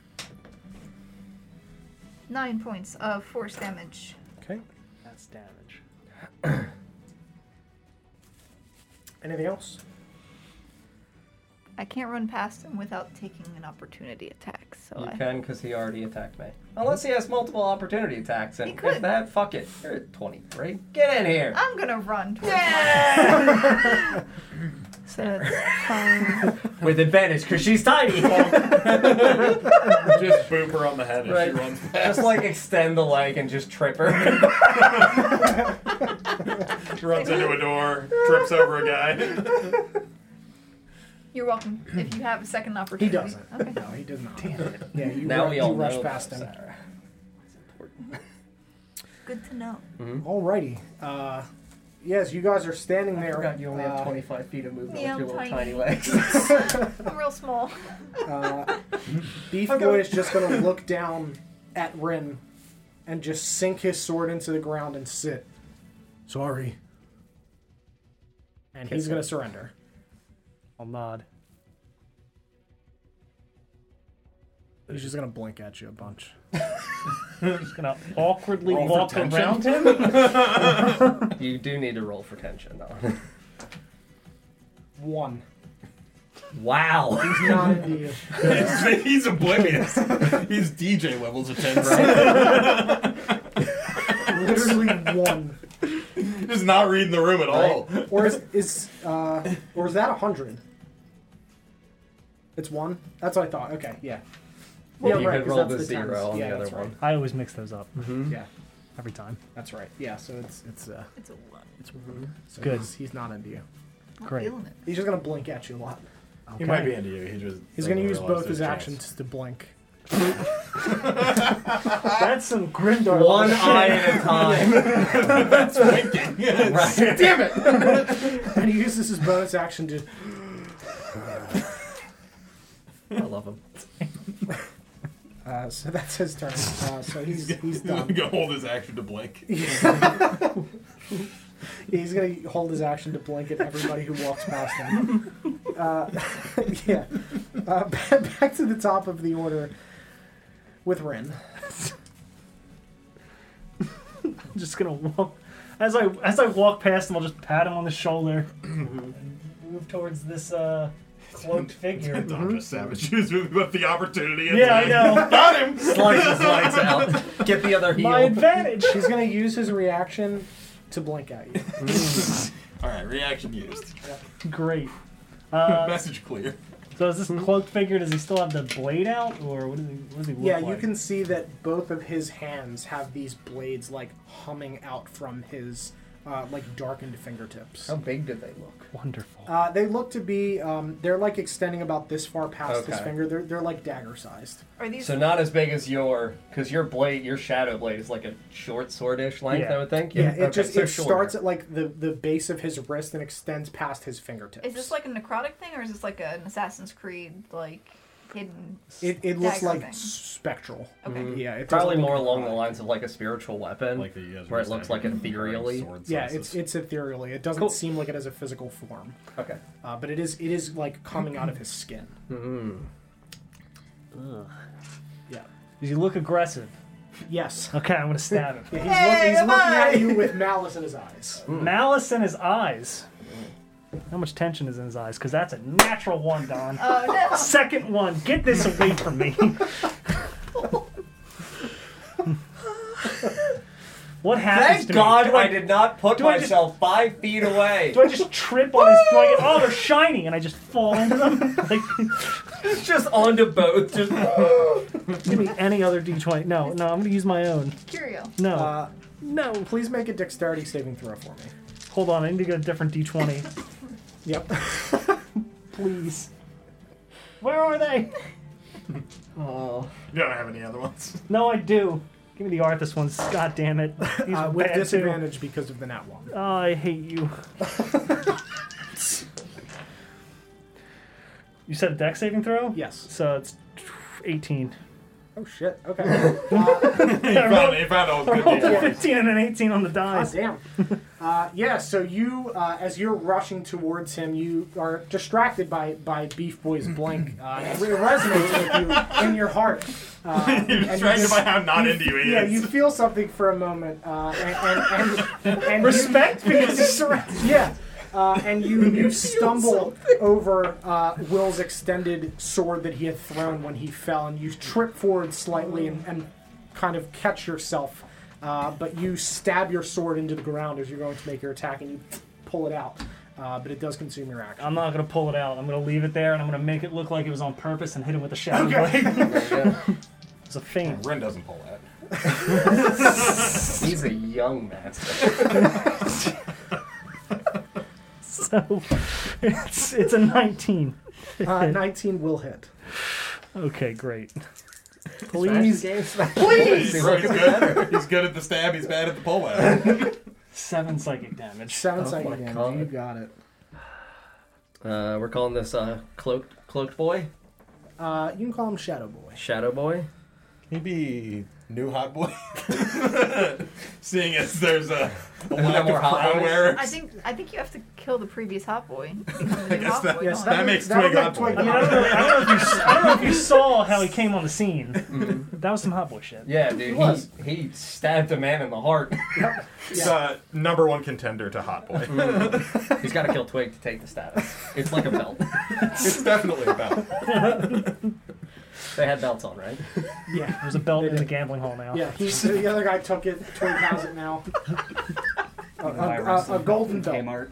Speaker 4: Nine points of force damage.
Speaker 2: Okay.
Speaker 7: That's damage.
Speaker 2: (clears throat) Anything else?
Speaker 4: I can't run past him without taking an opportunity attack, so
Speaker 3: You
Speaker 4: I
Speaker 3: can because he already attacked me. Unless he has multiple opportunity attacks, and
Speaker 4: He could.
Speaker 3: if that, fuck it. You're at 23. Get in here.
Speaker 4: I'm gonna run towards my- (laughs) so that's five.
Speaker 3: With advantage because
Speaker 2: (laughs)
Speaker 3: she's tiny.
Speaker 6: (laughs) Just boop her on the head as
Speaker 3: Right.
Speaker 6: she runs.
Speaker 3: just like extend the leg and just trip her.
Speaker 6: She runs into a door, trips over a guy. (laughs)
Speaker 4: You're welcome. If you have a second opportunity.
Speaker 2: He doesn't.
Speaker 4: Okay.
Speaker 2: No, he does not. (laughs) Yeah, you,
Speaker 3: now
Speaker 2: ru-
Speaker 3: we
Speaker 2: you
Speaker 3: all
Speaker 2: rush
Speaker 3: know.
Speaker 2: past
Speaker 3: this,
Speaker 2: him.
Speaker 3: Sarah.
Speaker 4: Good to know.
Speaker 2: Alrighty. Uh, yes, you guys are standing
Speaker 3: I
Speaker 2: there.
Speaker 3: forgot you only have
Speaker 2: uh,
Speaker 3: 25 feet of movement
Speaker 4: Yeah,
Speaker 3: with your
Speaker 4: I'm
Speaker 3: little tiny
Speaker 4: tiny.
Speaker 3: legs.
Speaker 2: (laughs)
Speaker 4: I'm real small.
Speaker 2: Uh, Beef Boy is just gonna look down at Rin and just sink his sword into the ground and sit. Sorry. And
Speaker 3: Kiss
Speaker 2: he's
Speaker 3: him.
Speaker 2: gonna surrender.
Speaker 7: I'll nod.
Speaker 2: He's just gonna blink at you a bunch.
Speaker 7: I'm just gonna awkwardly
Speaker 6: Roll for
Speaker 7: walk
Speaker 6: tension?
Speaker 7: around
Speaker 6: (laughs)
Speaker 7: him.
Speaker 3: you do need to roll for tension, though. (laughs)
Speaker 2: One. (laughs)
Speaker 3: wow.
Speaker 2: He's not into you.
Speaker 6: He's (laughs) oblivious. He's DJ levels of tension. (laughs)
Speaker 2: Literally one.
Speaker 6: Just not reading the room at all.
Speaker 2: Or is is uh or is that a hundred? It's one? That's what I thought. Okay, yeah.
Speaker 3: Well, you could
Speaker 2: 'cause
Speaker 3: roll
Speaker 2: that's
Speaker 3: the
Speaker 2: times.
Speaker 3: zero on
Speaker 2: yeah,
Speaker 3: the other
Speaker 2: that's right.
Speaker 3: one.
Speaker 7: I always mix those up
Speaker 6: Mm-hmm.
Speaker 2: Yeah,
Speaker 7: every time.
Speaker 2: that's right. Yeah, so it's it's uh
Speaker 4: It's a one.
Speaker 2: it's one. So
Speaker 7: Good.
Speaker 2: He's, he's not into you.
Speaker 4: Not
Speaker 7: Great.
Speaker 4: feeling it.
Speaker 2: He's just gonna blink at you a lot.
Speaker 6: He might be into you. He just
Speaker 2: He's gonna use
Speaker 6: doesn't realize
Speaker 2: both his
Speaker 6: there's chance.
Speaker 2: actions to (laughs) blink.
Speaker 7: That's some Grimdark.
Speaker 3: One eye at a time. That's winking. right.
Speaker 2: Damn it! (laughs) and he uses his bonus action to.
Speaker 3: I love him.
Speaker 2: Uh, so that's his turn. Uh, so he's
Speaker 10: (laughs)
Speaker 2: he's done.
Speaker 6: gonna hold his action to blink.
Speaker 2: He's gonna hold his action to blink at everybody who walks past him. (laughs) Uh, yeah. Uh, back to the top of the order. with Ren.
Speaker 7: I'm just gonna walk as I as I walk past him. I'll just pat him on the shoulder and move towards this uh, cloaked figure.
Speaker 10: Dr. Savage (laughs) is with the opportunity.
Speaker 7: yeah, I know.
Speaker 10: Got him.
Speaker 3: Slice his lights out. Get the other heel.
Speaker 7: (laughs) My advantage.
Speaker 2: He's gonna use his reaction to blink at you.
Speaker 10: All right, reaction (laughs) used.
Speaker 7: Great. Uh,
Speaker 10: Message clear.
Speaker 7: so is this cloaked figure? Does he still have the blade out, or what does he? What does he look
Speaker 2: Yeah, you
Speaker 7: like?
Speaker 2: can see that both of his hands have these blades like humming out from his uh, like darkened fingertips.
Speaker 3: How big do they look?
Speaker 7: Wonderful.
Speaker 2: Uh, they look to be um, they're like extending about this far past his
Speaker 3: Okay.
Speaker 2: finger. They're they're like dagger sized.
Speaker 4: Are these
Speaker 3: So not as big as your, because your blade, your shadow blade is like a short swordish length,
Speaker 7: Yeah.
Speaker 3: I would think.
Speaker 2: Yeah, it
Speaker 3: Okay,
Speaker 2: just
Speaker 3: so
Speaker 2: it
Speaker 3: shorter.
Speaker 2: starts at like the the base of his wrist and extends past his fingertips.
Speaker 4: Is this like a necrotic thing, or is this like an Assassin's Creed like hidden?
Speaker 2: it, it looks
Speaker 4: dagger
Speaker 2: like
Speaker 4: thing? Oh.
Speaker 2: spectral.
Speaker 4: Okay.
Speaker 2: Yeah, it
Speaker 3: probably
Speaker 2: doesn't look
Speaker 3: more
Speaker 2: like a
Speaker 3: along the
Speaker 2: rod.
Speaker 3: lines of like a spiritual weapon,
Speaker 10: Like the Yasmin
Speaker 3: where it looks like ethereally.
Speaker 2: Yeah, it's it's ethereally. It doesn't
Speaker 3: Cool.
Speaker 2: seem like it has a physical form,
Speaker 3: Okay.
Speaker 2: uh, but it is it is like coming out of his skin. Yeah.
Speaker 7: Does he look aggressive?
Speaker 2: Yes.
Speaker 7: Okay, I'm (laughs) gonna stab him.
Speaker 2: Yeah, he's,
Speaker 4: Hey,
Speaker 2: look, he's looking
Speaker 4: bye.
Speaker 2: at you with malice in his eyes.
Speaker 7: Malice in his eyes. How much tension is in his eyes? Because that's a natural one, Don.
Speaker 4: Oh no!
Speaker 7: Second one, get this away from me. what happens?
Speaker 3: Thank
Speaker 7: to
Speaker 3: God
Speaker 7: me? Do
Speaker 3: I did not put
Speaker 7: do I just-
Speaker 3: myself five feet away.
Speaker 7: (laughs) Do I just trip on his? Do I get, oh, they're shiny, and I just fall into them. (laughs) like,
Speaker 3: It's just onto both.
Speaker 10: (laughs)
Speaker 3: Just
Speaker 7: give me any other d20. No, no, I'm gonna use my own.
Speaker 4: Curio.
Speaker 7: No,
Speaker 2: Uh, no, please make a dexterity saving throw for me.
Speaker 7: hold on, I need to get a different d20.
Speaker 2: Yep.
Speaker 7: Please. Where are they?
Speaker 3: oh,
Speaker 10: You don't have any other ones.
Speaker 7: No, I do. Give me the Arthas ones. God damn it.
Speaker 10: (laughs)
Speaker 2: Uh,
Speaker 7: These are
Speaker 2: with
Speaker 7: bad, too.
Speaker 2: disadvantage because of the nat one.
Speaker 7: Oh, I hate you. (laughs) you said a deck saving throw?
Speaker 2: Yes.
Speaker 7: So it's (laughs) 18.
Speaker 2: Oh shit. (laughs) Okay.
Speaker 10: He
Speaker 7: (laughs)
Speaker 10: found, he Oh, found all (laughs) the good
Speaker 7: A
Speaker 10: people.
Speaker 7: 15 and an 18 on the
Speaker 2: God
Speaker 7: (laughs) dice.
Speaker 2: damn. Uh, yeah. So you, uh, as you're rushing towards him, you are distracted by by Beef
Speaker 10: (laughs)
Speaker 2: Boy's blank. Uh, it resonates with you in your heart. Uh, and you
Speaker 10: (laughs) You're distracted
Speaker 2: just-
Speaker 10: by how not into you he
Speaker 2: Yeah,
Speaker 10: is.
Speaker 2: you feel something for a moment, uh, and, and, and,
Speaker 10: (laughs)
Speaker 2: and
Speaker 7: Respect
Speaker 2: you-
Speaker 7: because (laughs) he's
Speaker 2: (laughs) yeah, uh, and you you stumble over uh, Will's extended sword that he had thrown when he fell, and you trip forward slightly and, and kind of catch yourself, uh, but you stab your sword into the ground as you're going to make your attack, and you pull it out, uh, but it does consume your action.
Speaker 7: I'm not going to pull it out. I'm going to leave it there and I'm going to make it look like it was on purpose and hit him with a shadow blade. it's a feint. (laughs)
Speaker 10: Ren doesn't pull that.
Speaker 3: he's a young master.
Speaker 7: So it's, it's a 19.
Speaker 2: Uh, 19 will hit.
Speaker 7: Okay, great. Please.
Speaker 10: He's, he's, good. he's good at the stab, he's bad at the pull out. (laughs)
Speaker 7: Seven psychic damage.
Speaker 2: (laughs) Seven
Speaker 3: Oh
Speaker 2: psychic
Speaker 3: my
Speaker 2: damage.
Speaker 3: God.
Speaker 2: You got it.
Speaker 3: (laughs) Uh, we're calling this uh, cloaked cloaked boy,
Speaker 2: Uh, you can call him Shadow Boy.
Speaker 3: shadow boy.
Speaker 6: He'd be new hot boy.
Speaker 10: (laughs) Seeing as there's a, a
Speaker 3: there
Speaker 10: lack
Speaker 3: more
Speaker 10: of
Speaker 3: hot
Speaker 10: crown
Speaker 3: boys?
Speaker 10: wearers.
Speaker 4: I think I think you have to kill the previous hot
Speaker 2: (laughs)
Speaker 4: boy.
Speaker 10: I guess that-
Speaker 2: Yes,
Speaker 10: that
Speaker 2: would-
Speaker 10: makes
Speaker 2: that would
Speaker 10: Twig
Speaker 2: make
Speaker 10: hot
Speaker 2: Twig
Speaker 10: boy.
Speaker 7: I mean, I don't, really, I, don't know if you, s- I don't know if you saw how he came on the scene. That was some hot boy shit.
Speaker 3: Yeah, dude,
Speaker 2: was.
Speaker 3: he, he stabbed a man in the heart.
Speaker 10: He's uh, number one contender to hot boy.
Speaker 3: he's got to kill Twig to take the status. It's like a belt.
Speaker 10: (laughs) it's definitely about.
Speaker 3: (laughs) They had belts on, right?
Speaker 2: Yeah.
Speaker 7: There's a belt in the gambling hall now.
Speaker 2: Yeah, he's, the other guy took it. Twig has it now. A, a-
Speaker 5: Why
Speaker 2: a-
Speaker 5: wrestling?
Speaker 2: a golden belt.
Speaker 5: Kmart.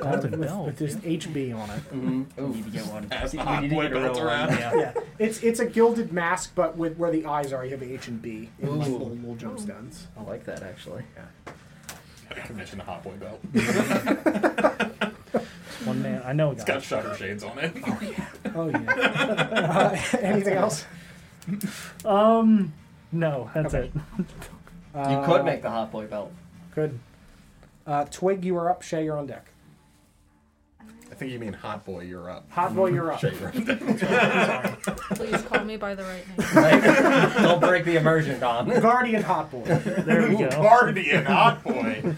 Speaker 2: Golden with, belt. With this HB on it.
Speaker 5: You need to get one.
Speaker 10: Pass the
Speaker 3: You
Speaker 10: hot
Speaker 3: need to
Speaker 10: boy
Speaker 3: get a real
Speaker 10: belts
Speaker 3: one.
Speaker 10: around.
Speaker 5: Yeah.
Speaker 2: Yeah, it's it's a gilded mask, but with where the eyes are, you have H and B in like
Speaker 3: Ooh.
Speaker 2: little, little gemstones.
Speaker 3: I like that actually.
Speaker 10: (laughs) Commission a hot boy belt.
Speaker 7: One man, I know a guy.
Speaker 10: It's got shutter shades on it.
Speaker 2: Oh yeah. (laughs) uh, anything else?
Speaker 7: Um, no, that's
Speaker 2: Okay.
Speaker 7: it.
Speaker 10: Uh,
Speaker 3: You could make the hot boy belt.
Speaker 2: Good. Uh, Twig, you are up. Shay, you're on deck.
Speaker 10: I think you mean hot boy, you're up.
Speaker 2: Hot boy, you're up.
Speaker 10: Shade room.
Speaker 8: Please call me by the right name.
Speaker 3: Like, don't break the immersion, Don.
Speaker 2: Guardian hot boy.
Speaker 7: There we go.
Speaker 10: Guardian hot boy.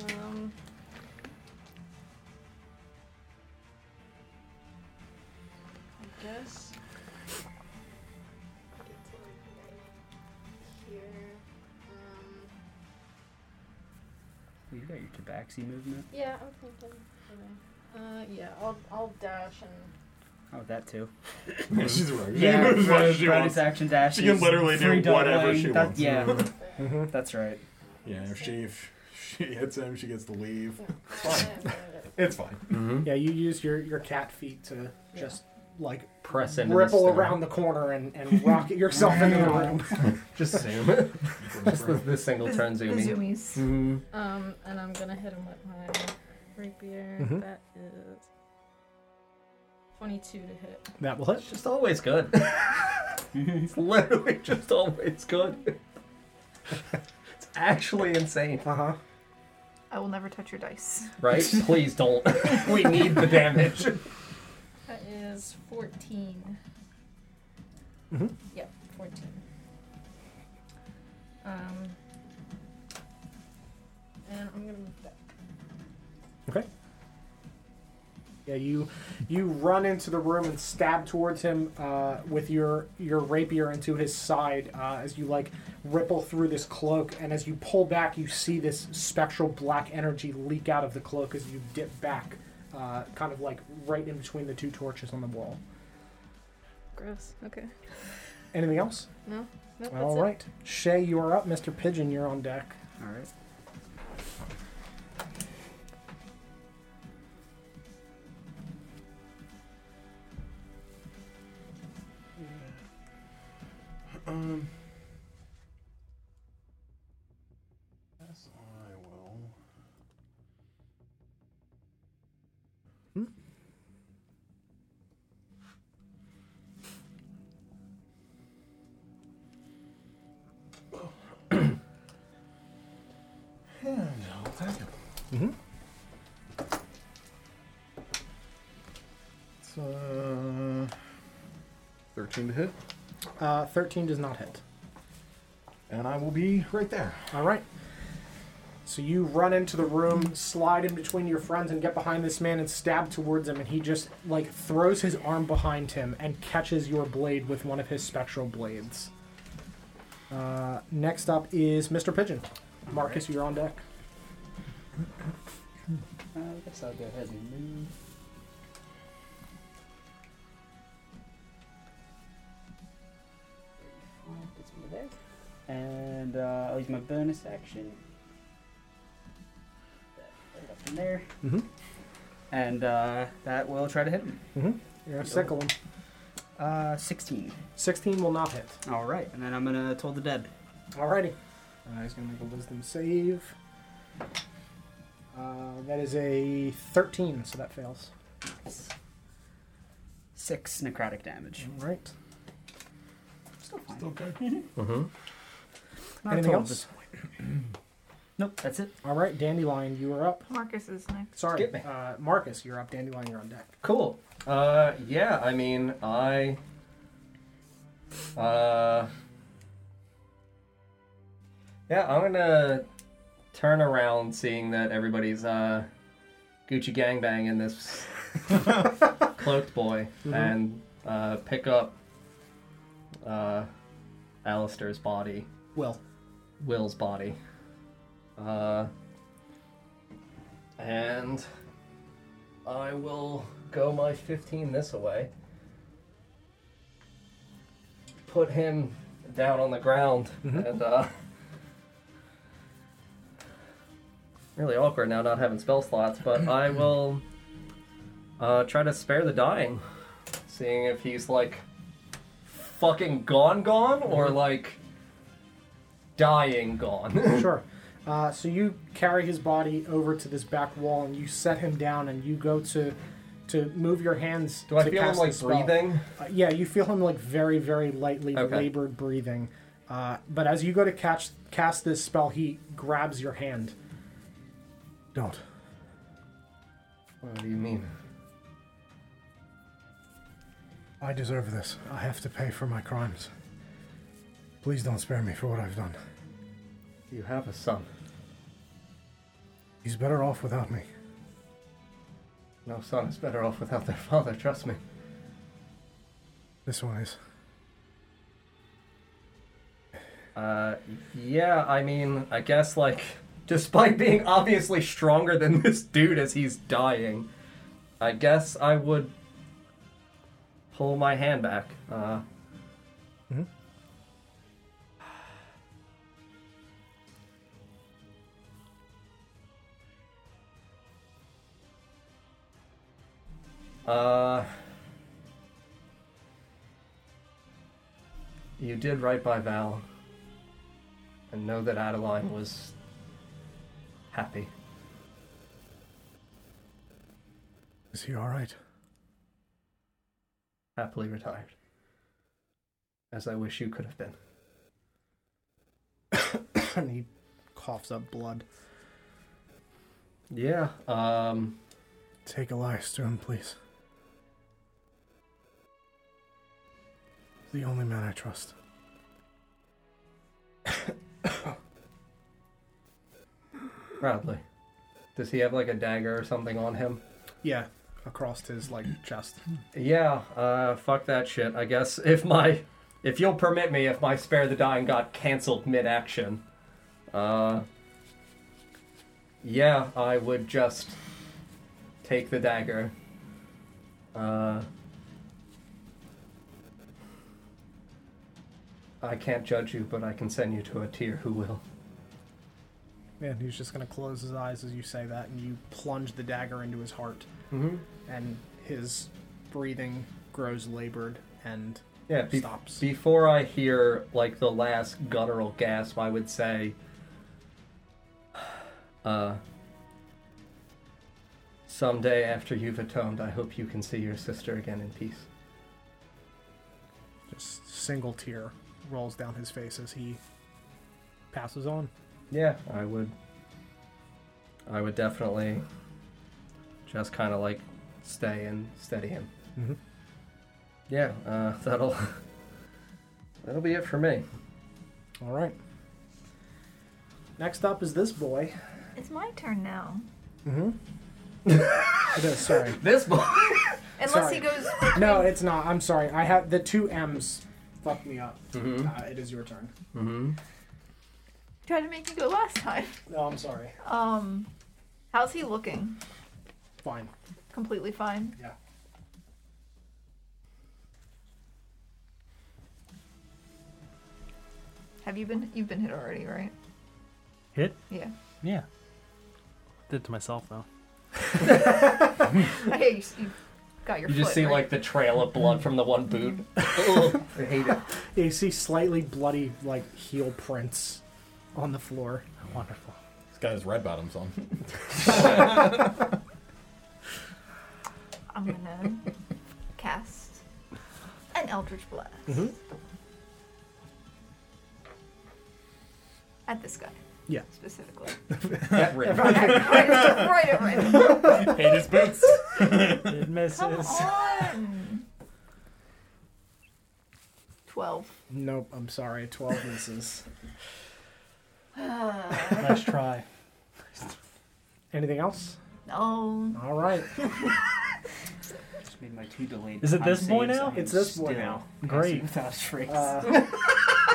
Speaker 8: Um,
Speaker 5: You got your tabaxi movement.
Speaker 8: Yeah, I'm thinking. okay. Uh, yeah, I'll, I'll dash and.
Speaker 5: Oh, that too.
Speaker 10: (laughs) Yeah, she's a regular.
Speaker 5: Yeah,
Speaker 10: She moves whatever
Speaker 5: bonus,
Speaker 10: she
Speaker 5: bonus
Speaker 10: wants.
Speaker 5: action dash.
Speaker 10: She can literally do whatever she wants.
Speaker 5: Yeah, that's right.
Speaker 10: Yeah, if she if she hits him, she gets to leave.
Speaker 6: It's fine.
Speaker 10: Mm-hmm.
Speaker 2: Yeah, you use your, your cat feet to just like
Speaker 3: Press into this
Speaker 2: ripple
Speaker 3: thing.
Speaker 2: around the corner and, and rocket (laughs) yourself into the room.
Speaker 3: Just zoom. That's the, the single turn
Speaker 4: The
Speaker 3: zooming.
Speaker 4: zoomies.
Speaker 2: Mm. Mm-hmm.
Speaker 3: Mhm.
Speaker 8: (laughs) Um, and I'm gonna hit him with my rapier.
Speaker 2: Mhm.
Speaker 8: That is 22 to hit.
Speaker 2: That will hit.
Speaker 3: It's just always good. it's literally just always good. it's actually insane,
Speaker 2: Uh huh.
Speaker 4: I will never touch your dice.
Speaker 3: right? Please don't. (laughs) we need the damage.
Speaker 8: That is 14.
Speaker 2: Mhm.
Speaker 8: Yep, 14. Um, and I'm gonna move back.
Speaker 2: Okay. Yeah, you you run into the room and stab towards him uh, with your your rapier into his side uh, as you like ripple through this cloak, and as you pull back, you see this spectral black energy leak out of the cloak as you dip back, uh, kind of like right in between the two torches on the wall.
Speaker 8: Gross. Okay.
Speaker 2: Anything else?
Speaker 8: No? Nope, that's
Speaker 2: All
Speaker 8: it.
Speaker 2: right, Shay, you are up. Mister Pigeon, you're on deck.
Speaker 5: All right.
Speaker 10: Um. Yes, I will. And I'll take it.
Speaker 2: Mhm.
Speaker 10: It's, uh, 13 to hit,
Speaker 2: Uh, Thirteen does not hit.
Speaker 10: and I will be right there.
Speaker 2: All right. So you run into the room, slide in between your friends, and get behind this man and stab towards him. And he just like throws his arm behind him and catches your blade with one of his spectral blades. Uh, next up is Mr. Pigeon. Marcus, you're on deck.
Speaker 5: Uh, I guess I'll go ahead and move. Gets me there. And uh, I'll use my bonus action. Right up in there.
Speaker 2: Mhm.
Speaker 5: And uh, that will try to hit him.
Speaker 2: You're a sickle him.
Speaker 5: Uh, 16.
Speaker 2: Sixteen will not hit.
Speaker 5: All right. And then I'm going to Toll the Dead.
Speaker 2: Alrighty. Uh, he's gonna make a wisdom save. Uh, that is a thirteen, so that fails.
Speaker 5: Six necrotic damage.
Speaker 2: All right.
Speaker 5: Still fine.
Speaker 3: Mm-hmm.
Speaker 5: Not
Speaker 2: Anything
Speaker 5: told at
Speaker 2: else?
Speaker 5: this point. nope, that's it.
Speaker 2: All right, Dandelion, you are up.
Speaker 4: Marcus is next.
Speaker 2: Sorry,
Speaker 3: Skip me.
Speaker 2: uh, Marcus, you're up. Dandelion, you're on deck.
Speaker 3: Cool. Uh, yeah, I mean, I. Uh. Yeah, I'm gonna turn around seeing that everybody's, uh, Gucci gangbang in this cloaked boy and, uh, pick up, uh, Alistair's body.
Speaker 2: Will.
Speaker 3: Will's body. Uh, and I will go my 15 this away. Put him down on the ground
Speaker 2: Mm-hmm.
Speaker 3: and uh really awkward now not having spell slots,
Speaker 2: (clears throat)
Speaker 3: but I will uh try to spare the dying. Seeing if he's like fucking gone gone or
Speaker 2: Mm-hmm.
Speaker 3: like dying gone. (laughs)
Speaker 2: Sure. Uh, so you carry his body over to this back wall, and you set him down, and you go to to move your hands.
Speaker 3: Do I
Speaker 2: to
Speaker 3: feel him
Speaker 2: cast the
Speaker 3: like
Speaker 2: spell.
Speaker 3: breathing?
Speaker 2: Uh, yeah, you feel him like very, very lightly
Speaker 3: Okay.
Speaker 2: labored breathing. Uh, but as you go to catch cast this spell, he grabs your hand. Don't.
Speaker 3: What do you mean?
Speaker 6: I deserve this. I have to pay for my crimes. Please don't spare me for what I've done.
Speaker 3: You have a son.
Speaker 6: He's better off without me.
Speaker 3: No son is better off without their father, trust me.
Speaker 6: This one is.
Speaker 3: Uh, yeah, I mean, I guess like (laughs) despite being obviously stronger than (laughs) this dude as he's dying. I guess I would pull my hand back. Uh, Uh, you did right by Val, and know that Adeline was happy.
Speaker 6: Is he all right?
Speaker 3: happily retired. As I wish you could have been.
Speaker 2: and he coughs up blood.
Speaker 3: Yeah. Um.
Speaker 6: Take Elias to him, please. The only man I trust.
Speaker 3: Proudly. Does he have like a dagger or something on him?
Speaker 2: Yeah, across his
Speaker 6: (clears throat)
Speaker 2: like chest.
Speaker 3: Yeah. Uh. Fuck that shit. I guess (laughs) if my, if you'll permit me, if my spare the dying got canceled mid-action, uh. Yeah, I would just take the dagger. Uh. I can't judge you, but I can send you to a tier who will.
Speaker 2: And he's just gonna close his eyes as you say that, and you plunge the dagger into his heart,
Speaker 3: Mm-hmm.
Speaker 2: and his breathing grows labored and
Speaker 3: Yeah, be-
Speaker 2: stops.
Speaker 3: before I hear like the last guttural gasp, I would say, (sighs) uh, someday after you've atoned, I hope you can see your sister again in peace.
Speaker 2: just single tear rolls down his face as he passes on.
Speaker 3: Yeah, I would. I would definitely just kind of like stay and steady him.
Speaker 2: Mhm.
Speaker 3: Yeah, uh, (laughs) that'll that'll be it for me.
Speaker 2: All right. Next up is this boy. (laughs)
Speaker 4: It's my turn now.
Speaker 2: Mm-hmm. it is, sorry.
Speaker 3: This boy.
Speaker 4: Unless
Speaker 2: Sorry.
Speaker 4: he goes.
Speaker 2: No, it's not. I'm sorry. I have the two M's fucked me up.
Speaker 3: Mhm.
Speaker 2: Uh, it is your turn.
Speaker 3: Mm-hmm.
Speaker 4: Tried to make you go last time. (laughs)
Speaker 2: No, Oh, I'm sorry.
Speaker 4: Um, how's he looking?
Speaker 2: Fine.
Speaker 4: Completely fine.
Speaker 2: Yeah.
Speaker 4: Have you been? You've been hit already, right?
Speaker 7: Hit?
Speaker 4: Yeah. (laughs)
Speaker 7: Yeah. Did it to myself though.
Speaker 4: I hear you. You got your.
Speaker 3: You just
Speaker 4: foot,
Speaker 3: see
Speaker 4: right?
Speaker 3: like the trail of blood from the one boot. Ugh, (laughs) I hate it.
Speaker 2: Yeah, you see slightly bloody like heel prints on the floor.
Speaker 7: Wonderful.
Speaker 10: He's got his red bottoms on. (laughs)
Speaker 3: (laughs)
Speaker 4: I'm gonna cast an Eldritch Blast
Speaker 3: Mm-hmm.
Speaker 4: at this guy.
Speaker 2: Yeah.
Speaker 4: Specifically. (laughs)
Speaker 3: That ring.
Speaker 4: right, right, at
Speaker 3: (laughs)
Speaker 4: Rin.
Speaker 10: Hate his boots.
Speaker 7: It
Speaker 4: Come
Speaker 7: misses.
Speaker 4: on.
Speaker 3: (laughs)
Speaker 4: Twelve. (sighs)
Speaker 2: Nope, I'm sorry. 12 misses.
Speaker 7: Nice try.
Speaker 2: Anything else?
Speaker 4: No.
Speaker 2: All right.
Speaker 5: Just made my two delayed.
Speaker 7: Is it
Speaker 5: con
Speaker 7: this boy
Speaker 5: saves.
Speaker 7: now?
Speaker 5: I'm
Speaker 2: It's this boy
Speaker 5: still
Speaker 2: now.
Speaker 5: passing
Speaker 7: Great.
Speaker 5: Without strength.
Speaker 2: Uh,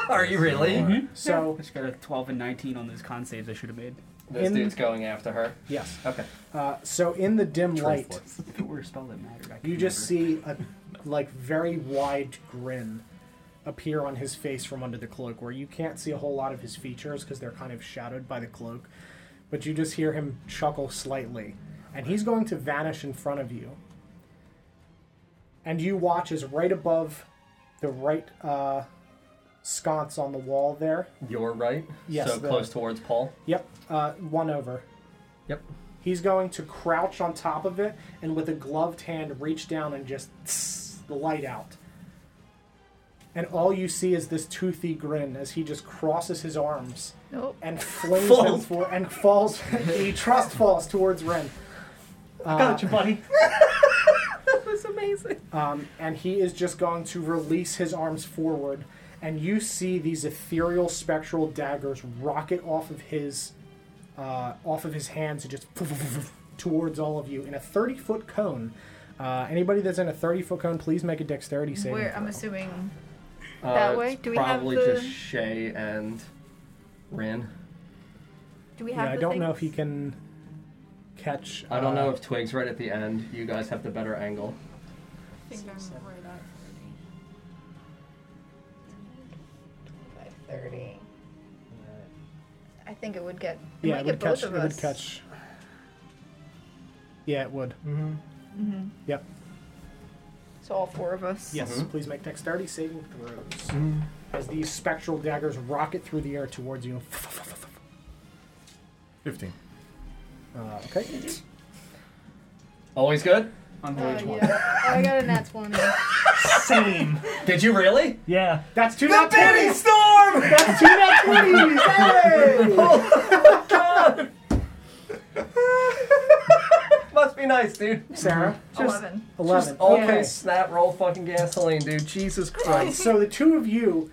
Speaker 3: Are you really?
Speaker 5: (laughs)
Speaker 2: so,
Speaker 5: I just got a 12 and 19 on those con saves I should have made.
Speaker 3: This
Speaker 2: In-
Speaker 3: dude's going after her.
Speaker 2: yes.
Speaker 3: Mm-hmm. Okay.
Speaker 2: Uh, so, in the dim light,
Speaker 5: If it were a spell that mattered, I could
Speaker 2: You just
Speaker 5: remember.
Speaker 2: see a like very wide grin appear on his face from under the cloak, where you can't see a whole lot of his features because they're kind of shadowed by the cloak. But you just hear him chuckle slightly, and he's going to vanish in front of you. And you watch as right above the right uh, sconce on the wall there.
Speaker 3: You're right.
Speaker 2: Yes,
Speaker 3: So
Speaker 2: the-
Speaker 3: close towards Paul.
Speaker 2: Yep, uh, one over.
Speaker 3: Yep.
Speaker 2: He's going to crouch on top of it and with a gloved hand reach down and just tss the light out. And all you see is this toothy grin as he just crosses his arms
Speaker 4: Nope.
Speaker 2: and flings them
Speaker 3: Falls.
Speaker 2: for and falls. (laughs) he trust falls towards Ren.
Speaker 7: Gotcha, buddy.
Speaker 4: That was amazing.
Speaker 2: Um, and he is just going to release his arms forward, and you see these ethereal spectral daggers rocket off of his uh, off of his hands and just (laughs) towards all of you in a thirty foot cone. Uh, anybody that's in a thirty foot cone, please make a dexterity saving.
Speaker 4: Where I'm
Speaker 2: throw.
Speaker 4: assuming That
Speaker 3: Uh,
Speaker 4: way?
Speaker 3: it's
Speaker 4: Do we have
Speaker 3: probably
Speaker 4: the-
Speaker 3: just Shay and Rin.
Speaker 4: Do we have?
Speaker 2: Yeah, I
Speaker 4: the
Speaker 2: don't know
Speaker 4: thing?
Speaker 2: if he can catch.
Speaker 3: I don't
Speaker 2: uh,
Speaker 3: know if Twig's right at the end. You guys have the better angle.
Speaker 8: I think I'm right at 30.
Speaker 4: 530. I think it would get. It
Speaker 2: Yeah,
Speaker 4: might
Speaker 2: it
Speaker 4: get
Speaker 2: would
Speaker 4: both
Speaker 2: catch.
Speaker 4: of
Speaker 2: It would
Speaker 4: us. (sighs)
Speaker 2: catch. Yeah, it would.
Speaker 4: Mm-hmm.
Speaker 2: Yep.
Speaker 4: So all four of us.
Speaker 2: Yes.
Speaker 3: Mm-hmm.
Speaker 2: Please make dexterity saving throws as these spectral daggers rocket through the air towards you.
Speaker 6: 15.
Speaker 2: Uh, okay.
Speaker 3: Always good?
Speaker 5: On
Speaker 8: Oh,
Speaker 5: voyage one.
Speaker 8: yeah. I got a nat 20.
Speaker 7: Same.
Speaker 3: Did you really?
Speaker 7: Yeah.
Speaker 2: (laughs) That's two nat twenties.
Speaker 3: (laughs) Storm!
Speaker 2: That's (laughs) two nat twenties.
Speaker 3: (laughs)
Speaker 2: Hey!
Speaker 3: Oh Must be nice, dude.
Speaker 2: (laughs) Sarah,
Speaker 4: Eleven.
Speaker 2: eleven.
Speaker 3: Okay,
Speaker 2: Oh, okay.
Speaker 3: snap, roll fucking gasoline, dude. Jesus
Speaker 2: Right,
Speaker 3: Christ.
Speaker 2: so the two of (sighs) you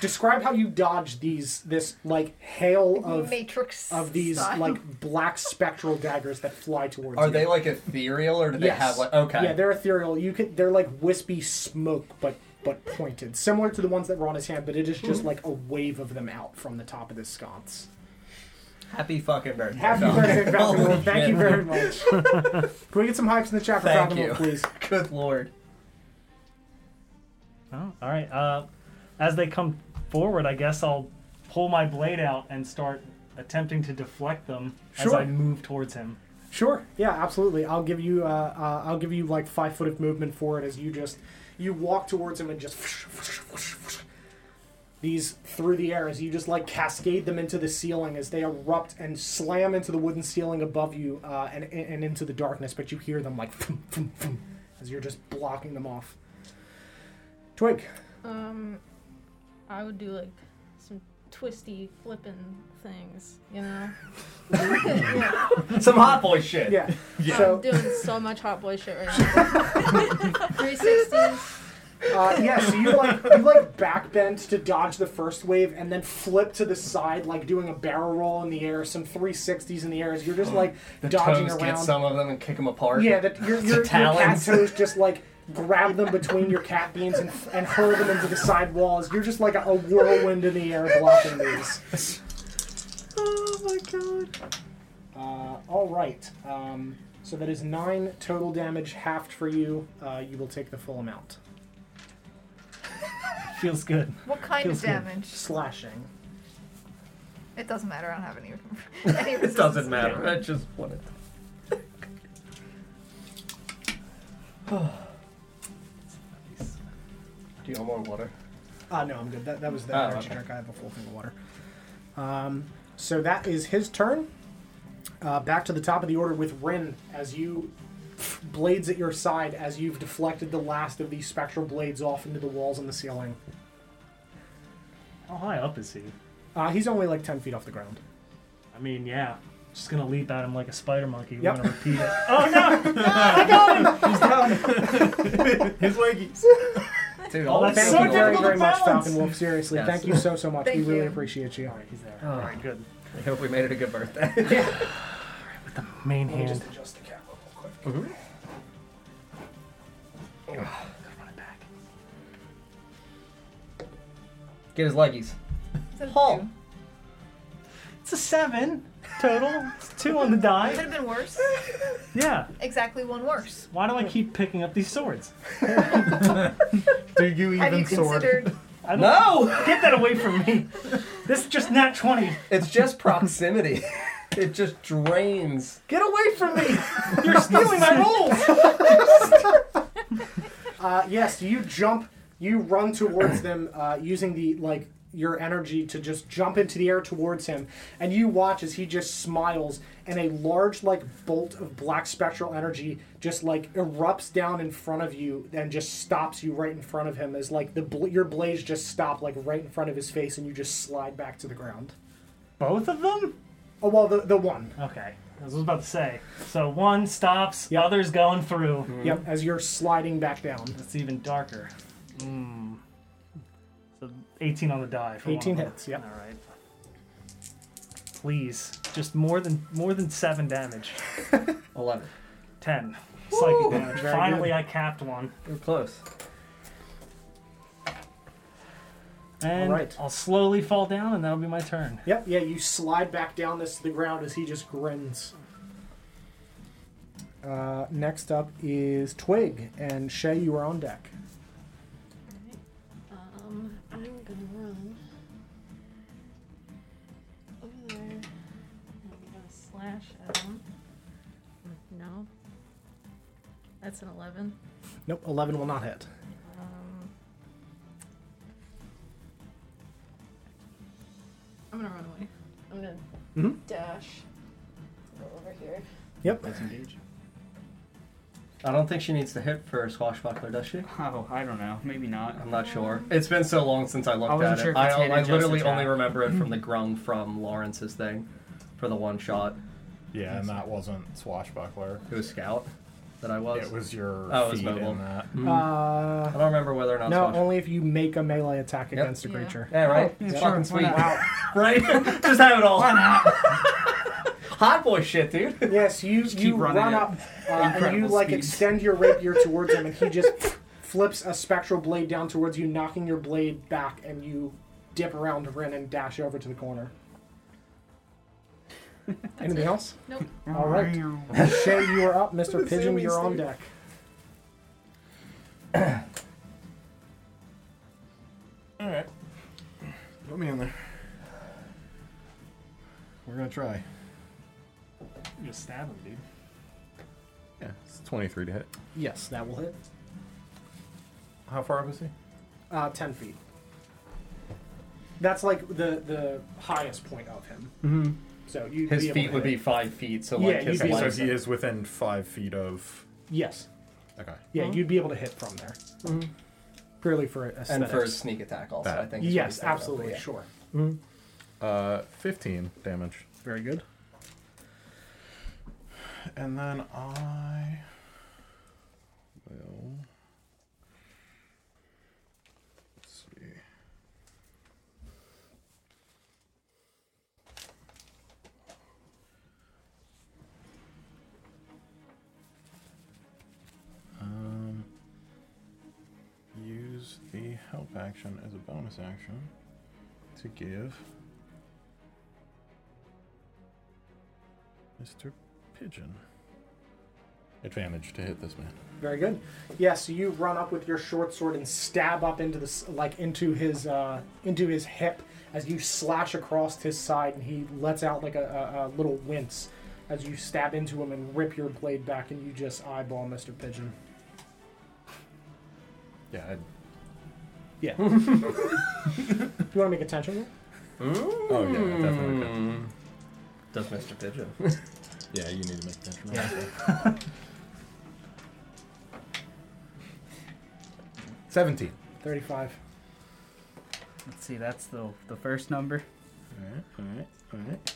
Speaker 2: describe how you dodge these this like hail of
Speaker 4: Matrix.
Speaker 2: of (laughs) these
Speaker 4: style.
Speaker 2: like black spectral daggers that fly towards
Speaker 3: Are
Speaker 2: you.
Speaker 3: they like ethereal or do they
Speaker 2: Yes.
Speaker 3: have like. Okay.
Speaker 2: Yeah, they're ethereal. You could they're like wispy smoke, but but pointed, similar to the ones that were on his hand. But it is just like a wave of them out from the top of this sconce.
Speaker 3: Happy fucking birthday.
Speaker 2: Happy
Speaker 3: Falcon.
Speaker 2: birthday, Falcon.
Speaker 3: Holy (laughs)
Speaker 2: Lord. Thank
Speaker 3: shit.
Speaker 2: you very much. Can we get some hypes in the chat for
Speaker 3: Thank
Speaker 2: Falcon Lord,
Speaker 3: you.
Speaker 2: please?
Speaker 3: Good lord.
Speaker 7: Oh, all right. Uh, as they come forward, I guess I'll pull my blade out and start attempting to deflect them as
Speaker 2: Sure.
Speaker 7: I move towards him.
Speaker 2: Sure. Yeah, absolutely. I'll give you. Uh, uh, I'll give you like five foot of movement for it as you just you walk towards him and just these through the air as you just like cascade them into the ceiling as they erupt and slam into the wooden ceiling above you uh, and and into the darkness. But you hear them like thump, thump, thump, as you're just blocking them off. Twig.
Speaker 8: Um, I would do like some twisty flippin' things, you know? yeah.
Speaker 3: Some hot boy shit.
Speaker 2: Yeah.
Speaker 8: I'm
Speaker 2: So
Speaker 8: doing so much hot boy shit right
Speaker 2: (laughs)
Speaker 8: now. (laughs) 360s.
Speaker 2: Uh, yeah, so you like you like backbend to dodge the first wave, and then flip to the side, like doing a barrel roll in the air, some 360s in the air. As you're just like
Speaker 3: The
Speaker 2: dodging
Speaker 3: toes
Speaker 2: around.
Speaker 3: get some of them and kick them apart.
Speaker 2: yeah, that your, your, your cat
Speaker 3: talons.
Speaker 2: toes just like grab them between your cat beans and, and hurl them into the side walls. You're just like a, whirlwind in the air blocking these.
Speaker 3: Oh my god.
Speaker 2: Uh, all right, um, so that is nine total damage, halved for you. Uh, you will take the full amount.
Speaker 7: Feels good.
Speaker 4: (laughs) What kind of
Speaker 7: Feels good.
Speaker 4: damage?
Speaker 2: Slashing.
Speaker 4: It doesn't matter. I don't have any.
Speaker 2: (laughs)
Speaker 4: any
Speaker 3: It doesn't matter. I just wanted. (sighs) Do you want more water?
Speaker 2: Uh, no, I'm good. That, that was the
Speaker 3: Oh,
Speaker 2: energy
Speaker 3: okay.
Speaker 2: drink. I have a full thing of water. Um, so that is his turn. Uh, back to the top of the order with Rin as you blades at your side as you've deflected the last of these spectral blades off into the walls and the ceiling.
Speaker 7: How high up is he?
Speaker 2: Uh, he's only like 10 feet off the ground.
Speaker 7: I mean, yeah. Just gonna leap at him like a spider monkey.
Speaker 2: Yep.
Speaker 7: We're gonna repeat it.
Speaker 10: His leggies.
Speaker 3: (laughs) Dude,
Speaker 7: all that
Speaker 3: these
Speaker 7: Thank
Speaker 2: Oh, so
Speaker 3: people
Speaker 7: you
Speaker 2: very,
Speaker 3: are-
Speaker 7: difficult
Speaker 2: very much,
Speaker 7: to balance.
Speaker 2: Falcon Wolf. Seriously,
Speaker 3: Yes.
Speaker 2: thank you so, so much.
Speaker 4: Thank
Speaker 2: we really
Speaker 4: you.
Speaker 2: appreciate you.
Speaker 7: All right, he's there.
Speaker 2: (laughs)
Speaker 3: Oh.
Speaker 7: All right, good.
Speaker 3: I hope we made it a good birthday.
Speaker 7: Main
Speaker 2: Let me
Speaker 7: hand.
Speaker 2: just adjust the cap real quick.
Speaker 3: Get his leggies.
Speaker 4: Paul.
Speaker 7: It's a seven total. It's two on the die.
Speaker 4: Could have been worse.
Speaker 7: Yeah.
Speaker 4: Exactly one worse.
Speaker 7: Why do I keep picking up these swords?
Speaker 10: Do you even
Speaker 4: Have you
Speaker 10: sword?
Speaker 2: (laughs)
Speaker 4: considered?
Speaker 7: I don't
Speaker 3: No!
Speaker 7: get that away from me. This is just not twenty.
Speaker 3: It's just proximity. (laughs) it just drains.
Speaker 7: Get away from me! You're stealing my rolls.
Speaker 2: (laughs) Uh, yes, you jump, you run towards them uh, using the like your energy to just jump into the air towards him, and you watch as he just smiles, and a large like bolt of black spectral energy just like erupts down in front of you and just stops you right in front of him as like the bl- your blades just stop like right in front of his face, and you just slide back to the ground.
Speaker 7: Both of them.
Speaker 2: Oh well, the the one.
Speaker 7: Okay, I was about to say. So one stops, the other's going through.
Speaker 2: Yep, as you're sliding back down.
Speaker 7: It's even darker. Mm. So 18 on the die. For one
Speaker 2: 18
Speaker 7: of them.
Speaker 2: hits, yep.
Speaker 7: All right. Please, just more than more than seven damage.
Speaker 3: 11.
Speaker 7: Ten psychic damage.
Speaker 2: Very
Speaker 7: Finally,
Speaker 2: good.
Speaker 7: I capped one.
Speaker 3: We're close.
Speaker 7: And
Speaker 2: All right.
Speaker 7: I'll slowly fall down, and that'll be my turn.
Speaker 2: Yep, yeah, you slide back down this to the ground as he just grins. Uh, next up is Twig, and Shay, you are on deck.
Speaker 8: Um, I'm gonna run over there. and I'm gonna slash at him. No. That's an 11.
Speaker 2: Nope, 11 will not hit.
Speaker 8: Um, I'm gonna run away. I'm gonna
Speaker 2: Mhm.
Speaker 8: dash. Go over here.
Speaker 2: Yep.
Speaker 5: Disengage.
Speaker 3: I don't think she needs to hit for swashbuckler, does she?
Speaker 5: Oh, I don't know. Maybe not.
Speaker 3: I'm not sure. It's been so long since I looked
Speaker 5: I wasn't
Speaker 3: at
Speaker 5: sure
Speaker 3: it.
Speaker 5: if
Speaker 3: I,
Speaker 5: it's hit
Speaker 3: I
Speaker 5: adjust
Speaker 3: literally
Speaker 5: attack.
Speaker 3: only remember it from the grung from Lawrence's thing for the one shot.
Speaker 6: Yeah, and that wasn't swashbuckler.
Speaker 3: It was Scout that I was.
Speaker 6: It was your
Speaker 3: Oh, it was
Speaker 6: feet
Speaker 3: mobile.
Speaker 6: in that.
Speaker 5: Mm.
Speaker 2: Uh,
Speaker 3: I don't remember whether or not
Speaker 2: no, oh,
Speaker 3: swashbuckler.
Speaker 2: only if you make a melee attack
Speaker 3: Yep.
Speaker 2: against a
Speaker 8: Yeah.
Speaker 3: (laughs)
Speaker 2: creature.
Speaker 3: Yeah, right?
Speaker 5: Oh,
Speaker 3: It's
Speaker 5: yeah.
Speaker 3: fucking
Speaker 5: Sure,
Speaker 3: sweet.
Speaker 5: why not?
Speaker 3: (laughs) right? Just have it all. (laughs) Hot boy shit, dude.
Speaker 2: Yes, you, you
Speaker 5: keep running
Speaker 2: run
Speaker 5: at
Speaker 2: up uh, and you
Speaker 5: incredible
Speaker 2: like
Speaker 5: speed.
Speaker 2: extend your rapier towards him, and he just (laughs) flips a spectral blade down towards you, knocking your blade back, and you dip around Rin and dash over to the corner. Anything else?
Speaker 8: Nope.
Speaker 2: All right. Shay, you are up.
Speaker 3: (laughs)
Speaker 2: Mr. Pigeon, you're on deck.
Speaker 6: All right, put me in there. We're gonna try.
Speaker 7: You just stab him, dude.
Speaker 6: Yeah, it's 23 to hit.
Speaker 2: Yes, that will hit.
Speaker 6: How far was he?
Speaker 2: Uh, ten feet. That's like the the highest point of him.
Speaker 7: Mm-hmm.
Speaker 2: So you
Speaker 3: His feet would be five feet, so like
Speaker 2: Yeah,
Speaker 3: his
Speaker 2: you'd be-
Speaker 6: So
Speaker 3: legs.
Speaker 6: he is within five feet of.
Speaker 2: yes,
Speaker 6: Okay.
Speaker 2: yeah, you'd be able to hit from there. Purely for aesthetics.
Speaker 3: Mm-hmm. and for his sneak attack also, I think. is what he's
Speaker 2: yes,
Speaker 3: thinking of,
Speaker 2: absolutely,
Speaker 3: yeah.
Speaker 2: sure.
Speaker 6: Uh, 15 damage.
Speaker 2: Very good.
Speaker 6: And then I will. Let's see. Um, use the help action as a bonus action to give Mr. Pigeon advantage to hit this man.
Speaker 2: Very good. Yeah, so you run up with your short sword and stab up into this, like into his, uh, into his hip as you slash across his side, and he lets out like a, a, a little wince as you stab into him and rip your blade back, and you just eyeball Mr. Pigeon.
Speaker 6: Yeah, I'd
Speaker 2: Yeah. you want to make attention?
Speaker 6: Oh yeah, definitely. Okay.
Speaker 3: Does Mr. Hmm. Pigeon.
Speaker 6: Yeah, you need to make that.
Speaker 5: Yeah.
Speaker 6: Seventeen.
Speaker 2: Thirty-five.
Speaker 5: Let's see. That's the the first number.
Speaker 6: All right, all right, all right.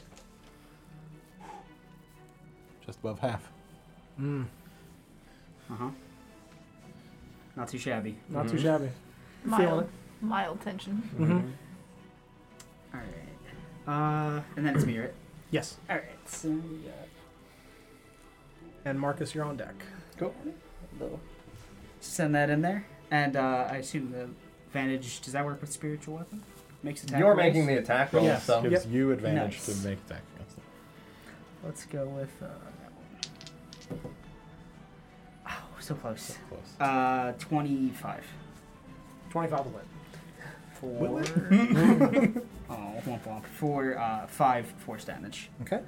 Speaker 6: Just above half.
Speaker 5: Uh huh. Not too shabby.
Speaker 2: Not
Speaker 6: Mm-hmm.
Speaker 2: too shabby. Mm-hmm. Feeling
Speaker 4: Mild,
Speaker 2: it.
Speaker 4: mild tension. (laughs)
Speaker 5: All right. Uh, and then it's me, right?
Speaker 2: Yes.
Speaker 5: All right. So yeah.
Speaker 2: And Marcus, you're on deck.
Speaker 5: Go. Send that in there, and uh, I assume the advantage. Does that work with spiritual weapon? Makes attack.
Speaker 3: You're
Speaker 5: rolls?
Speaker 3: making the attack roll,
Speaker 2: Yes.
Speaker 3: so.
Speaker 6: Gives you advantage
Speaker 5: Nice.
Speaker 6: to make that. against them.
Speaker 5: Let's go with uh, that one. Oh, so close.
Speaker 6: Close.
Speaker 5: Uh, twenty-five.
Speaker 2: Twenty-five will hit.
Speaker 5: Four. oh, (laughs) womp womp. Four. Uh, five force damage.
Speaker 2: Okay.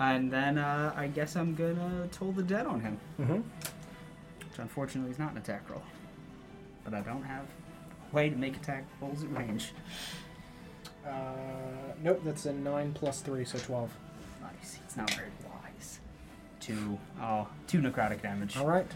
Speaker 5: And then uh, I guess I'm gonna toll the dead on him,
Speaker 2: Mm-hmm.
Speaker 5: which unfortunately is not an attack roll. But I don't have a way to make attack rolls at range.
Speaker 2: Uh, nope, that's a nine plus three, so twelve.
Speaker 5: Nice. It's not very wise. Two. Oh, two necrotic damage.
Speaker 2: All right.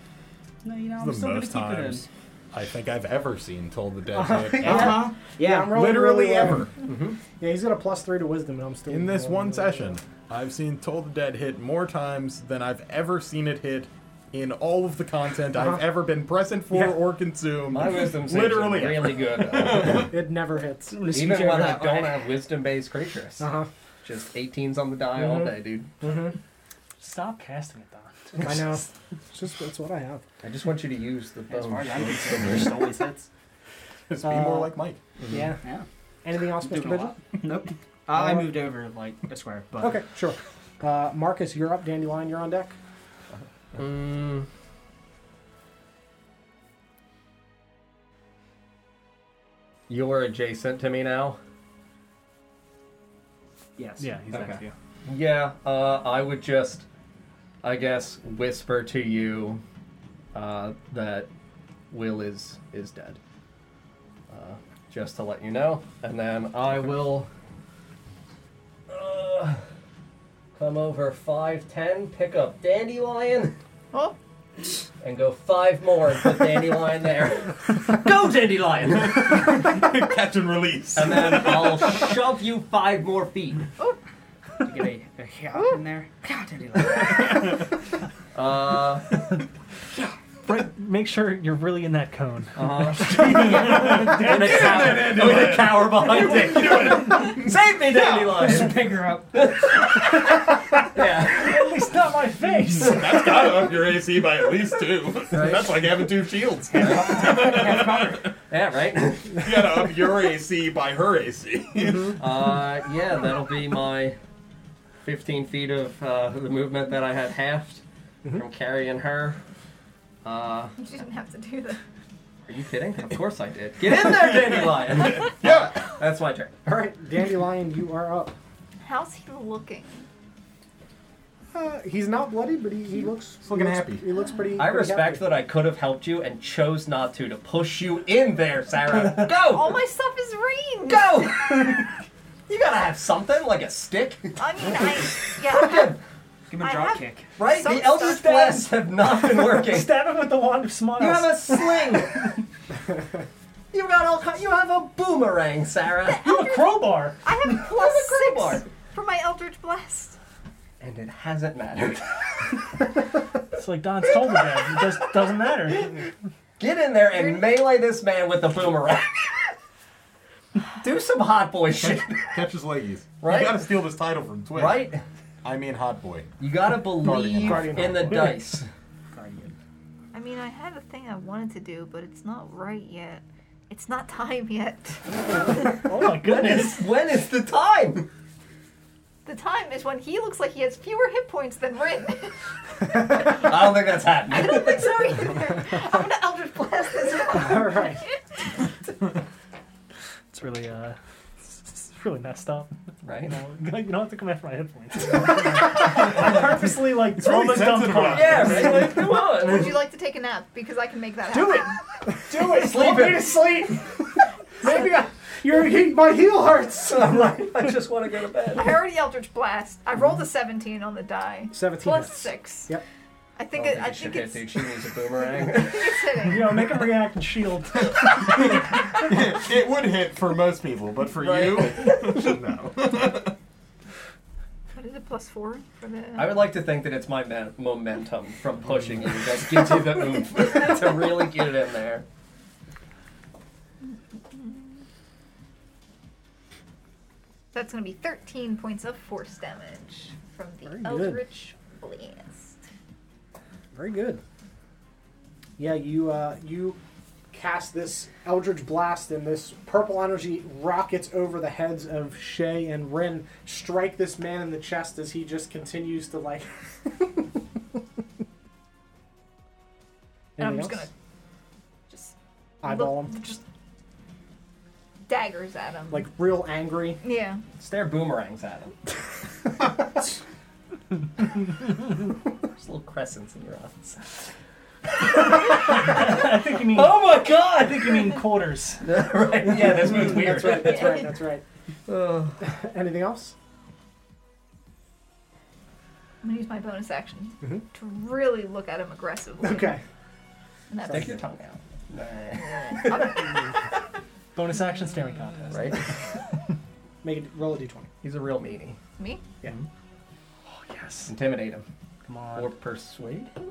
Speaker 5: No, you know, I'm
Speaker 6: It's the
Speaker 5: still gonna
Speaker 6: most
Speaker 5: keep
Speaker 6: times
Speaker 5: it
Speaker 6: I think I've ever seen Told
Speaker 5: (laughs)
Speaker 6: the Dead. hit.
Speaker 5: in. Uh-huh. Yeah.
Speaker 2: I'm rolling
Speaker 6: Literally
Speaker 2: really low.
Speaker 6: ever.
Speaker 2: Yeah, he's got a plus three to wisdom, and I'm still
Speaker 6: In this
Speaker 2: rolling
Speaker 6: one
Speaker 2: really low.
Speaker 6: session, I've seen Told the Dead hit more times than I've ever seen it hit in all of the content
Speaker 5: Uh-huh.
Speaker 6: I've ever been present for
Speaker 2: Yeah.
Speaker 6: or consumed. (laughs)
Speaker 3: My wisdom saves
Speaker 6: Literally.
Speaker 3: are really good.
Speaker 2: (laughs) It never hits.
Speaker 5: I'm gonna scooch
Speaker 3: Even
Speaker 5: over
Speaker 3: when I
Speaker 5: that
Speaker 3: don't
Speaker 5: way.
Speaker 3: have wisdom based creatures.
Speaker 2: Uh huh.
Speaker 3: Just 18s on the die all day, dude.
Speaker 2: Mm-hmm.
Speaker 7: Stop casting it, Don.
Speaker 2: I know. (laughs) It's just that's what I have.
Speaker 3: I just want you to use the
Speaker 5: As far
Speaker 3: bone.
Speaker 5: as I'm concerned, it just always hits.
Speaker 6: (laughs) Just be more like Mike.
Speaker 2: Yeah.
Speaker 5: Yeah.
Speaker 2: Anything else, Mr.
Speaker 5: Doing a
Speaker 2: Pigeon?
Speaker 5: lot. Nope. Uh,
Speaker 2: All
Speaker 5: I
Speaker 2: right.
Speaker 5: moved over like a square, but
Speaker 2: Okay, sure. Uh, Marcus, you're up. Dandelion, you're on deck.
Speaker 3: (laughs) Mm. You're adjacent to me now.
Speaker 5: yes.
Speaker 7: Yeah, he's next
Speaker 3: Okay.
Speaker 7: to you.
Speaker 3: Yeah, uh, I would just, I guess, whisper to you uh, that Will is is dead, uh, just to let you know, and then I will uh, come over five ten, pick up Dandelion,
Speaker 4: Oh,
Speaker 3: and go five more and put Dandelion there,
Speaker 5: (laughs) Go dandelion.
Speaker 10: Catch and
Speaker 6: (laughs)
Speaker 10: release.
Speaker 3: and then I'll shove you five more feet.
Speaker 5: you get a, a hiccup in there. God, dandelion.
Speaker 3: Uh,
Speaker 7: Right, make sure you're really in that cone.
Speaker 3: (laughs) uh-huh. and a cow- with a cower behind
Speaker 6: (laughs)
Speaker 3: it. Save me, Dandelion!
Speaker 5: Just pick her up.
Speaker 3: Yeah.
Speaker 7: At least not my face.
Speaker 10: That's gotta up your AC by at least two. That's like having two
Speaker 5: (laughs)
Speaker 10: shields. You
Speaker 3: (laughs) Yeah, right?
Speaker 10: gotta up your AC by her (laughs) AC.
Speaker 3: Uh, yeah, that'll be my 15 feet of uh, the movement that I had halved from carrying her. Uh,
Speaker 4: you didn't have to do that.
Speaker 3: are you kidding? Of course I did. Get in there, Dandelion!
Speaker 10: yeah.
Speaker 3: That's my turn.
Speaker 2: All right, Dandelion, you are up.
Speaker 4: How's he looking?
Speaker 2: Uh, he's not bloody, but he, he looks
Speaker 6: looking
Speaker 2: he looks-
Speaker 6: happy.
Speaker 2: He looks pretty.
Speaker 3: I
Speaker 2: pretty
Speaker 3: respect
Speaker 2: happy.
Speaker 3: that I could have helped you and chose not to, to push you in there, Sarah. Go!
Speaker 4: All Oh my stuff is
Speaker 2: (laughs)
Speaker 4: reams.
Speaker 3: Go! you gotta have something, like a stick.
Speaker 4: I mean, I yeah. I have,
Speaker 5: Give him
Speaker 4: I
Speaker 5: a drop
Speaker 4: have-
Speaker 5: kick.
Speaker 3: Right?
Speaker 4: Some
Speaker 3: the Elder's
Speaker 4: stuff does.
Speaker 3: Blasts have not
Speaker 4: (laughs)
Speaker 3: been working.
Speaker 7: (laughs) Stab him with the wand of smiles.
Speaker 3: you have a sling.
Speaker 4: (laughs)
Speaker 3: you got all kind, You have a boomerang, Sarah.
Speaker 7: You have a crowbar.
Speaker 4: I
Speaker 2: (laughs)
Speaker 4: have plus
Speaker 3: crowbar.
Speaker 4: six for my Eldritch Blast.
Speaker 3: And it hasn't mattered.
Speaker 7: It's like Don's told me that. It just doesn't matter.
Speaker 3: Get in there and melee this man with the boomerang. (laughs) Do some hot boy shit,
Speaker 6: Catch his leggies.
Speaker 3: Right?
Speaker 10: You gotta steal this title from Twitch.
Speaker 3: right?
Speaker 6: I mean, hot boy.
Speaker 3: You gotta believe
Speaker 2: Guardian
Speaker 3: in the dice.
Speaker 5: Guardian.
Speaker 4: I mean, I had a thing I wanted to do, but it's not right yet. It's not (laughs) time yet.
Speaker 7: Oh my
Speaker 3: (laughs)
Speaker 7: goodness.
Speaker 3: When is the time?
Speaker 4: The time is when he looks like he has fewer hit points than Rin. (laughs)
Speaker 3: I don't think that's
Speaker 4: I
Speaker 3: happening.
Speaker 4: don't think so either. I'm gonna Eldritch Blast this one.
Speaker 2: All right,
Speaker 7: (laughs) It's really uh, it's it's really messed up. (laughs)
Speaker 3: Right?
Speaker 7: You don't have to come after my head points. I purposely like throw
Speaker 10: really
Speaker 7: the dumb
Speaker 10: sensitive about
Speaker 7: card.
Speaker 3: Yeah, right? Like, come
Speaker 4: Would
Speaker 3: on.
Speaker 4: you like to take a nap? Because I can make that
Speaker 2: do
Speaker 4: happen.
Speaker 2: it. Do it.
Speaker 3: Sleep
Speaker 2: Put me
Speaker 3: it.
Speaker 2: to (laughs) sleep. Maybe I, your he, my heel hurts.
Speaker 3: I just want to go to bed.
Speaker 4: I already Eldritch Blast. I rolled a 17 on the die.
Speaker 2: 17
Speaker 4: Plus
Speaker 2: hits.
Speaker 4: six.
Speaker 2: Yep.
Speaker 4: I think
Speaker 3: don't
Speaker 4: it, I
Speaker 3: it should
Speaker 4: think
Speaker 3: hit,
Speaker 4: it's,
Speaker 3: dude. She needs a boomerang.
Speaker 4: it's hitting.
Speaker 7: You know, make him react and shield.
Speaker 10: (laughs) It would hit for most people, but for (laughs) you, (laughs) no.
Speaker 4: What is it? Plus four for the.
Speaker 3: I would like to think that it's my men- momentum from pushing you that gives you the oomph (laughs) to really get it in there.
Speaker 4: That's going to be 13 points of force damage from the
Speaker 2: Very good.
Speaker 4: Eldritch Blast.
Speaker 2: Very good. Yeah, you uh, you cast this Eldritch Blast, and this purple energy rockets over the heads of Shay and Rin. Strike this man in the chest as he just continues to like.
Speaker 4: (laughs) And I'm
Speaker 2: Anything
Speaker 4: just going
Speaker 2: else?
Speaker 4: to just.
Speaker 2: eyeball
Speaker 4: look-
Speaker 2: him,
Speaker 4: Just daggers at him.
Speaker 2: like real angry.
Speaker 4: Yeah.
Speaker 3: Stare boomerangs at him. There's little crescents in your eyes.
Speaker 7: I think you mean.
Speaker 3: Oh my
Speaker 7: I
Speaker 3: god!
Speaker 7: think you mean quarters.
Speaker 3: right? Yeah, this one's weird.
Speaker 2: That's right. That's right. That's
Speaker 4: (laughs)
Speaker 2: right. (laughs) Anything else?
Speaker 4: I'm going to use my bonus action to really look at him aggressively.
Speaker 2: Mm-hmm. Okay.
Speaker 4: And that's
Speaker 3: Stick your tongue out.
Speaker 7: Bonus action staring contest.
Speaker 3: Right?
Speaker 2: Make it roll a d20.
Speaker 3: He's a real meanie.
Speaker 4: me.
Speaker 2: Yeah.
Speaker 7: Oh, yes.
Speaker 3: Intimidate him.
Speaker 7: Come
Speaker 3: Or
Speaker 7: on.
Speaker 3: persuade (laughs) him?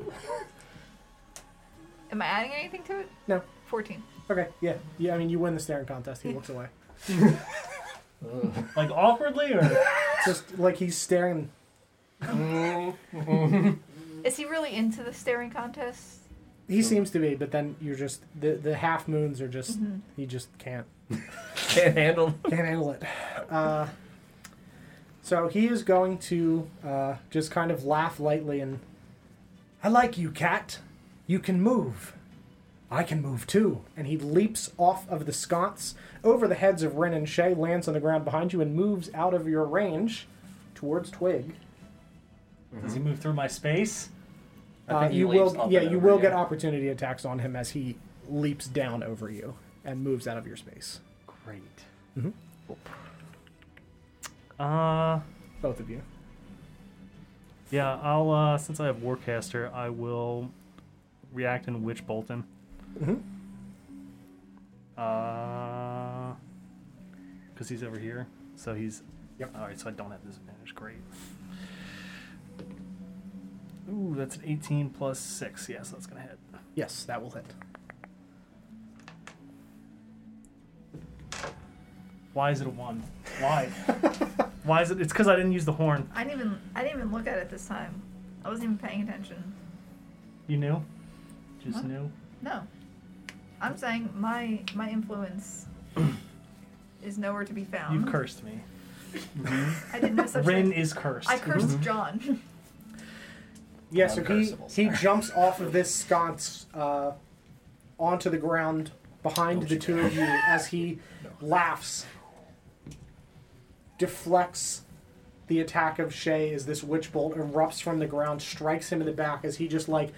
Speaker 4: Am I adding anything to it?
Speaker 2: No.
Speaker 4: 14.
Speaker 2: Okay. Yeah. Yeah. I mean, you win the staring contest. He looks away.
Speaker 7: Like awkwardly or?
Speaker 2: Just like he's staring.
Speaker 4: Is he really into the staring contest?
Speaker 2: He seems to be, but then you're just the the half moons are just he just can't.
Speaker 3: Can't handle.
Speaker 2: Can't handle it. Uh, so he is going to uh, just kind of laugh lightly and, I like you, cat. You can move. I can move too. And he leaps off of the sconce over the heads of Ren and Shay, lands on the ground behind you, and moves out of your range towards Twig.
Speaker 7: Does he move through my space?
Speaker 3: I
Speaker 2: Uh,
Speaker 3: think he
Speaker 2: you
Speaker 3: leaps
Speaker 2: will,
Speaker 3: up
Speaker 2: yeah,
Speaker 3: and
Speaker 2: you
Speaker 3: over
Speaker 2: will
Speaker 3: you.
Speaker 2: get opportunity attacks on him as he leaps down over you and moves out of your space.
Speaker 7: Great.
Speaker 2: Mhm.
Speaker 7: Uh,
Speaker 2: Both of you.
Speaker 7: yeah. I'll uh, since I have Warcaster, I will react and Witch Bolt him.
Speaker 2: Mhm.
Speaker 7: Uh, because he's over here, so he's.
Speaker 2: Yep.
Speaker 7: All right, so I don't have disadvantage. Great. Ooh, that's an 18 plus six. Yeah, so that's gonna hit.
Speaker 2: Yes, that will hit.
Speaker 7: Why is it a one? (laughs) Why? Why is it? It's because I didn't use the horn.
Speaker 4: I didn't even I didn't even look at it this time. I wasn't even paying attention.
Speaker 7: You knew. Just
Speaker 4: What?
Speaker 7: knew.
Speaker 4: No. I'm saying my
Speaker 2: (clears throat)
Speaker 4: my influence is nowhere to be found.
Speaker 7: You cursed me.
Speaker 4: I did no such
Speaker 7: Rin
Speaker 4: thing.
Speaker 7: is cursed.
Speaker 4: I cursed John. (laughs)
Speaker 2: Yeah, so he,
Speaker 3: Uncursable,
Speaker 2: he jumps off of this sconce uh, onto the ground behind the two of you as he laughs, deflects the attack of Shay as this witch bolt erupts from the ground, strikes him in the back as he just like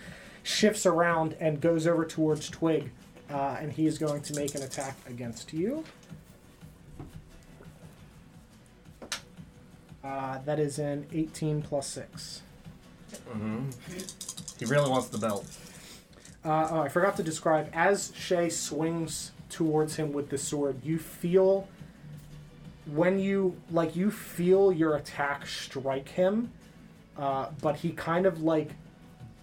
Speaker 2: shifts around and goes over towards Twig. Uh, and he is going to make an attack against you. Uh, that is an 18 plus 6.
Speaker 3: He really wants the belt.
Speaker 2: Uh, oh, I forgot to describe. As Shay swings towards him with the sword, you feel when you like you feel your attack strike him, uh, but he kind of like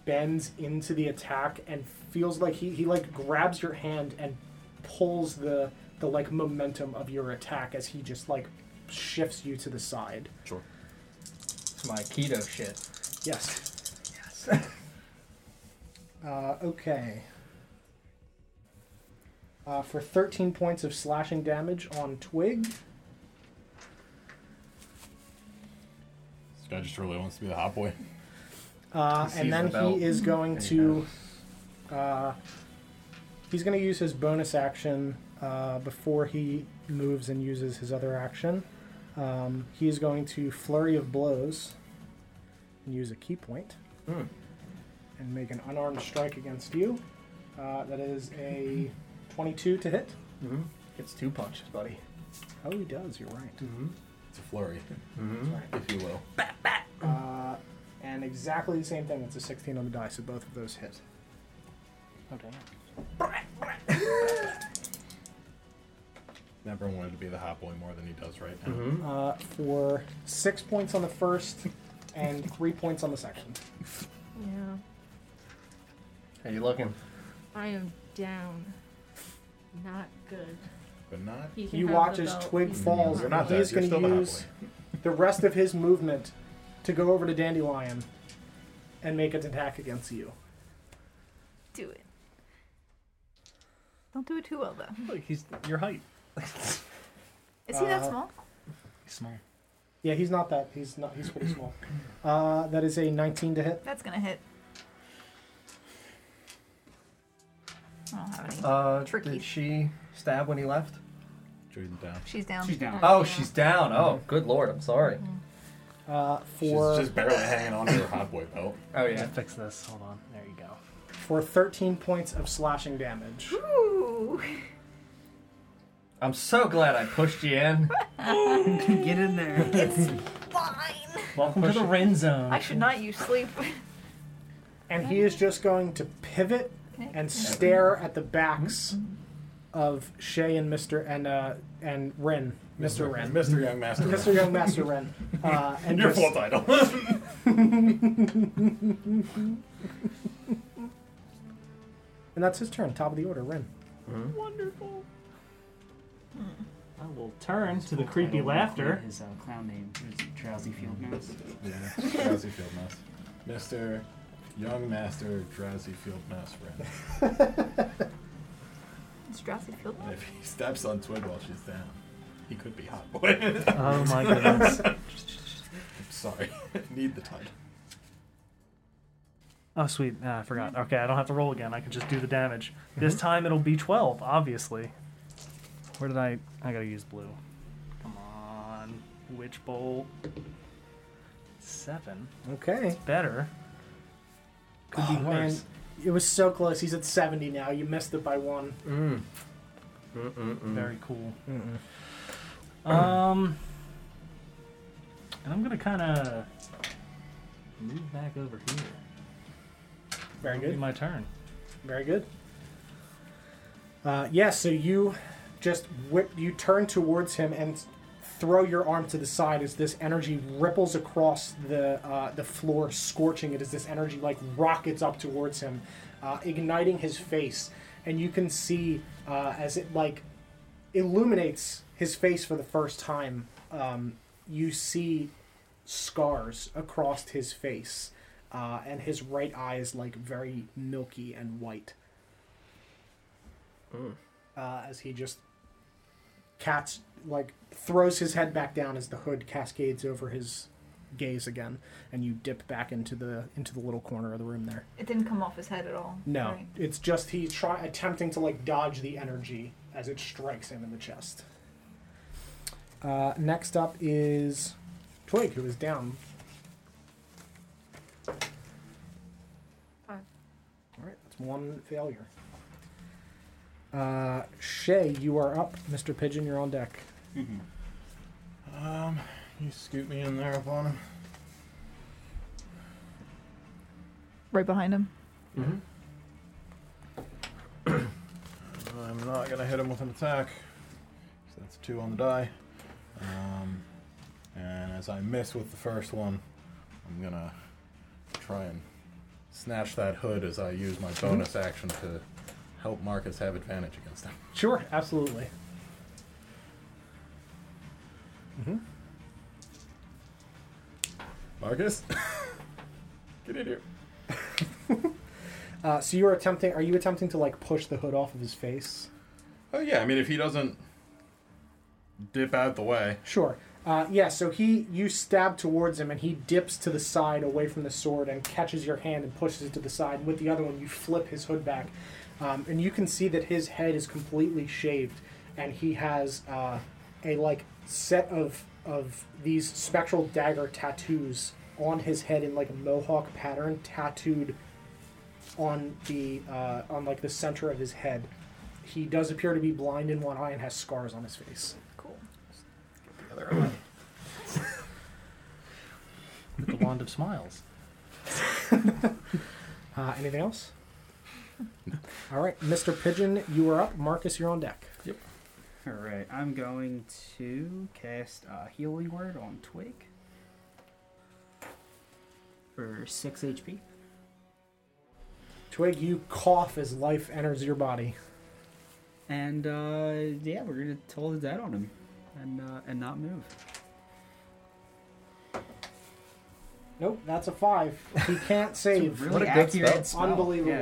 Speaker 2: bends into the attack and feels like he he like grabs your hand and pulls the the like momentum of your attack as he just like shifts you to the side.
Speaker 3: It's my keto shit.
Speaker 2: Yes. Yes. (laughs) uh, okay. Uh, for 13 points of slashing damage on Twig.
Speaker 10: This guy just really wants to be the hot boy.
Speaker 2: Uh,
Speaker 3: He sees
Speaker 2: and then
Speaker 3: the belt.
Speaker 2: he is going
Speaker 3: And he
Speaker 2: to. Uh, he's going to use his bonus action uh, before he moves and uses his other action. Um, he is going to Flurry of Blows and use a key point
Speaker 3: Hmm.
Speaker 2: and make an unarmed strike against you. Uh, that is a 22 to hit.
Speaker 3: Mm-hmm. Gets two punches, buddy.
Speaker 2: Oh, he does. You're right.
Speaker 10: It's a flurry,
Speaker 3: Mm-hmm.
Speaker 10: if you will.
Speaker 2: Uh, and exactly the same thing. It's a 16 on the die, so both of those hit.
Speaker 7: Okay.
Speaker 10: Never wanted to be the hot boy more than he does right now.
Speaker 3: Mm-hmm.
Speaker 2: uh, for six points on the first and three points on the second.
Speaker 8: Yeah.
Speaker 3: How you looking?
Speaker 8: I am down. Not good.
Speaker 10: But not.
Speaker 8: He can
Speaker 2: You
Speaker 8: have
Speaker 2: watch
Speaker 8: the
Speaker 2: as
Speaker 8: belt.
Speaker 2: Twig
Speaker 8: He's
Speaker 2: falls,
Speaker 8: not
Speaker 10: You're
Speaker 2: and
Speaker 10: not
Speaker 2: he
Speaker 10: dead.
Speaker 2: is
Speaker 10: You're
Speaker 2: going
Speaker 10: still
Speaker 2: to
Speaker 10: the hot
Speaker 2: use the rest of his movement to go over to Dandelion and make an attack against you.
Speaker 4: do it. Don't do it too well though.
Speaker 7: Look, he's your height.
Speaker 4: Is he that
Speaker 2: Uh,
Speaker 4: small?
Speaker 7: He's small.
Speaker 2: Yeah, he's not that. He's not. He's pretty small. Uh, that is a 19 to hit.
Speaker 4: That's gonna hit. I don't have any.
Speaker 3: Uh,
Speaker 4: Tricky.
Speaker 3: Did she stab when he left?
Speaker 10: Jordan down.
Speaker 4: she's down.
Speaker 5: She's
Speaker 3: (laughs)
Speaker 5: down.
Speaker 3: Oh, she's down. Oh, good lord. I'm sorry.
Speaker 2: Uh,
Speaker 10: She's
Speaker 2: for
Speaker 10: just barely hanging on to her hot boy belt.
Speaker 3: Oh
Speaker 7: I
Speaker 3: yeah.
Speaker 7: fix this. Hold on. There you go.
Speaker 2: for 13 points of slashing damage.
Speaker 4: Ooh.
Speaker 3: I'm so glad I pushed you in.
Speaker 5: Get in (laughs) there.
Speaker 4: It's fine.
Speaker 7: Welcome to the Ren zone.
Speaker 4: I should not use sleep. (laughs)
Speaker 2: And he is just going to pivot and stare at the backs of Shay and Mr. and uh, and Ren, Mr. Ren,
Speaker 10: Mr. Young Master.
Speaker 2: Mr. Young Master Ren, uh, and
Speaker 10: Your
Speaker 2: just,
Speaker 10: full title. (laughs)
Speaker 2: and that's his turn. Top of the order, Ren.
Speaker 7: Wonderful.
Speaker 4: Hmm.
Speaker 7: I will turn to the creepy laughter.
Speaker 5: His uh, clown name is Drowsy Field Mouse.
Speaker 10: yeah. Drowsy Field Mouse. Mr. Young Master Drowsy Field Mouse Ren.
Speaker 4: Does Drowsy feel that?
Speaker 10: If he steps on Twig while she's down, he could be hot boy.
Speaker 6: (laughs)
Speaker 7: Oh my goodness.
Speaker 10: I'm sorry. (laughs) Need the title.
Speaker 7: (laughs) Oh, sweet. Ah, I forgot. Okay, I don't have to roll again. I can just do the damage. This time it'll be 12, obviously. Where did I. I gotta use blue. Come on. Witch Bolt. Seven.
Speaker 2: Okay.
Speaker 7: Better.
Speaker 2: Could
Speaker 7: Oh,
Speaker 2: be man, it was so close. He's at 70 now. You missed it by one.
Speaker 3: Mm. Mm-mm-mm.
Speaker 7: Very cool. Um. And I'm gonna kind of move back over here.
Speaker 2: Very
Speaker 7: It'll be
Speaker 2: good.
Speaker 7: My turn.
Speaker 2: Very good. Uh, yeah, so you just whip, you turn towards him and throw your arm to the side as this energy ripples across the uh, the floor, scorching it as this energy like rockets up towards him, uh, igniting his face. And you can see uh, as it like illuminates his face for the first time. Um, you see scars across his face, uh, and his right eye is like very milky and white. Uh, as he just cats like throws his head back down as the hood cascades over his gaze again, and you dip back into the into the little corner of the room there.
Speaker 4: It didn't come off his head at all.
Speaker 2: No,
Speaker 4: right?
Speaker 2: it's just he's try attempting to like dodge the energy as it strikes him in the chest. Uh, next up is Twig, who is down.
Speaker 4: Five.
Speaker 2: All right, that's one failure. Uh, Shay, you are up. Mr. Pigeon, you're on deck.
Speaker 6: Um, you scoot me in there upon him.
Speaker 4: Right behind him.
Speaker 6: I'm not gonna hit him with an attack. 'cause that's two on the die. Um, and as I miss with the first one, I'm gonna try and snatch that hood as I use my bonus
Speaker 10: Mm-hmm.
Speaker 6: action to help Marcus have advantage against him.
Speaker 2: Sure, absolutely.
Speaker 6: Marcus, (laughs) get in here.
Speaker 2: Uh, so you are attempting. Are you attempting to like push the hood off of his face?
Speaker 6: Oh yeah, I mean if he doesn't dip out the (laughs) way,
Speaker 2: Sure. Uh, yeah, so he you stab towards him and he dips to the side away from the sword and catches your hand and pushes it to the side. And with the other one, you flip his hood back, um, and you can see that his head is completely shaved, and he has uh, a like set of of these spectral dagger tattoos on his head in like a mohawk pattern tattooed on the uh, on like the center of his head. He does appear to be blind in one eye and has scars on his face.
Speaker 4: Cool.
Speaker 7: With the Wand of Smiles.
Speaker 2: Uh, anything else? All right, Mr. Pigeon, you are up. Marcus, you're on deck.
Speaker 5: All right, I'm going to cast uh, Healing Word on Twig for six HP.
Speaker 2: Twig, you cough as life enters your body.
Speaker 5: And uh, yeah, we're gonna toll the dead on him, and uh, and not move.
Speaker 2: Nope, that's a five. He can't
Speaker 5: It's
Speaker 2: save.
Speaker 5: a really
Speaker 3: What a good
Speaker 5: accurate
Speaker 3: spell.
Speaker 5: spell.
Speaker 2: Unbelievable.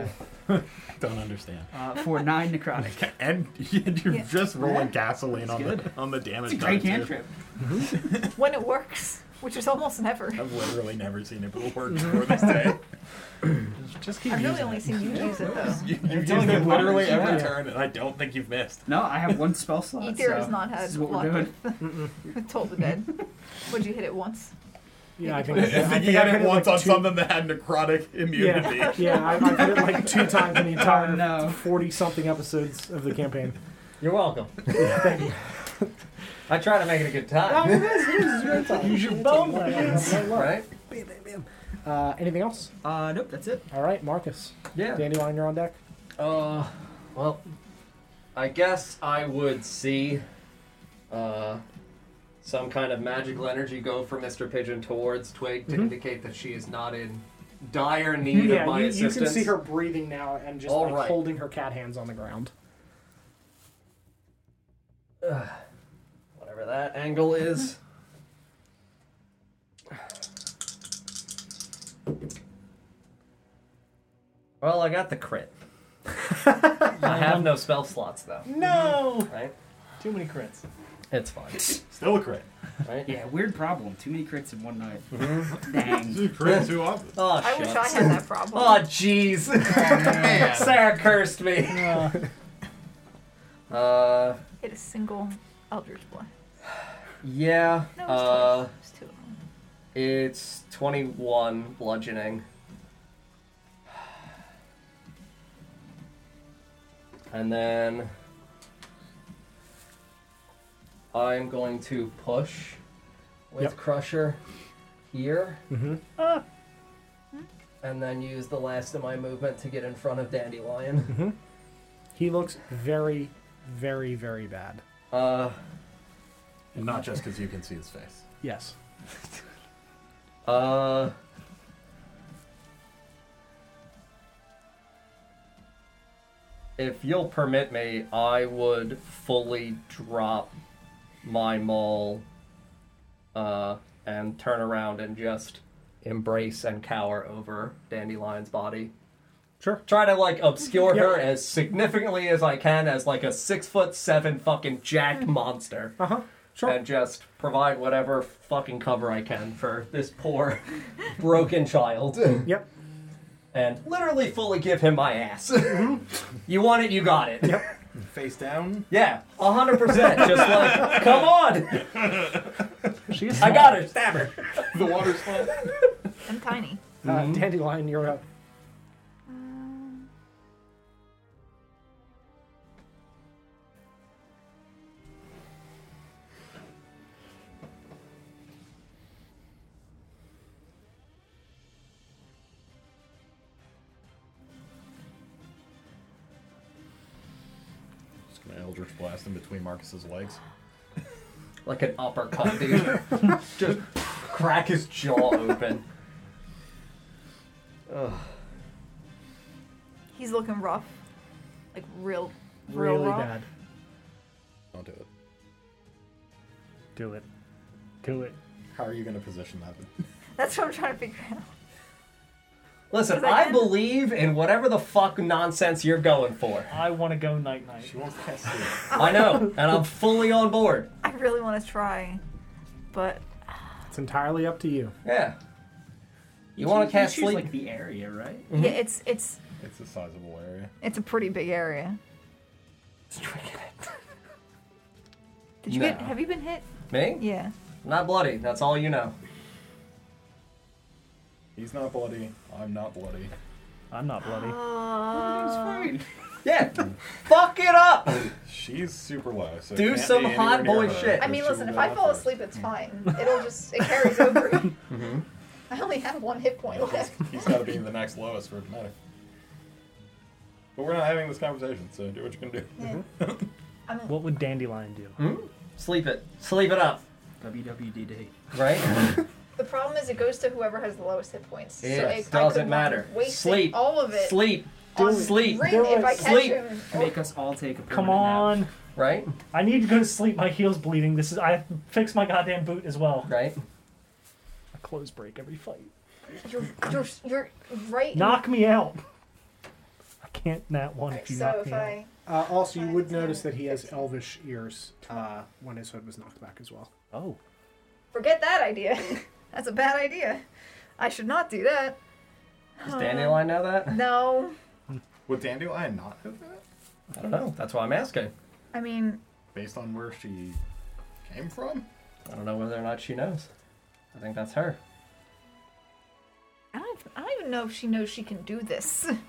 Speaker 5: Yeah.
Speaker 10: Don't understand.
Speaker 5: Uh, for nine necrotic.
Speaker 10: (laughs) And you're
Speaker 4: Yeah.
Speaker 10: just rolling
Speaker 5: Yeah.
Speaker 10: gasoline on
Speaker 5: That's
Speaker 10: the on the
Speaker 5: It's
Speaker 10: damage.
Speaker 5: a
Speaker 10: die,
Speaker 5: great
Speaker 10: too.
Speaker 5: hand trip.
Speaker 4: When it works, which is almost never.
Speaker 10: I've literally never seen it before before this day.
Speaker 7: Just keep
Speaker 4: I've really
Speaker 7: using
Speaker 4: only
Speaker 7: it.
Speaker 4: seen you use it though.
Speaker 10: You, you used
Speaker 5: only
Speaker 10: it
Speaker 5: been
Speaker 10: literally
Speaker 5: once,
Speaker 10: every
Speaker 5: yeah.
Speaker 10: turn, and I don't think you've missed.
Speaker 5: No, I have one spell slot.
Speaker 4: Ether has
Speaker 5: so
Speaker 4: not had
Speaker 5: This is what
Speaker 4: luck
Speaker 5: we're doing.
Speaker 4: (laughs) with Toll the Dead. Would you hit it once?
Speaker 10: (laughs)
Speaker 2: Yeah, I think,
Speaker 10: I
Speaker 2: I
Speaker 10: think
Speaker 2: think
Speaker 10: he
Speaker 2: I've
Speaker 10: had it
Speaker 2: like,
Speaker 10: once on
Speaker 2: two-
Speaker 10: something that had necrotic immunity.
Speaker 2: Yeah, yeah I, I've hit it like two times in the
Speaker 5: Oh, no.
Speaker 2: entire 40 something episodes of the campaign. (laughs)
Speaker 3: You're welcome. I try to make Oh, it a good
Speaker 2: Oh,
Speaker 3: time.
Speaker 2: Use your bone.
Speaker 3: Right?
Speaker 2: Uh, anything else?
Speaker 5: Uh, nope, that's it.
Speaker 2: All right, Marcus.
Speaker 3: Yeah.
Speaker 2: Dandelion, you're on deck.
Speaker 3: Uh, well, I guess I would see uh, some kind of magical energy go from Mr. Pigeon towards Twig to indicate that she is not in dire need
Speaker 2: Mm-hmm. Hmm. yeah,
Speaker 3: of my
Speaker 2: you, you
Speaker 3: assistance.
Speaker 2: can see her breathing now and just
Speaker 3: All
Speaker 2: like,
Speaker 3: right.
Speaker 2: holding her cat hands on the ground.
Speaker 3: Whatever that angle is.
Speaker 4: (laughs)
Speaker 3: Well, I got the crit. I have no spell slots though.
Speaker 7: No!
Speaker 3: Right?
Speaker 7: Too many crits.
Speaker 3: It's fine.
Speaker 10: (laughs) Still a crit.
Speaker 3: Right?
Speaker 5: Yeah, weird problem. Too many crits in one night.
Speaker 10: Two
Speaker 5: (laughs)
Speaker 3: Mm-hmm.
Speaker 5: Dang.
Speaker 10: crits, two often.
Speaker 3: Oh,
Speaker 4: I wish I
Speaker 3: shucks.
Speaker 4: had Oh, that problem.
Speaker 3: Oh, jeez. (laughs) Sarah cursed me. Uh,
Speaker 4: Hit a single Eldritch Blast.
Speaker 3: yeah.
Speaker 4: No, it
Speaker 3: Uh,
Speaker 4: was two. It was two of them.
Speaker 3: it's 21 bludgeoning. And then I'm going to push with
Speaker 2: Yep.
Speaker 3: Crusher here.
Speaker 2: Mm-hmm.
Speaker 3: and then use the last of my movement to get in front of Dandelion.
Speaker 2: Mm-hmm. He looks very, very, very bad.
Speaker 3: Uh,
Speaker 10: And not just because you can see his face.
Speaker 2: Yes.
Speaker 3: uh. If you'll permit me, I would fully drop my maul uh, and turn around and just embrace and cower over Dandelion's body.
Speaker 2: Sure.
Speaker 3: try to like obscure
Speaker 2: Yeah.
Speaker 3: her as significantly as I can as like a six foot seven fucking jacked monster.
Speaker 2: Uh huh. Sure.
Speaker 3: And just provide whatever fucking cover I can for this poor (laughs) broken
Speaker 2: (laughs)
Speaker 3: child.
Speaker 2: Yep.
Speaker 3: And literally fully give him my ass.
Speaker 2: Mm-hmm.
Speaker 3: you want it, you got it.
Speaker 2: Yep. Uh,
Speaker 6: Face down.
Speaker 3: Yeah, a hundred percent. Just (laughs) like, come on,
Speaker 7: She is
Speaker 3: I got her, stab her.
Speaker 10: The water's fine.
Speaker 4: I'm tiny.
Speaker 3: Mm-hmm.
Speaker 2: Uh, Dandelion, you're up.
Speaker 10: Just gonna Eldritch Blast him between Marcus's legs.
Speaker 3: Like an uppercut, dude. (laughs) just crack his jaw open.
Speaker 4: He's looking rough. Like real, real
Speaker 2: Really
Speaker 4: rough.
Speaker 2: bad.
Speaker 10: Don't do it.
Speaker 7: Do it. Do it.
Speaker 10: How are you gonna position that? (laughs)
Speaker 4: That's what I'm trying to figure out.
Speaker 3: Listen,
Speaker 4: Is that
Speaker 3: I
Speaker 4: it?
Speaker 3: believe in whatever the fuck nonsense you're going for.
Speaker 7: I want to go night night.
Speaker 10: She wants to see it.
Speaker 3: I know, and I'm fully on board.
Speaker 4: I really want to try, but
Speaker 2: It's entirely up to you.
Speaker 3: Yeah. You want to cast
Speaker 5: choose,
Speaker 3: sleep? Mm.
Speaker 5: like the area, right?
Speaker 2: Mm-hmm.
Speaker 4: yeah, it's it's
Speaker 10: It's a sizable area.
Speaker 4: it's a pretty big area. Did you get?
Speaker 3: No.
Speaker 4: Have you been hit?
Speaker 3: Me?
Speaker 4: Yeah.
Speaker 3: Not bloody. That's all you know.
Speaker 10: He's not bloody. I'm not bloody.
Speaker 7: I'm not bloody.
Speaker 5: It's
Speaker 4: Uh,
Speaker 5: fine.
Speaker 3: Yeah. Fuck it up.
Speaker 10: She's super low. So
Speaker 3: Do
Speaker 10: can't be
Speaker 3: some
Speaker 10: anywhere
Speaker 3: hot
Speaker 10: near
Speaker 3: boy
Speaker 10: her,
Speaker 3: shit.
Speaker 4: I
Speaker 10: or
Speaker 4: mean,
Speaker 10: she
Speaker 4: listen.
Speaker 10: will
Speaker 4: If
Speaker 10: go
Speaker 4: I
Speaker 10: out
Speaker 4: fall
Speaker 10: first.
Speaker 4: asleep, it's
Speaker 3: (laughs)
Speaker 4: fine. It'll just it carries over.
Speaker 3: Mm-hmm.
Speaker 4: I only have one hit point left.
Speaker 10: He's got to be the next lowest for it to matter. But we're not having this conversation, so do what you can do.
Speaker 3: Mm-hmm.
Speaker 7: What would Dandelion do?
Speaker 3: Sleep it. Sleep it up.
Speaker 5: WWDD.
Speaker 4: (laughs)
Speaker 3: Right?
Speaker 4: The problem is it goes to whoever has the lowest hit points.
Speaker 3: It
Speaker 4: so it
Speaker 3: doesn't matter.
Speaker 4: Wasting
Speaker 3: Sleep.
Speaker 4: all of it.
Speaker 3: Sleep.
Speaker 4: on
Speaker 3: Sleep.
Speaker 4: Ring if I catch oh,
Speaker 3: Sleep.
Speaker 4: him.
Speaker 5: Make us all take a
Speaker 7: Come
Speaker 5: permanent
Speaker 7: on.
Speaker 5: nap.
Speaker 3: Right?
Speaker 7: I need to go to sleep. My heel's bleeding. This is. I fixed my goddamn boot as well.
Speaker 3: (laughs) Right?
Speaker 7: A clothes break every fight.
Speaker 4: You're, you're, you're right. in-
Speaker 7: Knock me out. I can't nat one if you
Speaker 4: so
Speaker 7: knock
Speaker 4: if
Speaker 7: me out.
Speaker 4: I
Speaker 2: Uh, also, you
Speaker 4: Five,
Speaker 2: would
Speaker 4: ten,
Speaker 2: notice that he has
Speaker 4: fifteen.
Speaker 2: elvish ears uh, when his hood was knocked back as well.
Speaker 7: Oh.
Speaker 4: forget that idea, (laughs) that's a bad idea. I should not do that. Um,
Speaker 3: Does Dandelion know that?
Speaker 4: No,
Speaker 10: Would Dandelion not have that?
Speaker 3: I don't know. That's why I'm asking.
Speaker 4: I mean
Speaker 10: Based on where she came from?
Speaker 3: I don't know whether or not she knows. I think that's her.
Speaker 4: I don't. I don't even know if she knows she can do this. (laughs)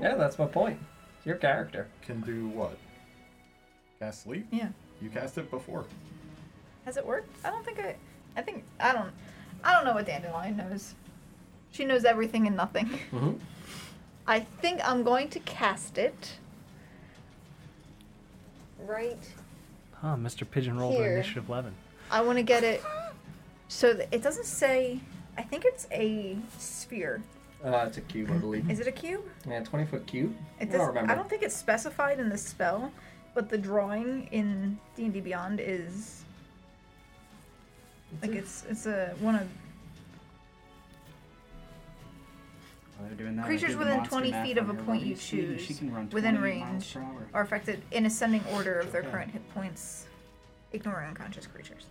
Speaker 3: Yeah, that's my point. It's your character.
Speaker 10: Can do what? Cast sleep?
Speaker 4: Yeah.
Speaker 10: You cast it before.
Speaker 4: Has it worked? I don't think I. I think I don't. I don't know what Dandelion knows. She knows everything and nothing.
Speaker 3: Mhm.
Speaker 4: I think I'm going to cast it. Right.
Speaker 7: Ah, Mr. Pigeon rolled an
Speaker 4: Here.
Speaker 7: initiative 11.
Speaker 4: I want to get it. So that it doesn't say. I think it's a sphere.
Speaker 3: Uh, it's a cube, I believe.
Speaker 4: Is it a cube?
Speaker 3: Yeah, 20 foot cube? I
Speaker 4: It does,
Speaker 3: don't remember.
Speaker 4: I don't think it's specified in the spell, but the drawing in D and D Beyond is like it's it's a one of
Speaker 10: I
Speaker 5: are doing that. I
Speaker 4: Creatures
Speaker 5: did the
Speaker 4: within
Speaker 5: monster
Speaker 4: 20
Speaker 5: math
Speaker 4: feet of
Speaker 5: on
Speaker 4: a
Speaker 5: her.
Speaker 4: point
Speaker 5: What
Speaker 4: you
Speaker 5: do mean? She
Speaker 4: choose
Speaker 5: can run
Speaker 4: within
Speaker 5: 20 miles
Speaker 4: range
Speaker 5: per hour.
Speaker 4: are affected in ascending order of their current hit points. Ignore unconscious creatures.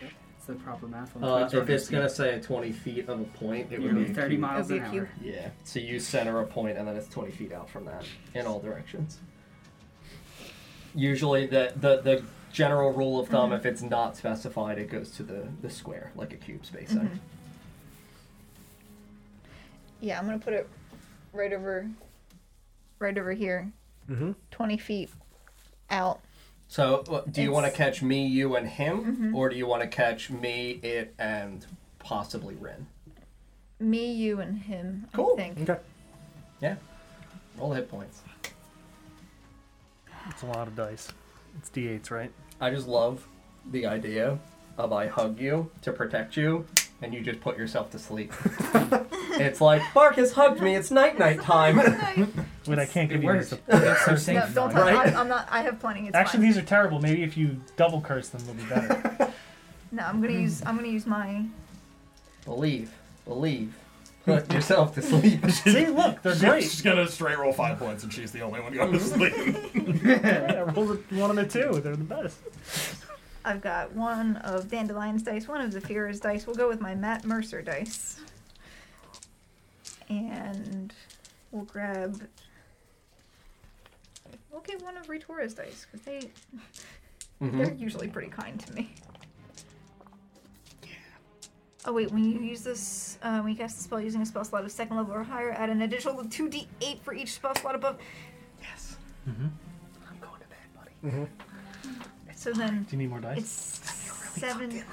Speaker 5: It's the proper math. On
Speaker 3: Uh,
Speaker 5: points
Speaker 3: if
Speaker 5: order,
Speaker 3: it's
Speaker 5: so
Speaker 3: gonna Mm. say 20 feet of a point, it
Speaker 5: It would be 30
Speaker 3: cube.
Speaker 5: miles
Speaker 4: It
Speaker 5: an
Speaker 4: would be a
Speaker 5: hour.
Speaker 3: Yeah. So you center a point, and then it's 20 feet out from that in all directions. Usually, the the, the general rule of
Speaker 4: Mm-hmm.
Speaker 3: thumb, if it's not specified, it goes to the, the square, like a cube space.
Speaker 4: Mhm. Yeah, I'm gonna put it right over, right over here,
Speaker 3: Mm-hmm.
Speaker 2: Mhm.
Speaker 4: 20 feet out.
Speaker 3: So, uh, do you
Speaker 4: It's-
Speaker 3: want to catch me, you, and him, or do you want to catch me, it, and possibly Ren?
Speaker 4: Me, you, and him.
Speaker 3: Cool.
Speaker 4: I think.
Speaker 2: Okay.
Speaker 3: Yeah. Roll hit points.
Speaker 7: It's a lot of dice. It's d8s, right?
Speaker 3: I just love the idea of I hug you to protect you, and you just put yourself to (laughs) sleep. it's like Marcus hugged me. It's night night (laughs) time.
Speaker 7: Wait, I can't give
Speaker 5: It
Speaker 7: you
Speaker 5: works.
Speaker 7: this.
Speaker 5: It's so
Speaker 4: No,
Speaker 5: safe.
Speaker 4: don't touch.
Speaker 3: (laughs) Right?
Speaker 4: I, I'm not. I have plenty. It's
Speaker 7: Actually,
Speaker 4: fine.
Speaker 7: these are terrible. Maybe if you double curse them, they'll be better.
Speaker 4: No, I'm gonna use. I'm gonna use my.
Speaker 3: believe, believe. Put yourself to (laughs) sleep.
Speaker 7: See, look, they're
Speaker 10: (laughs)
Speaker 7: great.
Speaker 10: She's gonna straight roll five points, and she's the only one going to sleep.
Speaker 7: Right, I rolled a one and a two. They're the best.
Speaker 4: I've got one of Dandelion's dice, one of Zephira's dice. We'll go with my Matt Mercer dice. And we'll grab. We'll get one of Retora's dice, because they,
Speaker 3: Mm-hmm.
Speaker 4: they're usually pretty kind to me. Oh, wait, when you use this, uh, when you cast a spell using a spell slot of second level or higher, add an additional 2d8 for each spell slot above.
Speaker 3: Yes. I'm going to bed, buddy.
Speaker 4: So then.
Speaker 7: Do you need more dice?
Speaker 4: It's seven,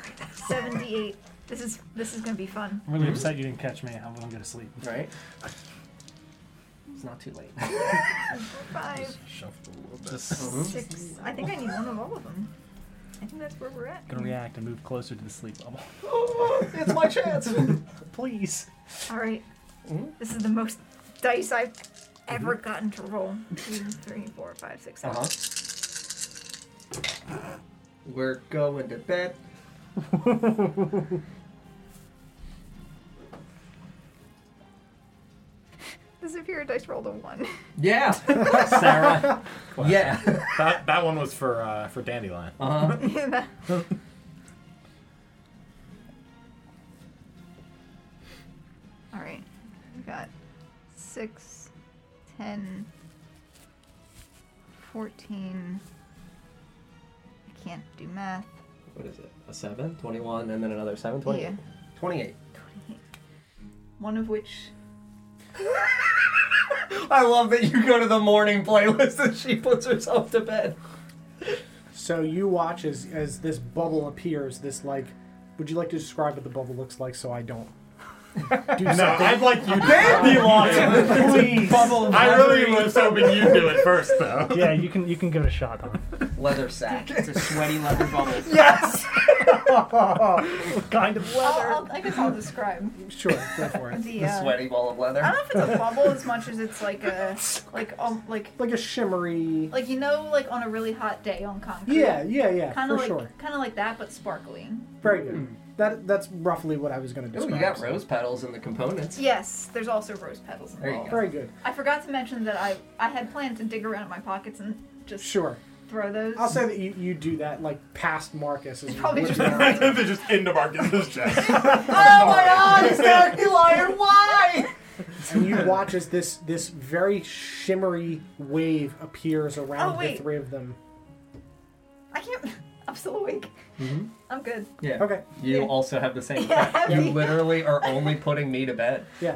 Speaker 4: 78. This is this is gonna be fun.
Speaker 7: I'm really upset you didn't catch me. I'm going to sleep.
Speaker 3: Right? It's not too
Speaker 5: (laughs)
Speaker 3: late.
Speaker 4: Five,
Speaker 10: (laughs) Shuffle a little bit.
Speaker 7: Just
Speaker 4: six. I think I need one of all of them. I think that's where we're at.
Speaker 7: gonna react and move closer to the sleep bubble. (laughs)
Speaker 3: it's my chance.
Speaker 7: Please.
Speaker 4: All right. This is the most dice I've ever gotten to roll. Two, three, four, five, six, seven.
Speaker 3: Uh-huh. We're going to bed.
Speaker 4: This appear dice rolled a one.
Speaker 3: Yeah, (laughs) Sarah. (laughs) yeah.
Speaker 10: That, that one was for uh, for Dandelion.
Speaker 3: Uh-huh.
Speaker 4: (laughs) All right. We got six, ten, fourteen. I can't do math.
Speaker 3: What is it? A 7, 21, and then another 7,
Speaker 4: Yeah.
Speaker 3: 28. 28.
Speaker 4: One of which.
Speaker 3: I love that you go to the morning playlist and she puts herself to
Speaker 10: (laughs)
Speaker 3: bed.
Speaker 2: So you watch as as this bubble appears. This like, would you like to describe what the bubble looks like so I
Speaker 3: (laughs)
Speaker 2: don't? Do
Speaker 10: No, I'd like you to.
Speaker 7: Dandelion, please.
Speaker 3: Bubble
Speaker 10: I really was hoping you'd do it first, (laughs) though.
Speaker 7: Yeah, you can you can give it a shot on.
Speaker 3: leather sack.
Speaker 5: It's a sweaty leather
Speaker 4: (laughs)
Speaker 5: bubble.
Speaker 3: Yes!
Speaker 7: (laughs) kind of
Speaker 4: I'll, I'll, I guess I'll (laughs) describe
Speaker 2: Sure, go for it.
Speaker 4: the.
Speaker 3: The
Speaker 4: Uh,
Speaker 3: sweaty ball of
Speaker 4: I
Speaker 3: leather.
Speaker 4: don't know if it's a bubble as much as it's like a (laughs) like um like
Speaker 2: Like a shimmery.
Speaker 4: like you know like on a really hot day on concrete.
Speaker 2: Yeah, yeah, yeah,
Speaker 4: Kind
Speaker 2: for
Speaker 4: of like Hmm.
Speaker 2: sure.
Speaker 4: kind of like that, but sparkling.
Speaker 2: Very good. That that's roughly what I was going to
Speaker 3: Ooh,
Speaker 2: describe.
Speaker 3: Oh, you got rose petals in the components.
Speaker 4: Yes, there's also rose petals
Speaker 3: There you
Speaker 4: involved.
Speaker 2: Very good.
Speaker 4: I forgot to mention that I I had planned to dig around in my pockets and just
Speaker 2: Sure.
Speaker 4: throw those.
Speaker 2: I'll say that you, you do that like past Marcus. Is
Speaker 4: Probably just-
Speaker 10: They're just into Marcus's (laughs) chest.
Speaker 3: Oh my god, it's (laughs) Dandelion! Why?
Speaker 2: and you watch as this this very shimmery wave appears
Speaker 4: Oh,
Speaker 2: around the
Speaker 4: wait.
Speaker 2: three of them.
Speaker 4: I can't. (laughs) I'm still awake.
Speaker 2: Mm-hmm.
Speaker 4: I'm good.
Speaker 3: Yeah.
Speaker 2: Okay.
Speaker 3: You
Speaker 4: Yeah.
Speaker 3: also have the same
Speaker 4: Yeah,
Speaker 3: effect. You
Speaker 4: happy.
Speaker 3: literally are only putting me to (laughs) bed.
Speaker 2: Yeah.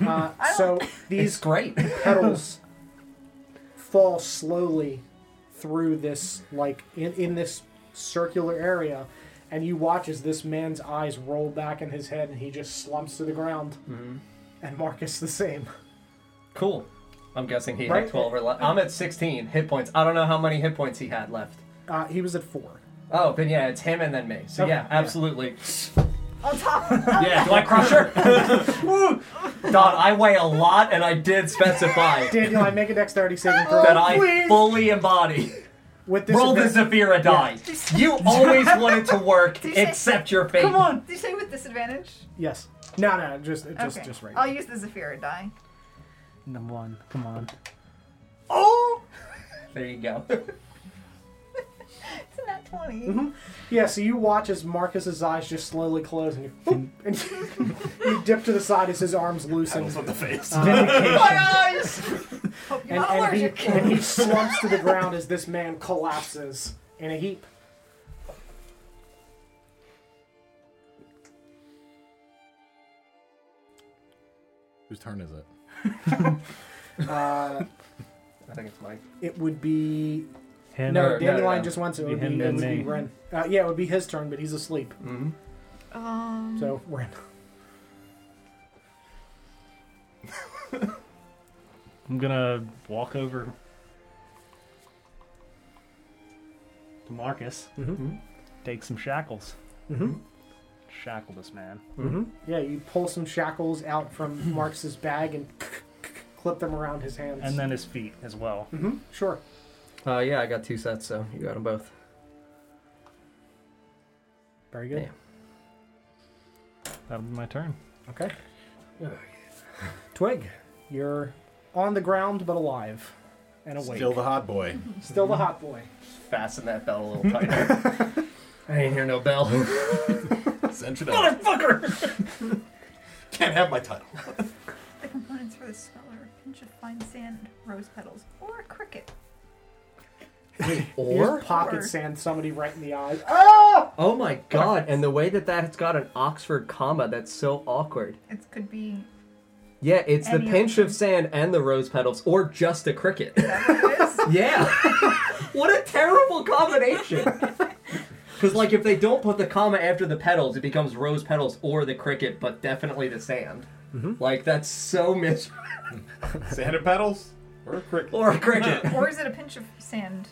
Speaker 2: Uh, so
Speaker 3: It's
Speaker 2: these
Speaker 3: great.
Speaker 4: (laughs)
Speaker 2: petals fall slowly through this like in, in this circular area and you watch as this man's eyes roll back in his head and he just slumps to the ground
Speaker 7: Mm-hmm.
Speaker 2: and marcus the same
Speaker 3: Cool. I'm guessing he
Speaker 2: Right?
Speaker 3: had 12 or less. I'm at 16 hit points. I don't know how many hit points he had left.
Speaker 2: uh, he was at four
Speaker 3: Oh, then yeah, it's him and then me. So
Speaker 2: Okay,
Speaker 3: yeah,
Speaker 2: yeah.
Speaker 3: absolutely.
Speaker 4: On
Speaker 2: (laughs)
Speaker 4: top.
Speaker 3: Yeah, do I crush her? (laughs) Woo! Don, I weigh a lot and I (laughs) did specify
Speaker 2: daniel i make a dexterity saving throw
Speaker 3: that I fully embody.
Speaker 2: with this
Speaker 3: Roll the Zafira die. You always want it to work
Speaker 4: Did you say-
Speaker 3: except your fate. Come on!
Speaker 4: Did you say with disadvantage?
Speaker 2: yes no no just just
Speaker 4: okay. Oh,
Speaker 2: just right
Speaker 4: I'll use the Zephyr die.
Speaker 7: the one. Come on.
Speaker 3: There you (laughs) go.
Speaker 4: It's in that 20.
Speaker 2: (laughs) Yeah, so you watch as Marcus's eyes just slowly close and you, boop, and (laughs) you dip to the side as his arms loosen.
Speaker 10: Paddles on the face.
Speaker 4: Oh My
Speaker 2: (laughs)
Speaker 4: eyes! Hope you're
Speaker 2: And,
Speaker 4: not
Speaker 2: and,
Speaker 4: allergic.
Speaker 2: he, and he slumps to the ground as this man collapses in a heap.
Speaker 6: Whose turn is it?
Speaker 2: Uh,
Speaker 3: I think it's Mike.
Speaker 2: it would be.
Speaker 7: Him.
Speaker 2: No,
Speaker 3: no,
Speaker 2: Dandelion
Speaker 3: no.
Speaker 2: just went, so it
Speaker 7: It'd
Speaker 2: would
Speaker 7: be him
Speaker 2: be, it
Speaker 7: and
Speaker 2: would be
Speaker 7: me.
Speaker 2: Ren. Uh, yeah, it would be his turn, but he's asleep.
Speaker 3: Mm-hmm.
Speaker 4: Um,
Speaker 2: So, Ren.
Speaker 7: I'm gonna walk over to Marcus.
Speaker 2: Mhm.
Speaker 7: Mm-hmm. Take some shackles.
Speaker 2: Mhm.
Speaker 7: Shackle this man.
Speaker 2: Mm-hmm. Yeah, you pull some shackles out from
Speaker 7: Mm-hmm.
Speaker 2: Marcus's bag and clip them around his hands.
Speaker 7: And then his feet as well.
Speaker 2: Mm-hmm. Sure.
Speaker 3: Uh, yeah, I got two sets, so you got them both.
Speaker 2: Very good.
Speaker 3: Yeah.
Speaker 7: That'll be my turn.
Speaker 2: Okay. Twig, you're on the ground but alive and awake.
Speaker 6: Still the hot boy.
Speaker 2: Still the hot boy.
Speaker 3: Fasten that bell a (laughs) little tighter. I ain't hear no bell.
Speaker 10: Cinch it up.
Speaker 3: (laughs) Motherfucker!
Speaker 10: Can't have my title.
Speaker 4: the components for the spell are a pinch of fine sand, rose petals, or a cricket.
Speaker 2: Or
Speaker 3: (laughs) Or?
Speaker 2: pocket
Speaker 4: Or-
Speaker 2: sand somebody right in the eye.
Speaker 3: Oh my god, and the way that that's got an Oxford comma, that's so awkward.
Speaker 4: It could be.
Speaker 3: Yeah, it's
Speaker 4: Any
Speaker 3: the
Speaker 4: of
Speaker 3: pinch
Speaker 4: them.
Speaker 3: of sand and the rose petals, or just a cricket.
Speaker 4: Is that what it
Speaker 3: (laughs)
Speaker 4: is?
Speaker 3: yeah! what a terrible
Speaker 4: (laughs)
Speaker 3: combination! Because, like, if they don't put the comma after the petals, it becomes rose petals or the cricket, but definitely the sand. Like, that's so miserable.
Speaker 10: Sand and petals or a cricket.
Speaker 3: Or a (laughs) cricket.
Speaker 4: or is it a pinch of sand,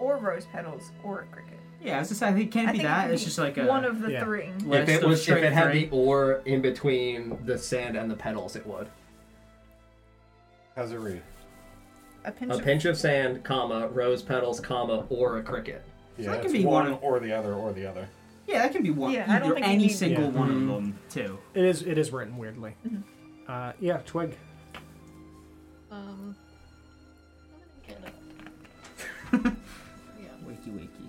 Speaker 4: or rose petals, or a cricket?
Speaker 5: Yeah, it's just I think it can't
Speaker 4: I
Speaker 5: be
Speaker 4: think it
Speaker 5: that.
Speaker 4: could
Speaker 5: It's
Speaker 4: be
Speaker 5: just like a
Speaker 4: one of the
Speaker 7: yeah.
Speaker 4: three.
Speaker 3: If
Speaker 5: list
Speaker 3: it
Speaker 5: of
Speaker 3: was, if
Speaker 5: straight
Speaker 3: it had
Speaker 5: three.
Speaker 3: the or in between the sand and the petals, it would.
Speaker 10: How's it read?
Speaker 4: A pinch.
Speaker 3: A
Speaker 4: of,
Speaker 3: pinch of sand, comma rose petals, comma or a cricket.
Speaker 10: Yeah,
Speaker 5: that
Speaker 10: it's
Speaker 5: can be
Speaker 10: one,
Speaker 5: one-
Speaker 10: or the other or the other.
Speaker 5: yeah, that can be one.
Speaker 4: Yeah, I
Speaker 5: either,
Speaker 4: don't think you
Speaker 5: any
Speaker 4: need-
Speaker 5: single
Speaker 7: Yeah.
Speaker 5: one
Speaker 3: Mm-hmm.
Speaker 5: of them too.
Speaker 2: It is it is written weirdly. Uh, yeah, Twig.
Speaker 8: Um, I'm gonna get up.
Speaker 7: (laughs)
Speaker 8: yeah,
Speaker 5: Wakey wakey.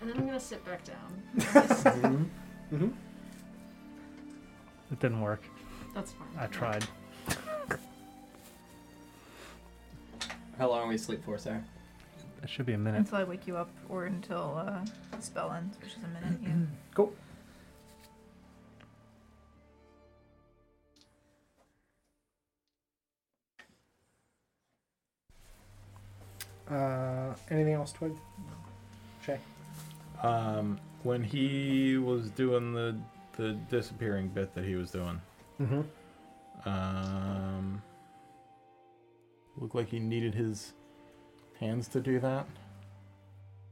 Speaker 8: and then I'm gonna sit back down.
Speaker 7: It didn't work.
Speaker 8: That's fine.
Speaker 7: I tried.
Speaker 3: How long we sleep for, sir?
Speaker 7: It should be a minute.
Speaker 4: until I wake you up, or until uh, the spell ends, which is a minute. Yeah.
Speaker 7: (clears throat)
Speaker 2: Cool. Uh, anything else, Twig? Shay.
Speaker 6: Um, when he was doing the the disappearing bit that he was doing,
Speaker 2: Mm-hmm.
Speaker 6: um, looked like he needed his hands to do that.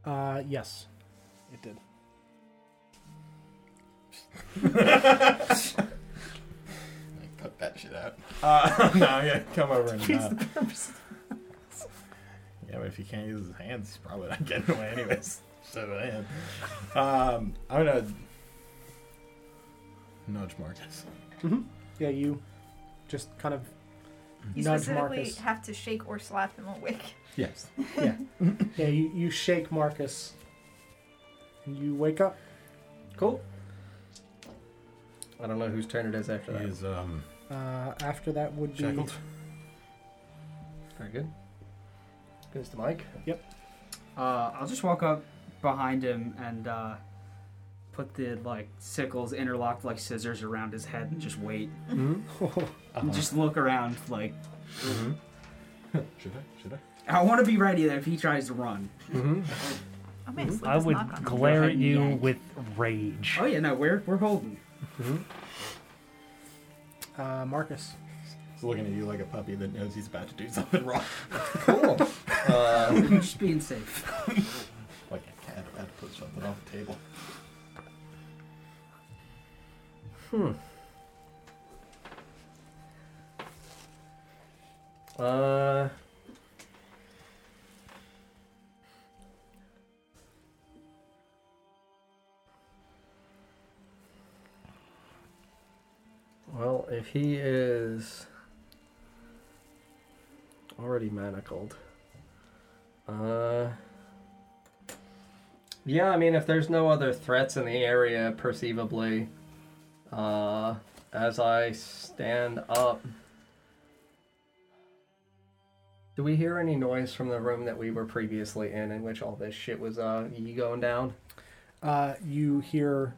Speaker 2: Uh, yes, it did.
Speaker 10: Like, cut that shit out.
Speaker 6: Uh, (laughs) no, yeah, come
Speaker 10: (laughs)
Speaker 6: over and. Uh, yeah, but if he can't use his hands, he's probably not getting away anyways. (laughs) So I am. Um, I'm gonna nudge Marcus.
Speaker 2: Yeah, you just kind of
Speaker 4: You
Speaker 2: nudge
Speaker 4: specifically
Speaker 2: Marcus.
Speaker 4: have to shake or slap him oh, awake.
Speaker 6: Yes.
Speaker 2: Yeah, you, you shake Marcus. You wake up.
Speaker 3: Cool. I don't know whose turn it is after
Speaker 6: He
Speaker 3: that.
Speaker 6: is um
Speaker 2: Uh, after that would be
Speaker 6: shackled.
Speaker 3: Very good. Goes to Mike.
Speaker 5: Uh, I'll just walk up behind him and uh, put the like sickles interlocked like scissors around his head and just wait.
Speaker 3: Mm-hmm. (laughs)
Speaker 5: And just look around like
Speaker 6: Should I? Should I?
Speaker 5: I want to be ready that if he tries to run.
Speaker 4: I mean, sleep
Speaker 7: Mm-hmm. I
Speaker 4: is
Speaker 7: would
Speaker 4: not gone.
Speaker 7: glare at you
Speaker 5: Yank.
Speaker 7: with rage.
Speaker 5: Oh yeah, no, we're we're holding.
Speaker 2: uh, Marcus.
Speaker 10: He's looking at you like a puppy that knows he's about to do something wrong.
Speaker 3: Cool. uh,
Speaker 5: We're just being safe.
Speaker 10: (laughs) Like a cat about to put something off the table.
Speaker 3: Hmm. uh, well, Well, if he is already manacled, uh, yeah, I mean, if there's no other threats in the area, perceivably, uh, as I stand up, do we hear any noise from the room that we were previously in, in which all this shit was uh, ye going down?
Speaker 2: Uh, you hear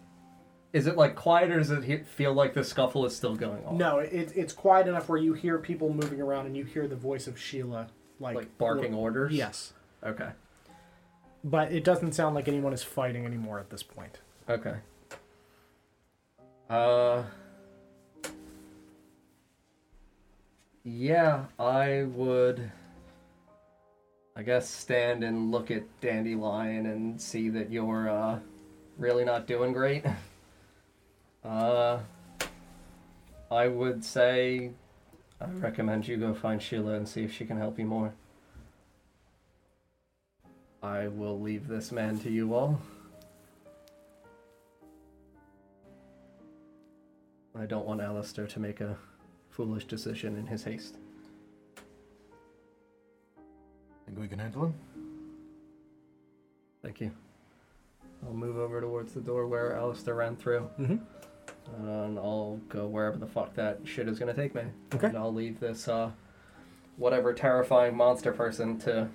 Speaker 3: Is it like quiet, or does it he- feel like the scuffle is still going on?
Speaker 2: no. It, it's quiet enough where you hear people moving around and you hear the voice of Sheila, like,
Speaker 3: like barking orders.
Speaker 2: Yes,
Speaker 3: Okay.
Speaker 2: but it doesn't sound like anyone is fighting anymore at this point.
Speaker 3: Okay. Uh. Yeah, I would. I guess stand and look at Dandelion and see that you're uh, really not doing great. (laughs) Uh, I would say I recommend you go find Sheila and see if she can help you more. I will leave this man to you all. I don't want Alistair to make a foolish decision in his haste.
Speaker 6: Think we can
Speaker 10: (laughs)
Speaker 6: handle him?
Speaker 3: Thank you. I'll move over towards the door where Alistair ran through,
Speaker 2: Mm-hmm.
Speaker 3: and I'll go wherever the fuck that shit is gonna take me.
Speaker 2: Okay.
Speaker 3: And I'll leave this, uh, whatever terrifying monster person to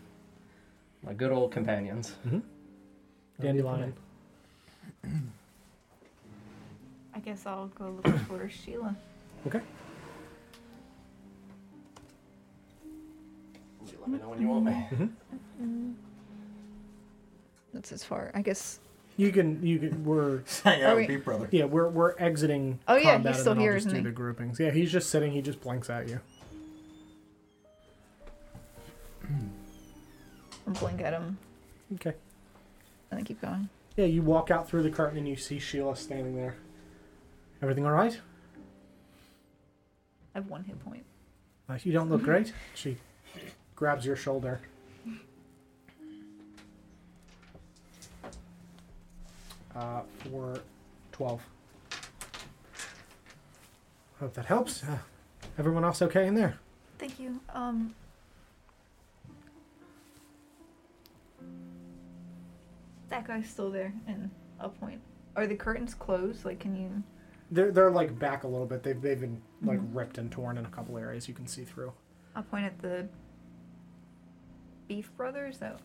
Speaker 3: my good old companions.
Speaker 2: Mhm.
Speaker 3: That'll be
Speaker 2: Dandelion.
Speaker 3: fine.
Speaker 4: I guess I'll go look (coughs) for Sheila.
Speaker 1: You let me know when you want me.
Speaker 4: That's as far. I guess.
Speaker 2: You can you can we're
Speaker 6: Hang
Speaker 4: Are
Speaker 6: out,
Speaker 4: we-
Speaker 6: with Beat Brother.
Speaker 2: yeah we're we're exiting.
Speaker 4: Oh, yeah,
Speaker 2: combat
Speaker 4: he's
Speaker 2: and
Speaker 4: still
Speaker 2: then I'll
Speaker 4: here,
Speaker 2: just do
Speaker 4: isn't he?
Speaker 2: The groupings. Yeah, he's just sitting. He just blinks at you.
Speaker 4: I'll blink at him
Speaker 2: Okay.
Speaker 4: and then keep going.
Speaker 2: Yeah, you walk out through the curtain and you see Sheila standing there. Everything all right?
Speaker 4: I have one hit point.
Speaker 2: Like, you don't look
Speaker 6: Mm-hmm.
Speaker 2: great. She grabs your shoulder. Uh, for 12. Hope that helps. Uh, everyone else okay in there?
Speaker 4: Thank you. Um. That guy's still there, and I'll point. Are the curtains closed? Like, can you?
Speaker 2: They're, they're like back a little bit. They've, they've been like
Speaker 6: Mm-hmm.
Speaker 2: ripped and torn in a couple areas you can see through.
Speaker 4: I'll point at the beef brothers. Though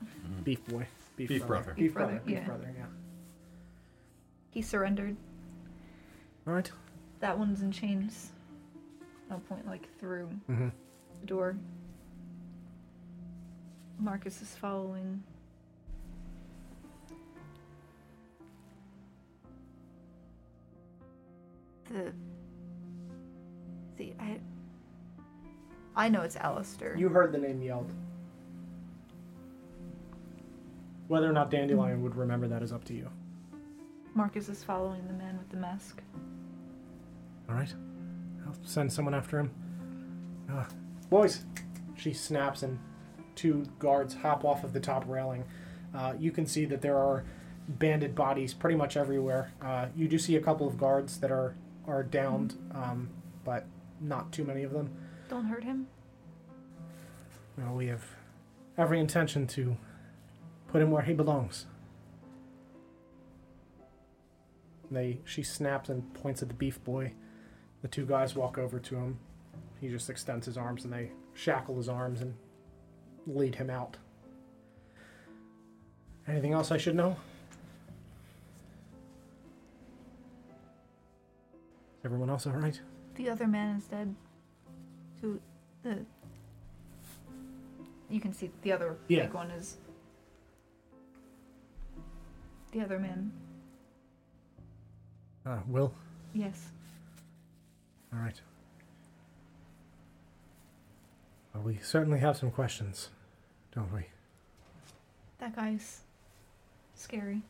Speaker 2: Beef boy.
Speaker 6: Mm. Beef brother.
Speaker 2: Beef
Speaker 4: Beef
Speaker 2: brother.
Speaker 4: brother,
Speaker 2: Beef
Speaker 4: yeah.
Speaker 2: brother, yeah.
Speaker 4: he surrendered.
Speaker 2: All right.
Speaker 4: That one's in chains. I'll point like through
Speaker 2: Mhm.
Speaker 4: the door. Marcus is following. The the I I know it's Alistair.
Speaker 2: You heard the name yelled. Whether or not Dandelion would remember that is up to you.
Speaker 4: Marcus is following the man with the mask.
Speaker 2: All right. I'll send someone after him. Ah, boys! She snaps, and two guards hop off of the top railing. Uh, you can see that there are banded bodies pretty much everywhere. Uh, you do see a couple of guards that are, are downed, um, but not too many of them.
Speaker 4: Don't hurt him.
Speaker 2: Well, we have every intention to put him where he belongs. They, she snaps and points at the beef boy. The two guys walk over to him. He just extends his arms and they shackle his arms and lead him out. Anything else I should know? Is everyone else all right?
Speaker 4: The other man is dead. To the You can see the other
Speaker 2: Yeah.
Speaker 4: big one is the other man.
Speaker 2: Uh, Will?
Speaker 4: Yes.
Speaker 2: All right. Well, we certainly have some questions, don't we?
Speaker 4: That guy's scary.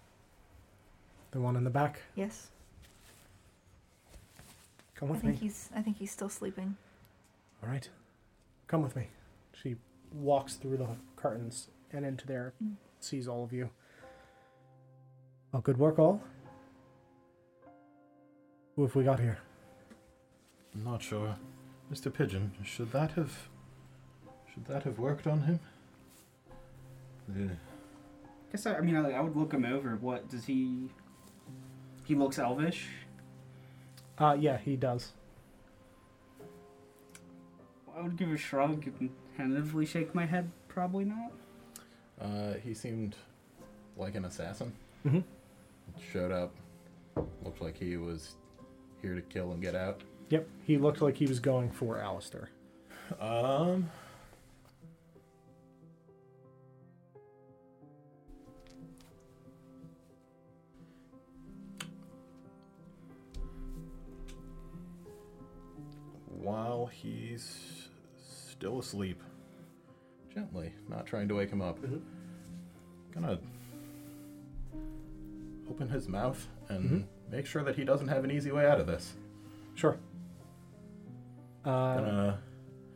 Speaker 2: The one in the back,
Speaker 4: Yes.
Speaker 2: come
Speaker 4: I
Speaker 2: with
Speaker 4: think
Speaker 2: me.
Speaker 4: he's I think he's still sleeping.
Speaker 2: All right, come with me. She walks through the curtains and into there,
Speaker 4: Mm.
Speaker 2: sees all of you. Well, good work, all. Who have we got here?
Speaker 6: I'm not sure. Mr. Pigeon, should that have should that have worked on him? The-
Speaker 5: guess I, I mean I, I would look him over. What does he? He looks elvish.
Speaker 2: Uh, yeah, he does.
Speaker 5: I would give a shrug and tentatively shake my head. Probably not.
Speaker 6: Uh, he seemed like an assassin.
Speaker 2: Mhm.
Speaker 6: Showed up, looked like he was here to kill and get out.
Speaker 2: Yep, he looked like he was going for Alistair.
Speaker 6: Um, while he's still asleep, gently, not trying to wake him up,
Speaker 2: Mm-hmm.
Speaker 6: gonna open his mouth and make sure that he doesn't have an easy way out of this.
Speaker 2: Mm-hmm. Sure. Uh,
Speaker 6: Gonna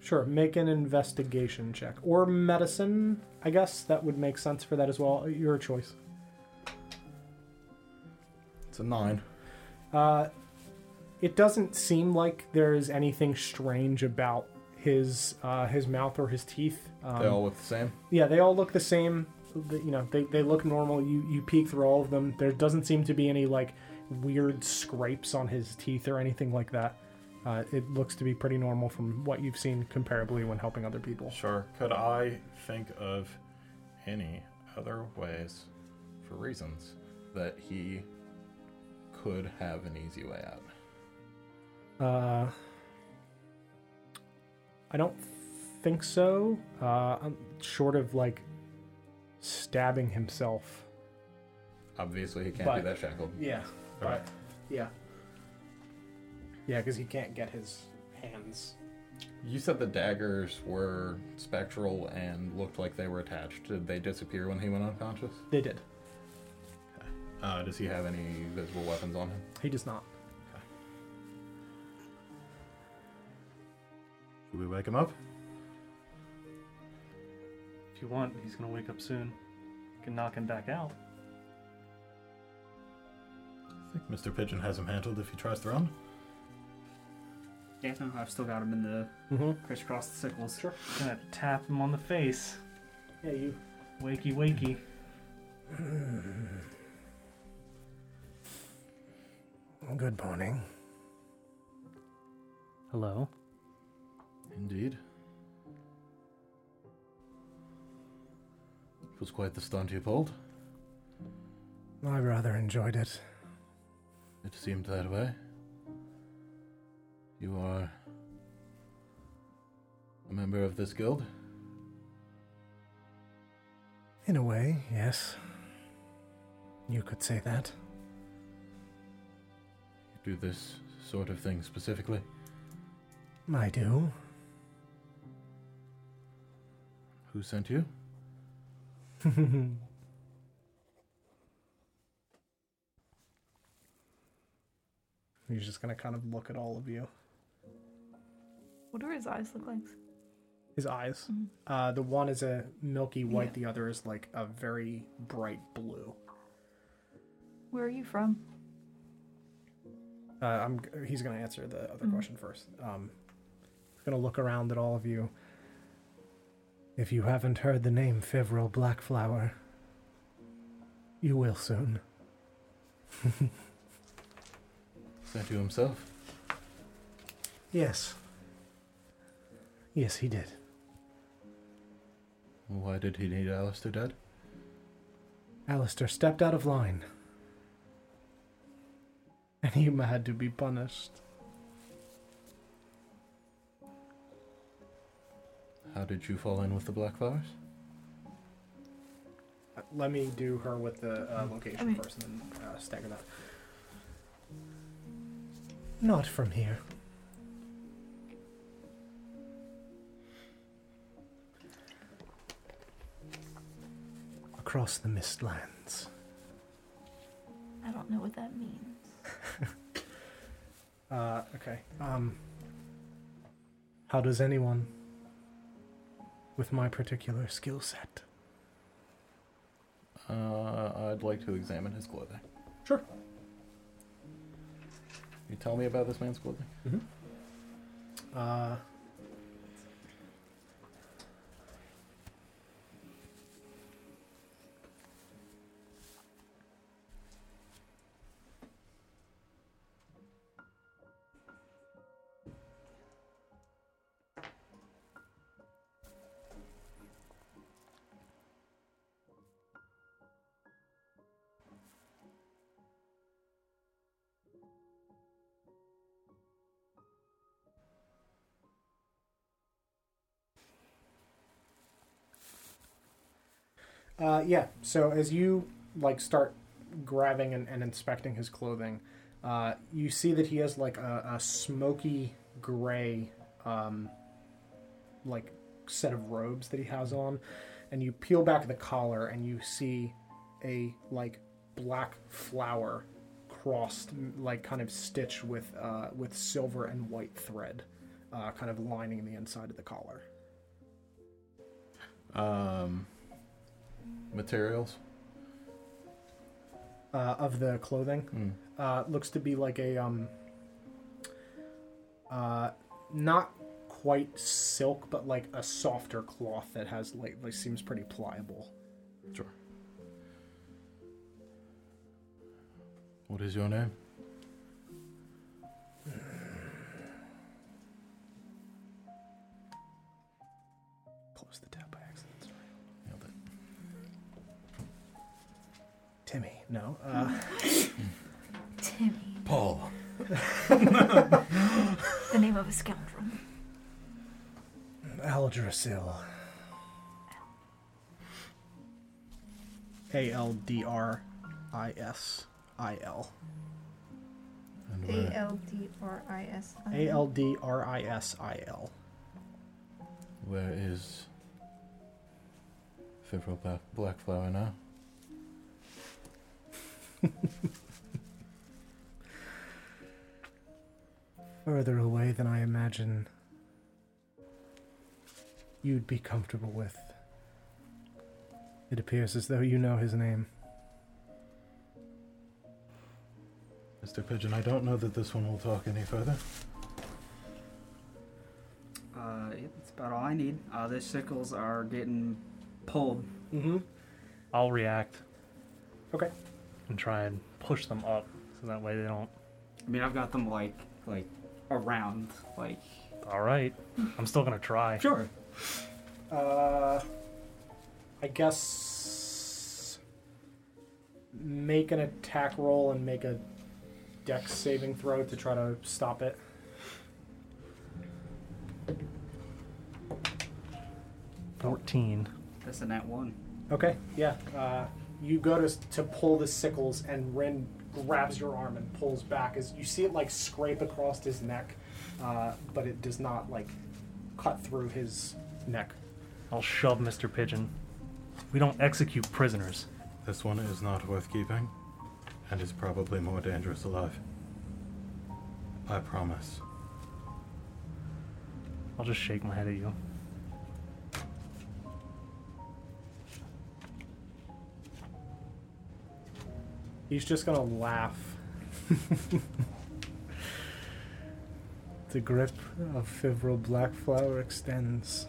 Speaker 2: sure. Make an investigation check or medicine. I guess that would make sense for that as well. Your choice.
Speaker 6: It's a nine.
Speaker 2: Uh, it doesn't seem like there's anything strange about his uh, his mouth or his teeth. Um,
Speaker 6: they all look the same.
Speaker 2: yeah, they all look the same. The- You know, they, they look normal. You you peek through all of them. There doesn't seem to be any like weird scrapes on his teeth or anything like that. Uh, it looks to be pretty normal from what you've seen comparably when helping other people.
Speaker 6: Sure. Could I think of any other ways, for reasons, that he could have an easy way out?
Speaker 2: Uh, I don't think so. Uh, I'm short of like stabbing himself.
Speaker 6: Obviously, he can't
Speaker 2: But-
Speaker 6: do that shackled.
Speaker 2: Yeah,
Speaker 6: Okay.
Speaker 2: yeah, yeah, because he can't get his hands.
Speaker 6: You said the daggers were spectral and looked like they were attached. Did they disappear when he went unconscious?
Speaker 2: They did.
Speaker 6: Uh, does he have any visible weapons on him?
Speaker 2: He does not.
Speaker 6: Should we wake him up?
Speaker 7: If you want, he's gonna wake up soon. You can knock him back out.
Speaker 6: I think Mr. Pigeon has him handled if he tries to run.
Speaker 5: Yeah, no, I've still got him in the
Speaker 2: Mm-hmm.
Speaker 5: crisscross sickles. Sure.
Speaker 7: Gonna tap him on the face.
Speaker 2: Yeah, you.
Speaker 7: Wakey, wakey.
Speaker 1: Good morning.
Speaker 7: Hello.
Speaker 6: Indeed. It was quite the stunt you pulled.
Speaker 1: I rather enjoyed it.
Speaker 6: It seemed that way. You are a member of this guild?
Speaker 1: In a way, yes. You could say that.
Speaker 6: You do this sort of thing specifically?
Speaker 1: I do.
Speaker 6: Who sent you?
Speaker 2: He's just gonna kind of look at all of you.
Speaker 4: What do his eyes look like?
Speaker 2: His eyes.
Speaker 4: Mhm.
Speaker 2: Uh, the one is a milky white. The other is like a very bright blue.
Speaker 4: Where are you from?
Speaker 2: Uh, I'm, he's going to answer the other question first. Um, he's going to look around at all of you.
Speaker 1: If you haven't heard the name Fevril Blackflower, you will soon.
Speaker 6: Sent you himself?
Speaker 1: Yes. Yes, he did.
Speaker 6: Why did he need Alistair dead?
Speaker 1: Alistair stepped out of line.
Speaker 2: And he had to be punished.
Speaker 6: How did you fall in with the Black Flowers?
Speaker 2: Uh, Let me do her with the uh, location
Speaker 4: I mean-
Speaker 2: first and then uh, stagger that.
Speaker 1: Not from here. Across the Mistlands.
Speaker 4: I don't know what that means. (laughs)
Speaker 2: Uh, okay.
Speaker 1: Um. How does anyone with my particular skill set?
Speaker 6: Uh, I'd like to examine his clothing.
Speaker 2: Sure.
Speaker 6: You tell me about this man's clothing?
Speaker 2: Mhm. Uh, Uh, yeah. So as you like start grabbing and, and inspecting his clothing, uh, you see that he has like a, a smoky gray, um, like set of robes that he has on, and you peel back the collar and you see a like black flower crossed like kind of stitched with uh, with silver and white thread uh, kind of lining the inside of the collar
Speaker 6: Um, materials.
Speaker 2: uh, of the clothing
Speaker 6: Hmm.
Speaker 2: uh, looks to be like a um, uh, not quite silk, but like a softer cloth that has like, like seems pretty pliable.
Speaker 6: Sure. What is your name?
Speaker 2: Close the tab by accident. Sorry.
Speaker 6: Nailed it.
Speaker 2: Timmy, no. Uh, (laughs)
Speaker 4: Timmy,
Speaker 6: Paul.
Speaker 4: the name of a scoundrel.
Speaker 2: Aldrasil. A L D R I S I L.
Speaker 6: And
Speaker 4: A
Speaker 6: where,
Speaker 4: L D R I S.
Speaker 2: A L D R I S I L.
Speaker 6: where is Fibro Black, Blackflower now?
Speaker 1: Further away than I imagine you'd be comfortable with. It appears as though you know his name.
Speaker 6: Mr. Pigeon, I don't know that this one will talk any further.
Speaker 5: Uh, yep, that's about all I need. Uh, those sickles are getting pulled.
Speaker 2: Mm-hmm.
Speaker 7: I'll react
Speaker 2: Okay.
Speaker 7: and try and push them up so that way they don't.
Speaker 5: I mean, I've got them like like around like.
Speaker 7: All right, I'm still gonna try.
Speaker 5: Sure.
Speaker 2: Uh, I guess make an attack roll and make a dex saving throw to try to stop it.
Speaker 7: Fourteen.
Speaker 5: That's a nat one.
Speaker 2: Okay, yeah. Uh, you go to to pull the sickles, and Rin grabs your arm and pulls back as you see it like scrape across his neck, uh, but it does not like cut through his neck.
Speaker 7: I'll shove Mr. Pigeon. We don't execute prisoners.
Speaker 6: This one is not worth keeping, and is probably more dangerous alive. I promise.
Speaker 7: I'll just shake my head at you.
Speaker 2: He's just gonna laugh. (laughs)
Speaker 1: The grip of Fivril Blackflower extends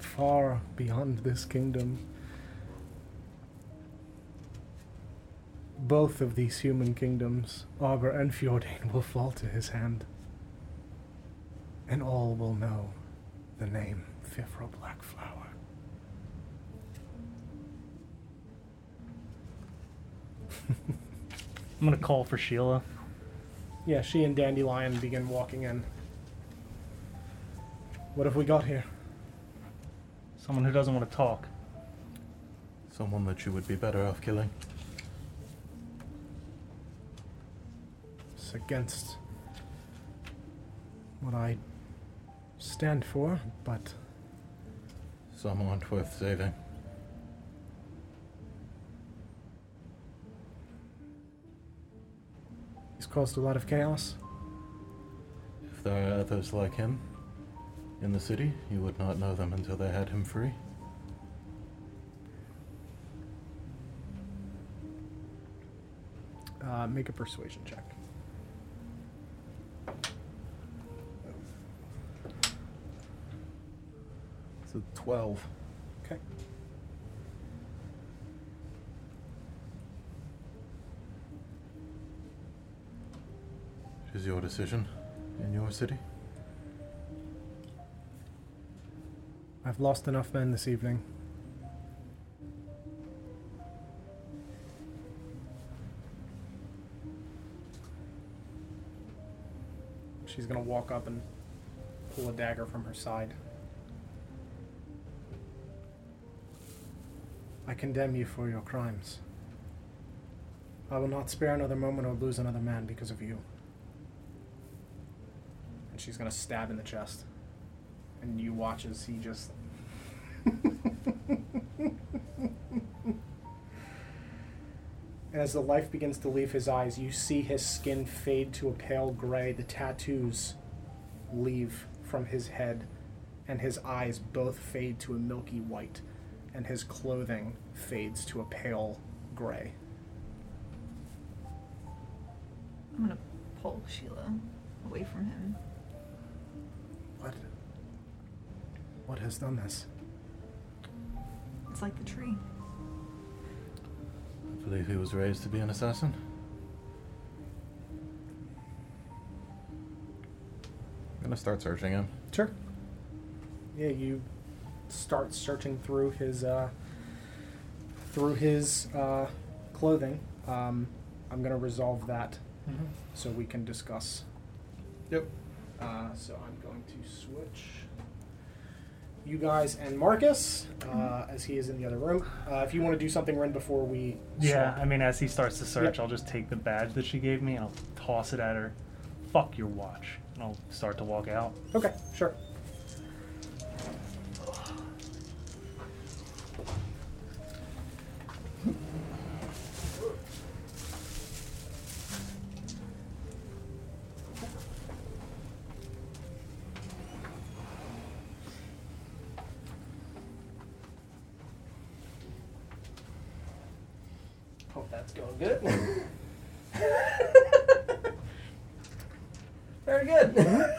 Speaker 1: far beyond this kingdom. Both of these human kingdoms, Arbor and Fjordane, will fall to his hand. And all will know the name Fivril Blackflower.
Speaker 7: I'm gonna call for Sheila.
Speaker 2: Yeah, she and Dandelion begin walking in. What have we got here?
Speaker 7: Someone who doesn't want to talk.
Speaker 6: Someone that you would be better off killing.
Speaker 1: It's against what I stand for, but
Speaker 6: Some aren't worth saving.
Speaker 1: he's caused a lot of chaos.
Speaker 6: If there are others like him in the city, you would not know them until they had him free.
Speaker 2: Uh, make a persuasion check.
Speaker 6: to 12.
Speaker 2: Okay.
Speaker 6: It is your decision in your city.
Speaker 1: I've lost enough men this evening.
Speaker 2: She's gonna walk up and pull a dagger from her side.
Speaker 1: I condemn you for your crimes. I will not spare another moment or lose another man because of you.
Speaker 2: and she's gonna stab in the chest. And you watch as he just. and as the life begins to leave his eyes, you see his skin fade to a pale gray, the tattoos leave from his head, and his eyes both fade to a milky white, and his clothing fades to a pale gray.
Speaker 4: I'm gonna pull Sheila away from him.
Speaker 1: What? What has done this?
Speaker 4: It's like the tree.
Speaker 6: I believe he was raised to be an assassin. I'm gonna start searching him.
Speaker 2: Sure. Yeah, you start searching through his uh, through his uh, clothing. Um, I'm gonna resolve that so we can discuss.
Speaker 6: Yep.
Speaker 2: Uh, so I'm going to switch you guys and Marcus uh, as he is in the other room. Uh, if you want to do something, Ren, before we
Speaker 7: Yeah,
Speaker 2: swap.
Speaker 7: I mean, as he starts to search,
Speaker 2: Yep.
Speaker 7: I'll just take the badge that she gave me and I'll toss it at her. Fuck your watch. And I'll start to walk out.
Speaker 2: Okay, sure.
Speaker 9: Hope that's going good.
Speaker 2: Mm-hmm.
Speaker 3: (laughs) Very
Speaker 2: Mm-hmm.
Speaker 3: good.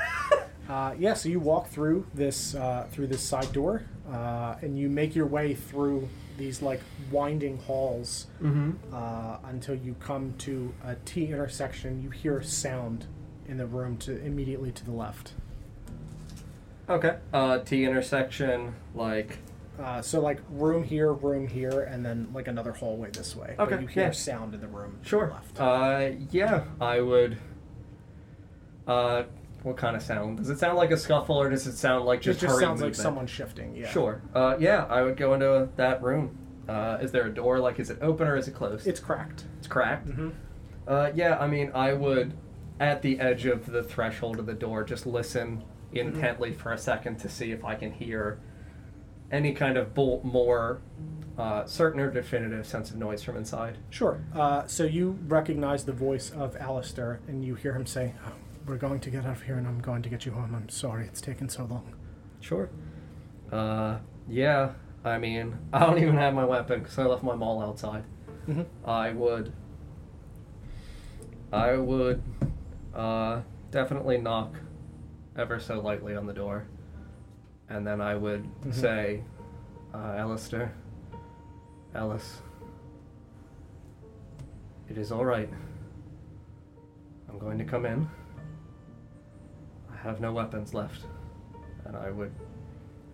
Speaker 2: Uh, yeah, so you walk through this uh, through this side door, uh, and you make your way through these like winding halls
Speaker 3: Mm-hmm.
Speaker 2: uh, until you come to a T intersection. You hear a sound in the room to immediately to the left.
Speaker 3: (laughs) okay. Uh, T intersection, like
Speaker 2: Uh, so like room here, room here, and then like another hallway this way. But
Speaker 3: Okay,
Speaker 2: you hear
Speaker 3: yeah.
Speaker 2: a sound in the room. To
Speaker 3: Sure.
Speaker 2: The left.
Speaker 3: Uh, yeah, I would. Uh, what kind of sound? Does it sound like a scuffle, or does it sound like just
Speaker 2: it just
Speaker 3: hurried
Speaker 2: sounds like
Speaker 3: movement?
Speaker 2: someone shifting. Yeah.
Speaker 3: Sure. Uh, yeah, I would go into that room. Uh, is there a door? Like, is it open or is it closed?
Speaker 2: It's cracked.
Speaker 3: It's cracked. Uh, yeah, I mean, I would, at the edge of the threshold of the door, just listen
Speaker 2: Mm-hmm.
Speaker 3: intently for a second to see if I can hear any kind of bull- more uh, certain or definitive sense of noise from inside.
Speaker 2: Sure. Uh, so you recognize the voice of Alistair, and you hear him say,
Speaker 1: Oh, we're going to get out of here and I'm going to get you home. I'm sorry it's taken so long.
Speaker 3: Sure. Uh, yeah. I mean, (laughs) I don't even have my weapon because I left my maul outside.
Speaker 2: Mhm.
Speaker 3: I would. I would uh, definitely knock ever so lightly on the door. And then I would say, uh, Alistair, Alice, it is alright. I'm going to come in. I have no weapons left. And I would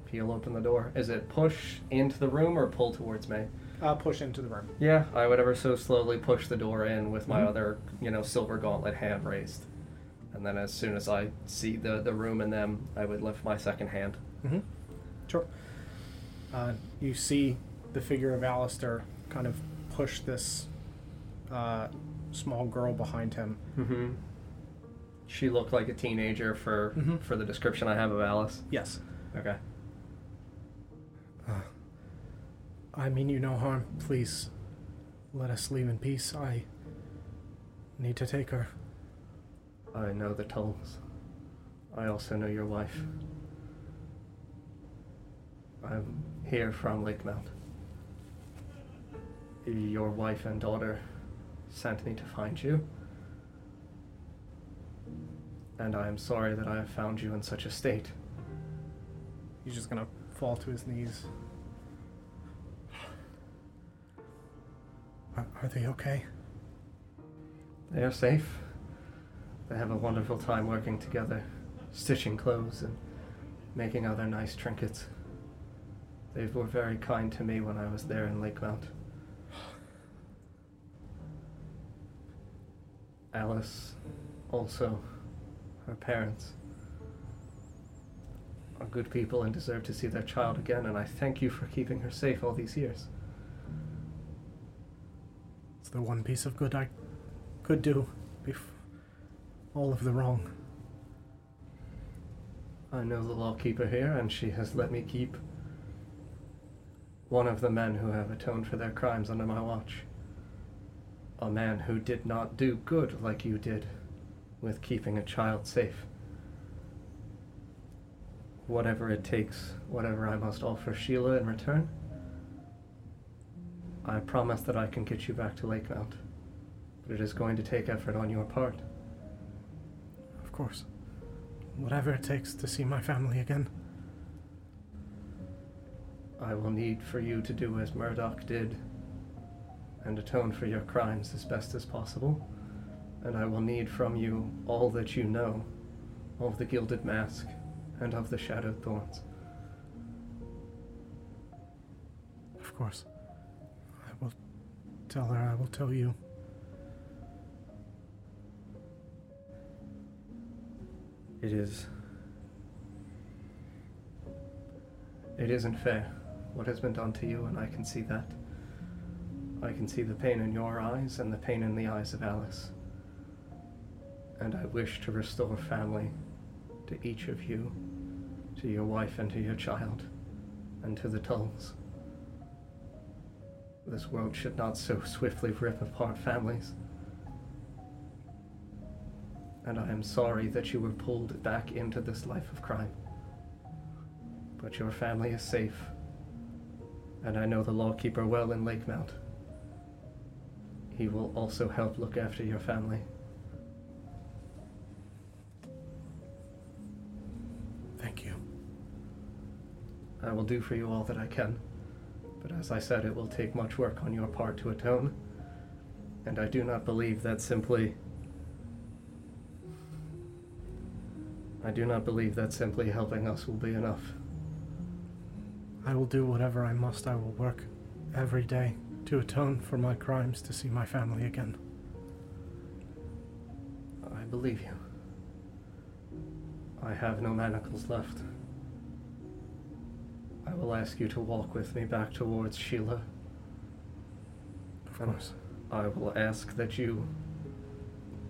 Speaker 3: peel open the door. Is it push into the room or pull towards me?
Speaker 2: uh, "Push into the room."
Speaker 3: Yeah, I would ever so slowly push the door in with my other, you know, silver gauntlet hand raised. And then as soon as I see the, the room and them, I would lift my second hand.
Speaker 2: Mm-hmm. Sure. Uh, you see the figure of Alistair kind of push this uh, small girl behind him.
Speaker 3: Mm-hmm. She looked like a teenager for
Speaker 2: Mhm.
Speaker 3: for the description I have of Alice.
Speaker 2: Yes.
Speaker 3: Mm-hmm. Okay.
Speaker 1: I mean you no harm. Please let us leave in peace. I need to take her.
Speaker 3: I know the tolls. I also know your wife. I'm here from Lake Mount. Your wife and daughter sent me to find you. And I am sorry that I have found you in such a state.
Speaker 2: He's just gonna
Speaker 1: fall to his knees. Are, are they okay?
Speaker 3: They are safe. They have a wonderful time working together, stitching clothes and making other nice trinkets. They were very kind to me when I was there in Lakemount. Alice, also, her parents, are good people and deserve to see their child again, and I thank you for keeping her safe all these years.
Speaker 1: It's the one piece of good I could do. Bef- all of the wrong.
Speaker 3: I know the lawkeeper here, and she has let me keep one of the men who have atoned for their crimes under my watch. A man who did not do good like you did with keeping a child safe. Whatever it takes, whatever I must offer Sheila in return, I promise that I can get you back to Lakemount. But it is going to take effort on your part.
Speaker 1: Of course. Whatever it takes to see my family again.
Speaker 3: I will need for you to do as Murdoch did and atone for your crimes as best as possible. And I will need from you all that you know of the Gilded Mask and of the Shadowed Thorns.
Speaker 1: Of course. I will tell her, I will tell you.
Speaker 3: It is. It isn't fair what has been done to you, and I can see that. I can see the pain in your eyes and the pain in the eyes of Alice. And I wish to restore family to each of you, to your wife and to your child, and to the Tulls. This world should not so swiftly rip apart families. And I am sorry that you were pulled back into this life of crime. But your family is safe. And I know the lawkeeper well in Lakemount. He will also help look after your family.
Speaker 1: Thank you.
Speaker 3: I will do for you all that I can. But as I said, it will take much work on your part to atone. And I do not believe that simply. I do not believe that simply helping us will be enough.
Speaker 1: I will do whatever I must. I will work every day to atone for my crimes to see my family again.
Speaker 3: I believe you. I have no manacles left. I will ask you to walk with me back towards Sheila.
Speaker 1: Of
Speaker 3: And
Speaker 1: course.
Speaker 3: I will ask that you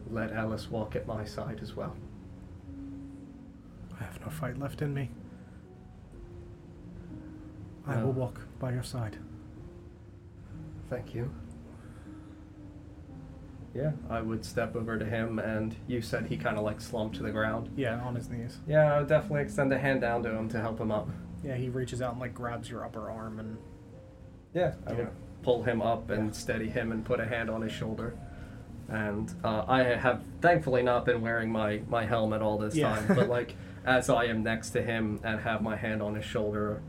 Speaker 3: let Alice walk at my side as well.
Speaker 1: I have no fight left in me. I
Speaker 3: No.
Speaker 1: will walk by your side.
Speaker 3: Thank you. Yeah, I would step over to him, and you said he kind of like slumped to the ground.
Speaker 2: Yeah, on his knees.
Speaker 3: Yeah, I would definitely extend a hand down to him to help him up.
Speaker 2: Yeah, he reaches out and like grabs your upper arm and
Speaker 3: Yeah, I
Speaker 2: Yeah.
Speaker 3: would pull him up and steady him and put a hand on his shoulder. And uh, I have thankfully not been wearing my, my helmet all this
Speaker 2: Yeah.
Speaker 3: time, but like as I am next to him and have my hand on his shoulder,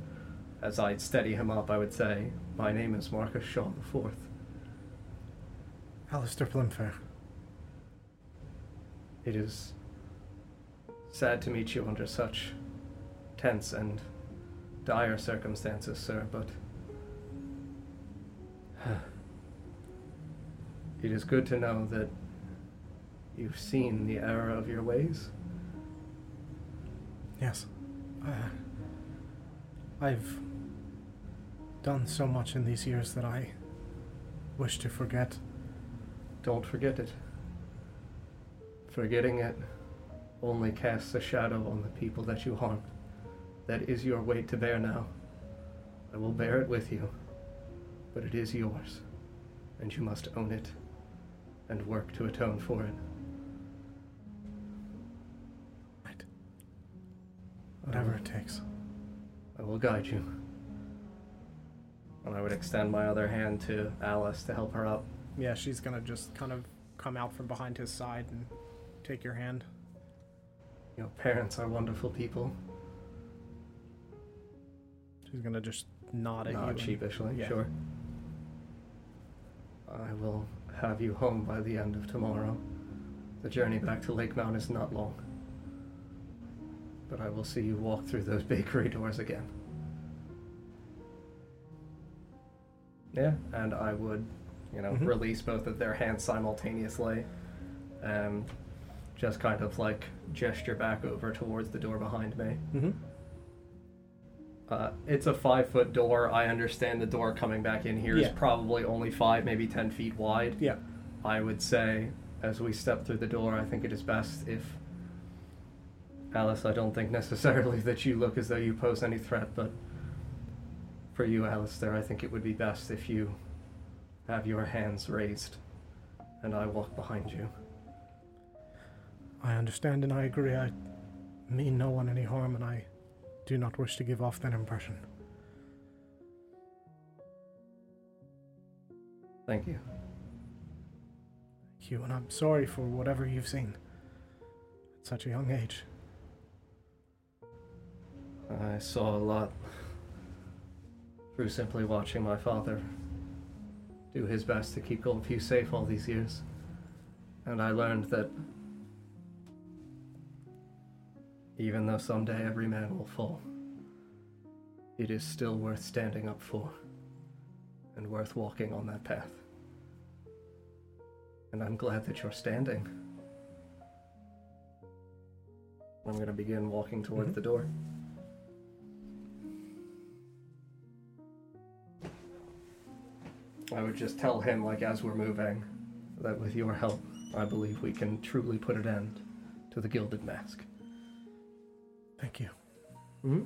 Speaker 3: as I steady him up, I would say, "My name is Marcus Shaw the Fourth.
Speaker 1: Alistair Plimfair.
Speaker 3: It is sad to meet you under such tense and dire circumstances, sir, but (sighs) it is good to know that you've seen the error of your ways.
Speaker 1: Yes. Uh, I've done so much in these years that I wish to forget.
Speaker 3: Don't forget it. Forgetting it only casts a shadow on the people that you harmed. That is your weight to bear now. I will bear it with you, but it is yours, and you must own it and work to atone for it.
Speaker 1: Right. Whatever it takes.
Speaker 3: I will guide you. And I would extend my other hand to Alice to help her up.
Speaker 2: yeah, she's gonna just kind of come out from behind his side and take your hand.
Speaker 3: Your parents are wonderful people.
Speaker 11: She's gonna just nod at you.
Speaker 3: Not
Speaker 11: and-
Speaker 3: sheepishly,
Speaker 11: yeah.
Speaker 3: sure. I will have you home by the end of tomorrow. The journey back to Lake Mount is not long. But I will see you walk through those bakery doors again. Yeah, Mm-hmm. and I would, you know, release both of their hands simultaneously and just kind of like gesture back over towards the door behind me.
Speaker 11: Mhm.
Speaker 2: Mm-hmm.
Speaker 3: Uh, it's a five foot door. I understand the door coming back in here is
Speaker 11: Yeah.
Speaker 3: probably only five, maybe ten feet wide.
Speaker 11: Yeah.
Speaker 3: I would say, as we step through the door, I think it is best if. Alice, I don't think necessarily (laughs) that you look as though you pose any threat, but for you, Alistair, I think it would be best if you have your hands raised and I walk behind you.
Speaker 2: I understand and I agree. I mean no one any harm and I do not wish to give off that impression.
Speaker 3: Thank you.
Speaker 2: Thank you, and I'm sorry for whatever you've seen at such a young age.
Speaker 3: I saw a lot through simply watching my father do his best to keep Goldview safe all these years. And I learned that even though someday every man will fall, it is still worth standing up for and worth walking on that path. And I'm glad that you're standing. I'm going to begin walking towards the door. I would just tell him, like, as we're moving, that with your help, I believe we can truly put an end to the Gilded Mask.
Speaker 2: Thank you.
Speaker 3: Mm-hmm.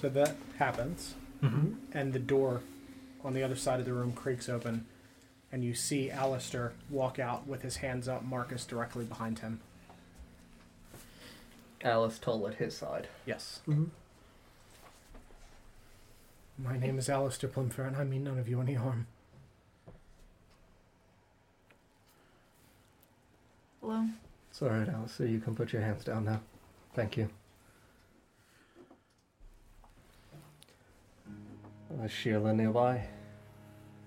Speaker 11: So that happens, and the door on the other side of the room creaks open, and you see Alistair walk out with his hands up, Marcus directly behind him.
Speaker 3: Alice told at his side.
Speaker 11: Yes.
Speaker 2: My name is Alistair Plumfer and I mean none of you any harm.
Speaker 4: Hello?
Speaker 3: It's alright, Alice, so you can put your hands down now. Thank you. Uh, Sheila nearby.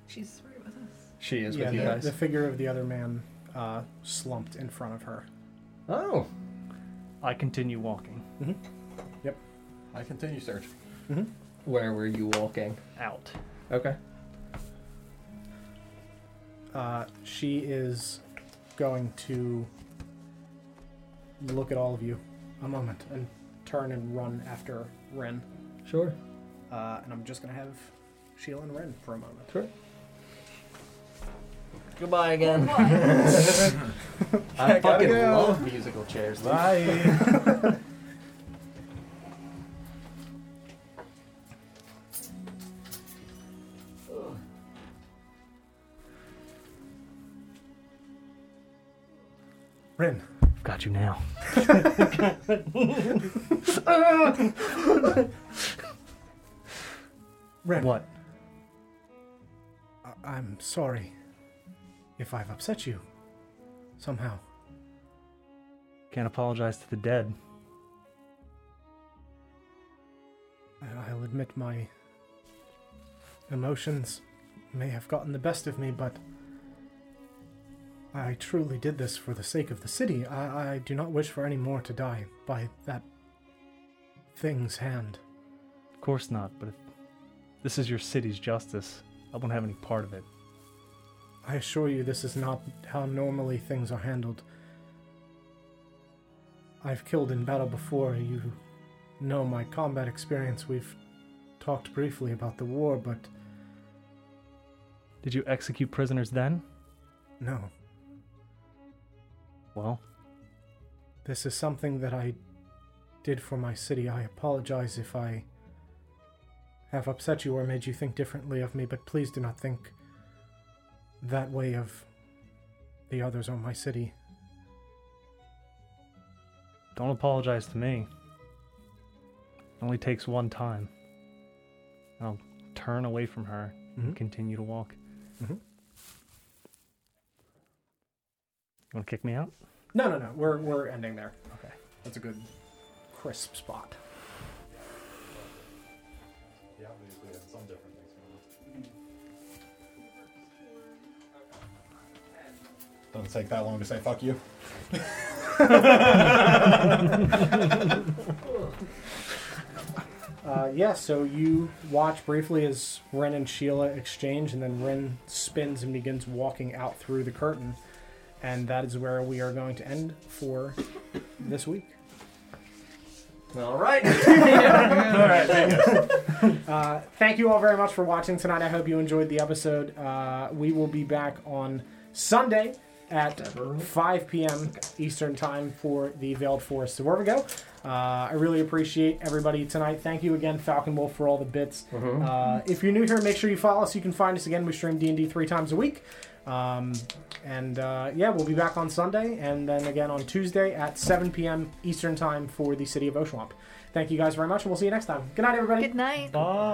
Speaker 4: She's right with us.
Speaker 3: She is
Speaker 11: yeah,
Speaker 3: with you
Speaker 11: the,
Speaker 3: guys.
Speaker 11: the figure of the other man uh, slumped in front of her.
Speaker 3: Oh,
Speaker 7: I continue walking
Speaker 6: I continue searching.
Speaker 3: where were you walking?
Speaker 7: out.
Speaker 3: Okay.
Speaker 11: Uh, she is going to look at all of you
Speaker 2: A moment.
Speaker 11: and turn and run after Ren.
Speaker 3: Sure.
Speaker 11: Uh, and I'm just going to have Sheila and Ren for a moment.
Speaker 3: Sure. Goodbye (laughs) again.
Speaker 4: What?
Speaker 3: I fucking
Speaker 12: go.
Speaker 3: love musical chairs. dude.
Speaker 12: Bye.
Speaker 2: (laughs) Rin,
Speaker 7: Got you now.
Speaker 2: (laughs) Rin,
Speaker 7: What?
Speaker 2: I- I'm sorry if I've upset you somehow.
Speaker 7: Can't apologize to the dead.
Speaker 2: I- I'll admit my emotions may have gotten the best of me, but I truly did this for the sake of the city. I, I do not wish for any more to die by that thing's hand.
Speaker 7: Of course not, but if this is your city's justice, I won't have any part of it.
Speaker 2: I assure you, this is not how normally things are handled. I've killed in battle before. You know my combat experience. We've talked briefly about the war, but
Speaker 7: Did you execute prisoners then?
Speaker 2: no.
Speaker 7: Well,
Speaker 2: This is something that I did for my city. I apologize if I have upset you or made you think differently of me, but please do not think that way of the others on my city.
Speaker 7: Don't apologize to me. It only takes one time. I'll turn away from her and continue to walk. You want to kick me out?
Speaker 2: No, no, no. We're we're ending there.
Speaker 7: Okay.
Speaker 2: That's a good crisp spot.
Speaker 10: Yeah, obviously, had some different things going on. Doesn't take that long to say fuck you.
Speaker 2: Uh, yeah, so you watch briefly as Ren and Sheila exchange, and then Ren spins and begins walking out through the curtain. And that is where we are going to end for this week.
Speaker 3: All right.
Speaker 2: (laughs) Uh, Thank you all very much for watching tonight. I hope you enjoyed the episode. Uh, we will be back on Sunday at 5 p.m. Eastern Time for the Veiled Forest of Orvigo. Uh, I really appreciate everybody tonight. Thank you again, Falcon Wolf, for all the bits. Uh, if you're new here, make sure you follow us. You can find us again. We stream D&D three times a week. Um, and uh, yeah, we'll be back on Sunday and then again on Tuesday at 7 p.m. Eastern Time for the City of Oshawamp. Thank you guys very much, and we'll see you next time. Good night, everybody.
Speaker 4: Good night.
Speaker 7: Bye.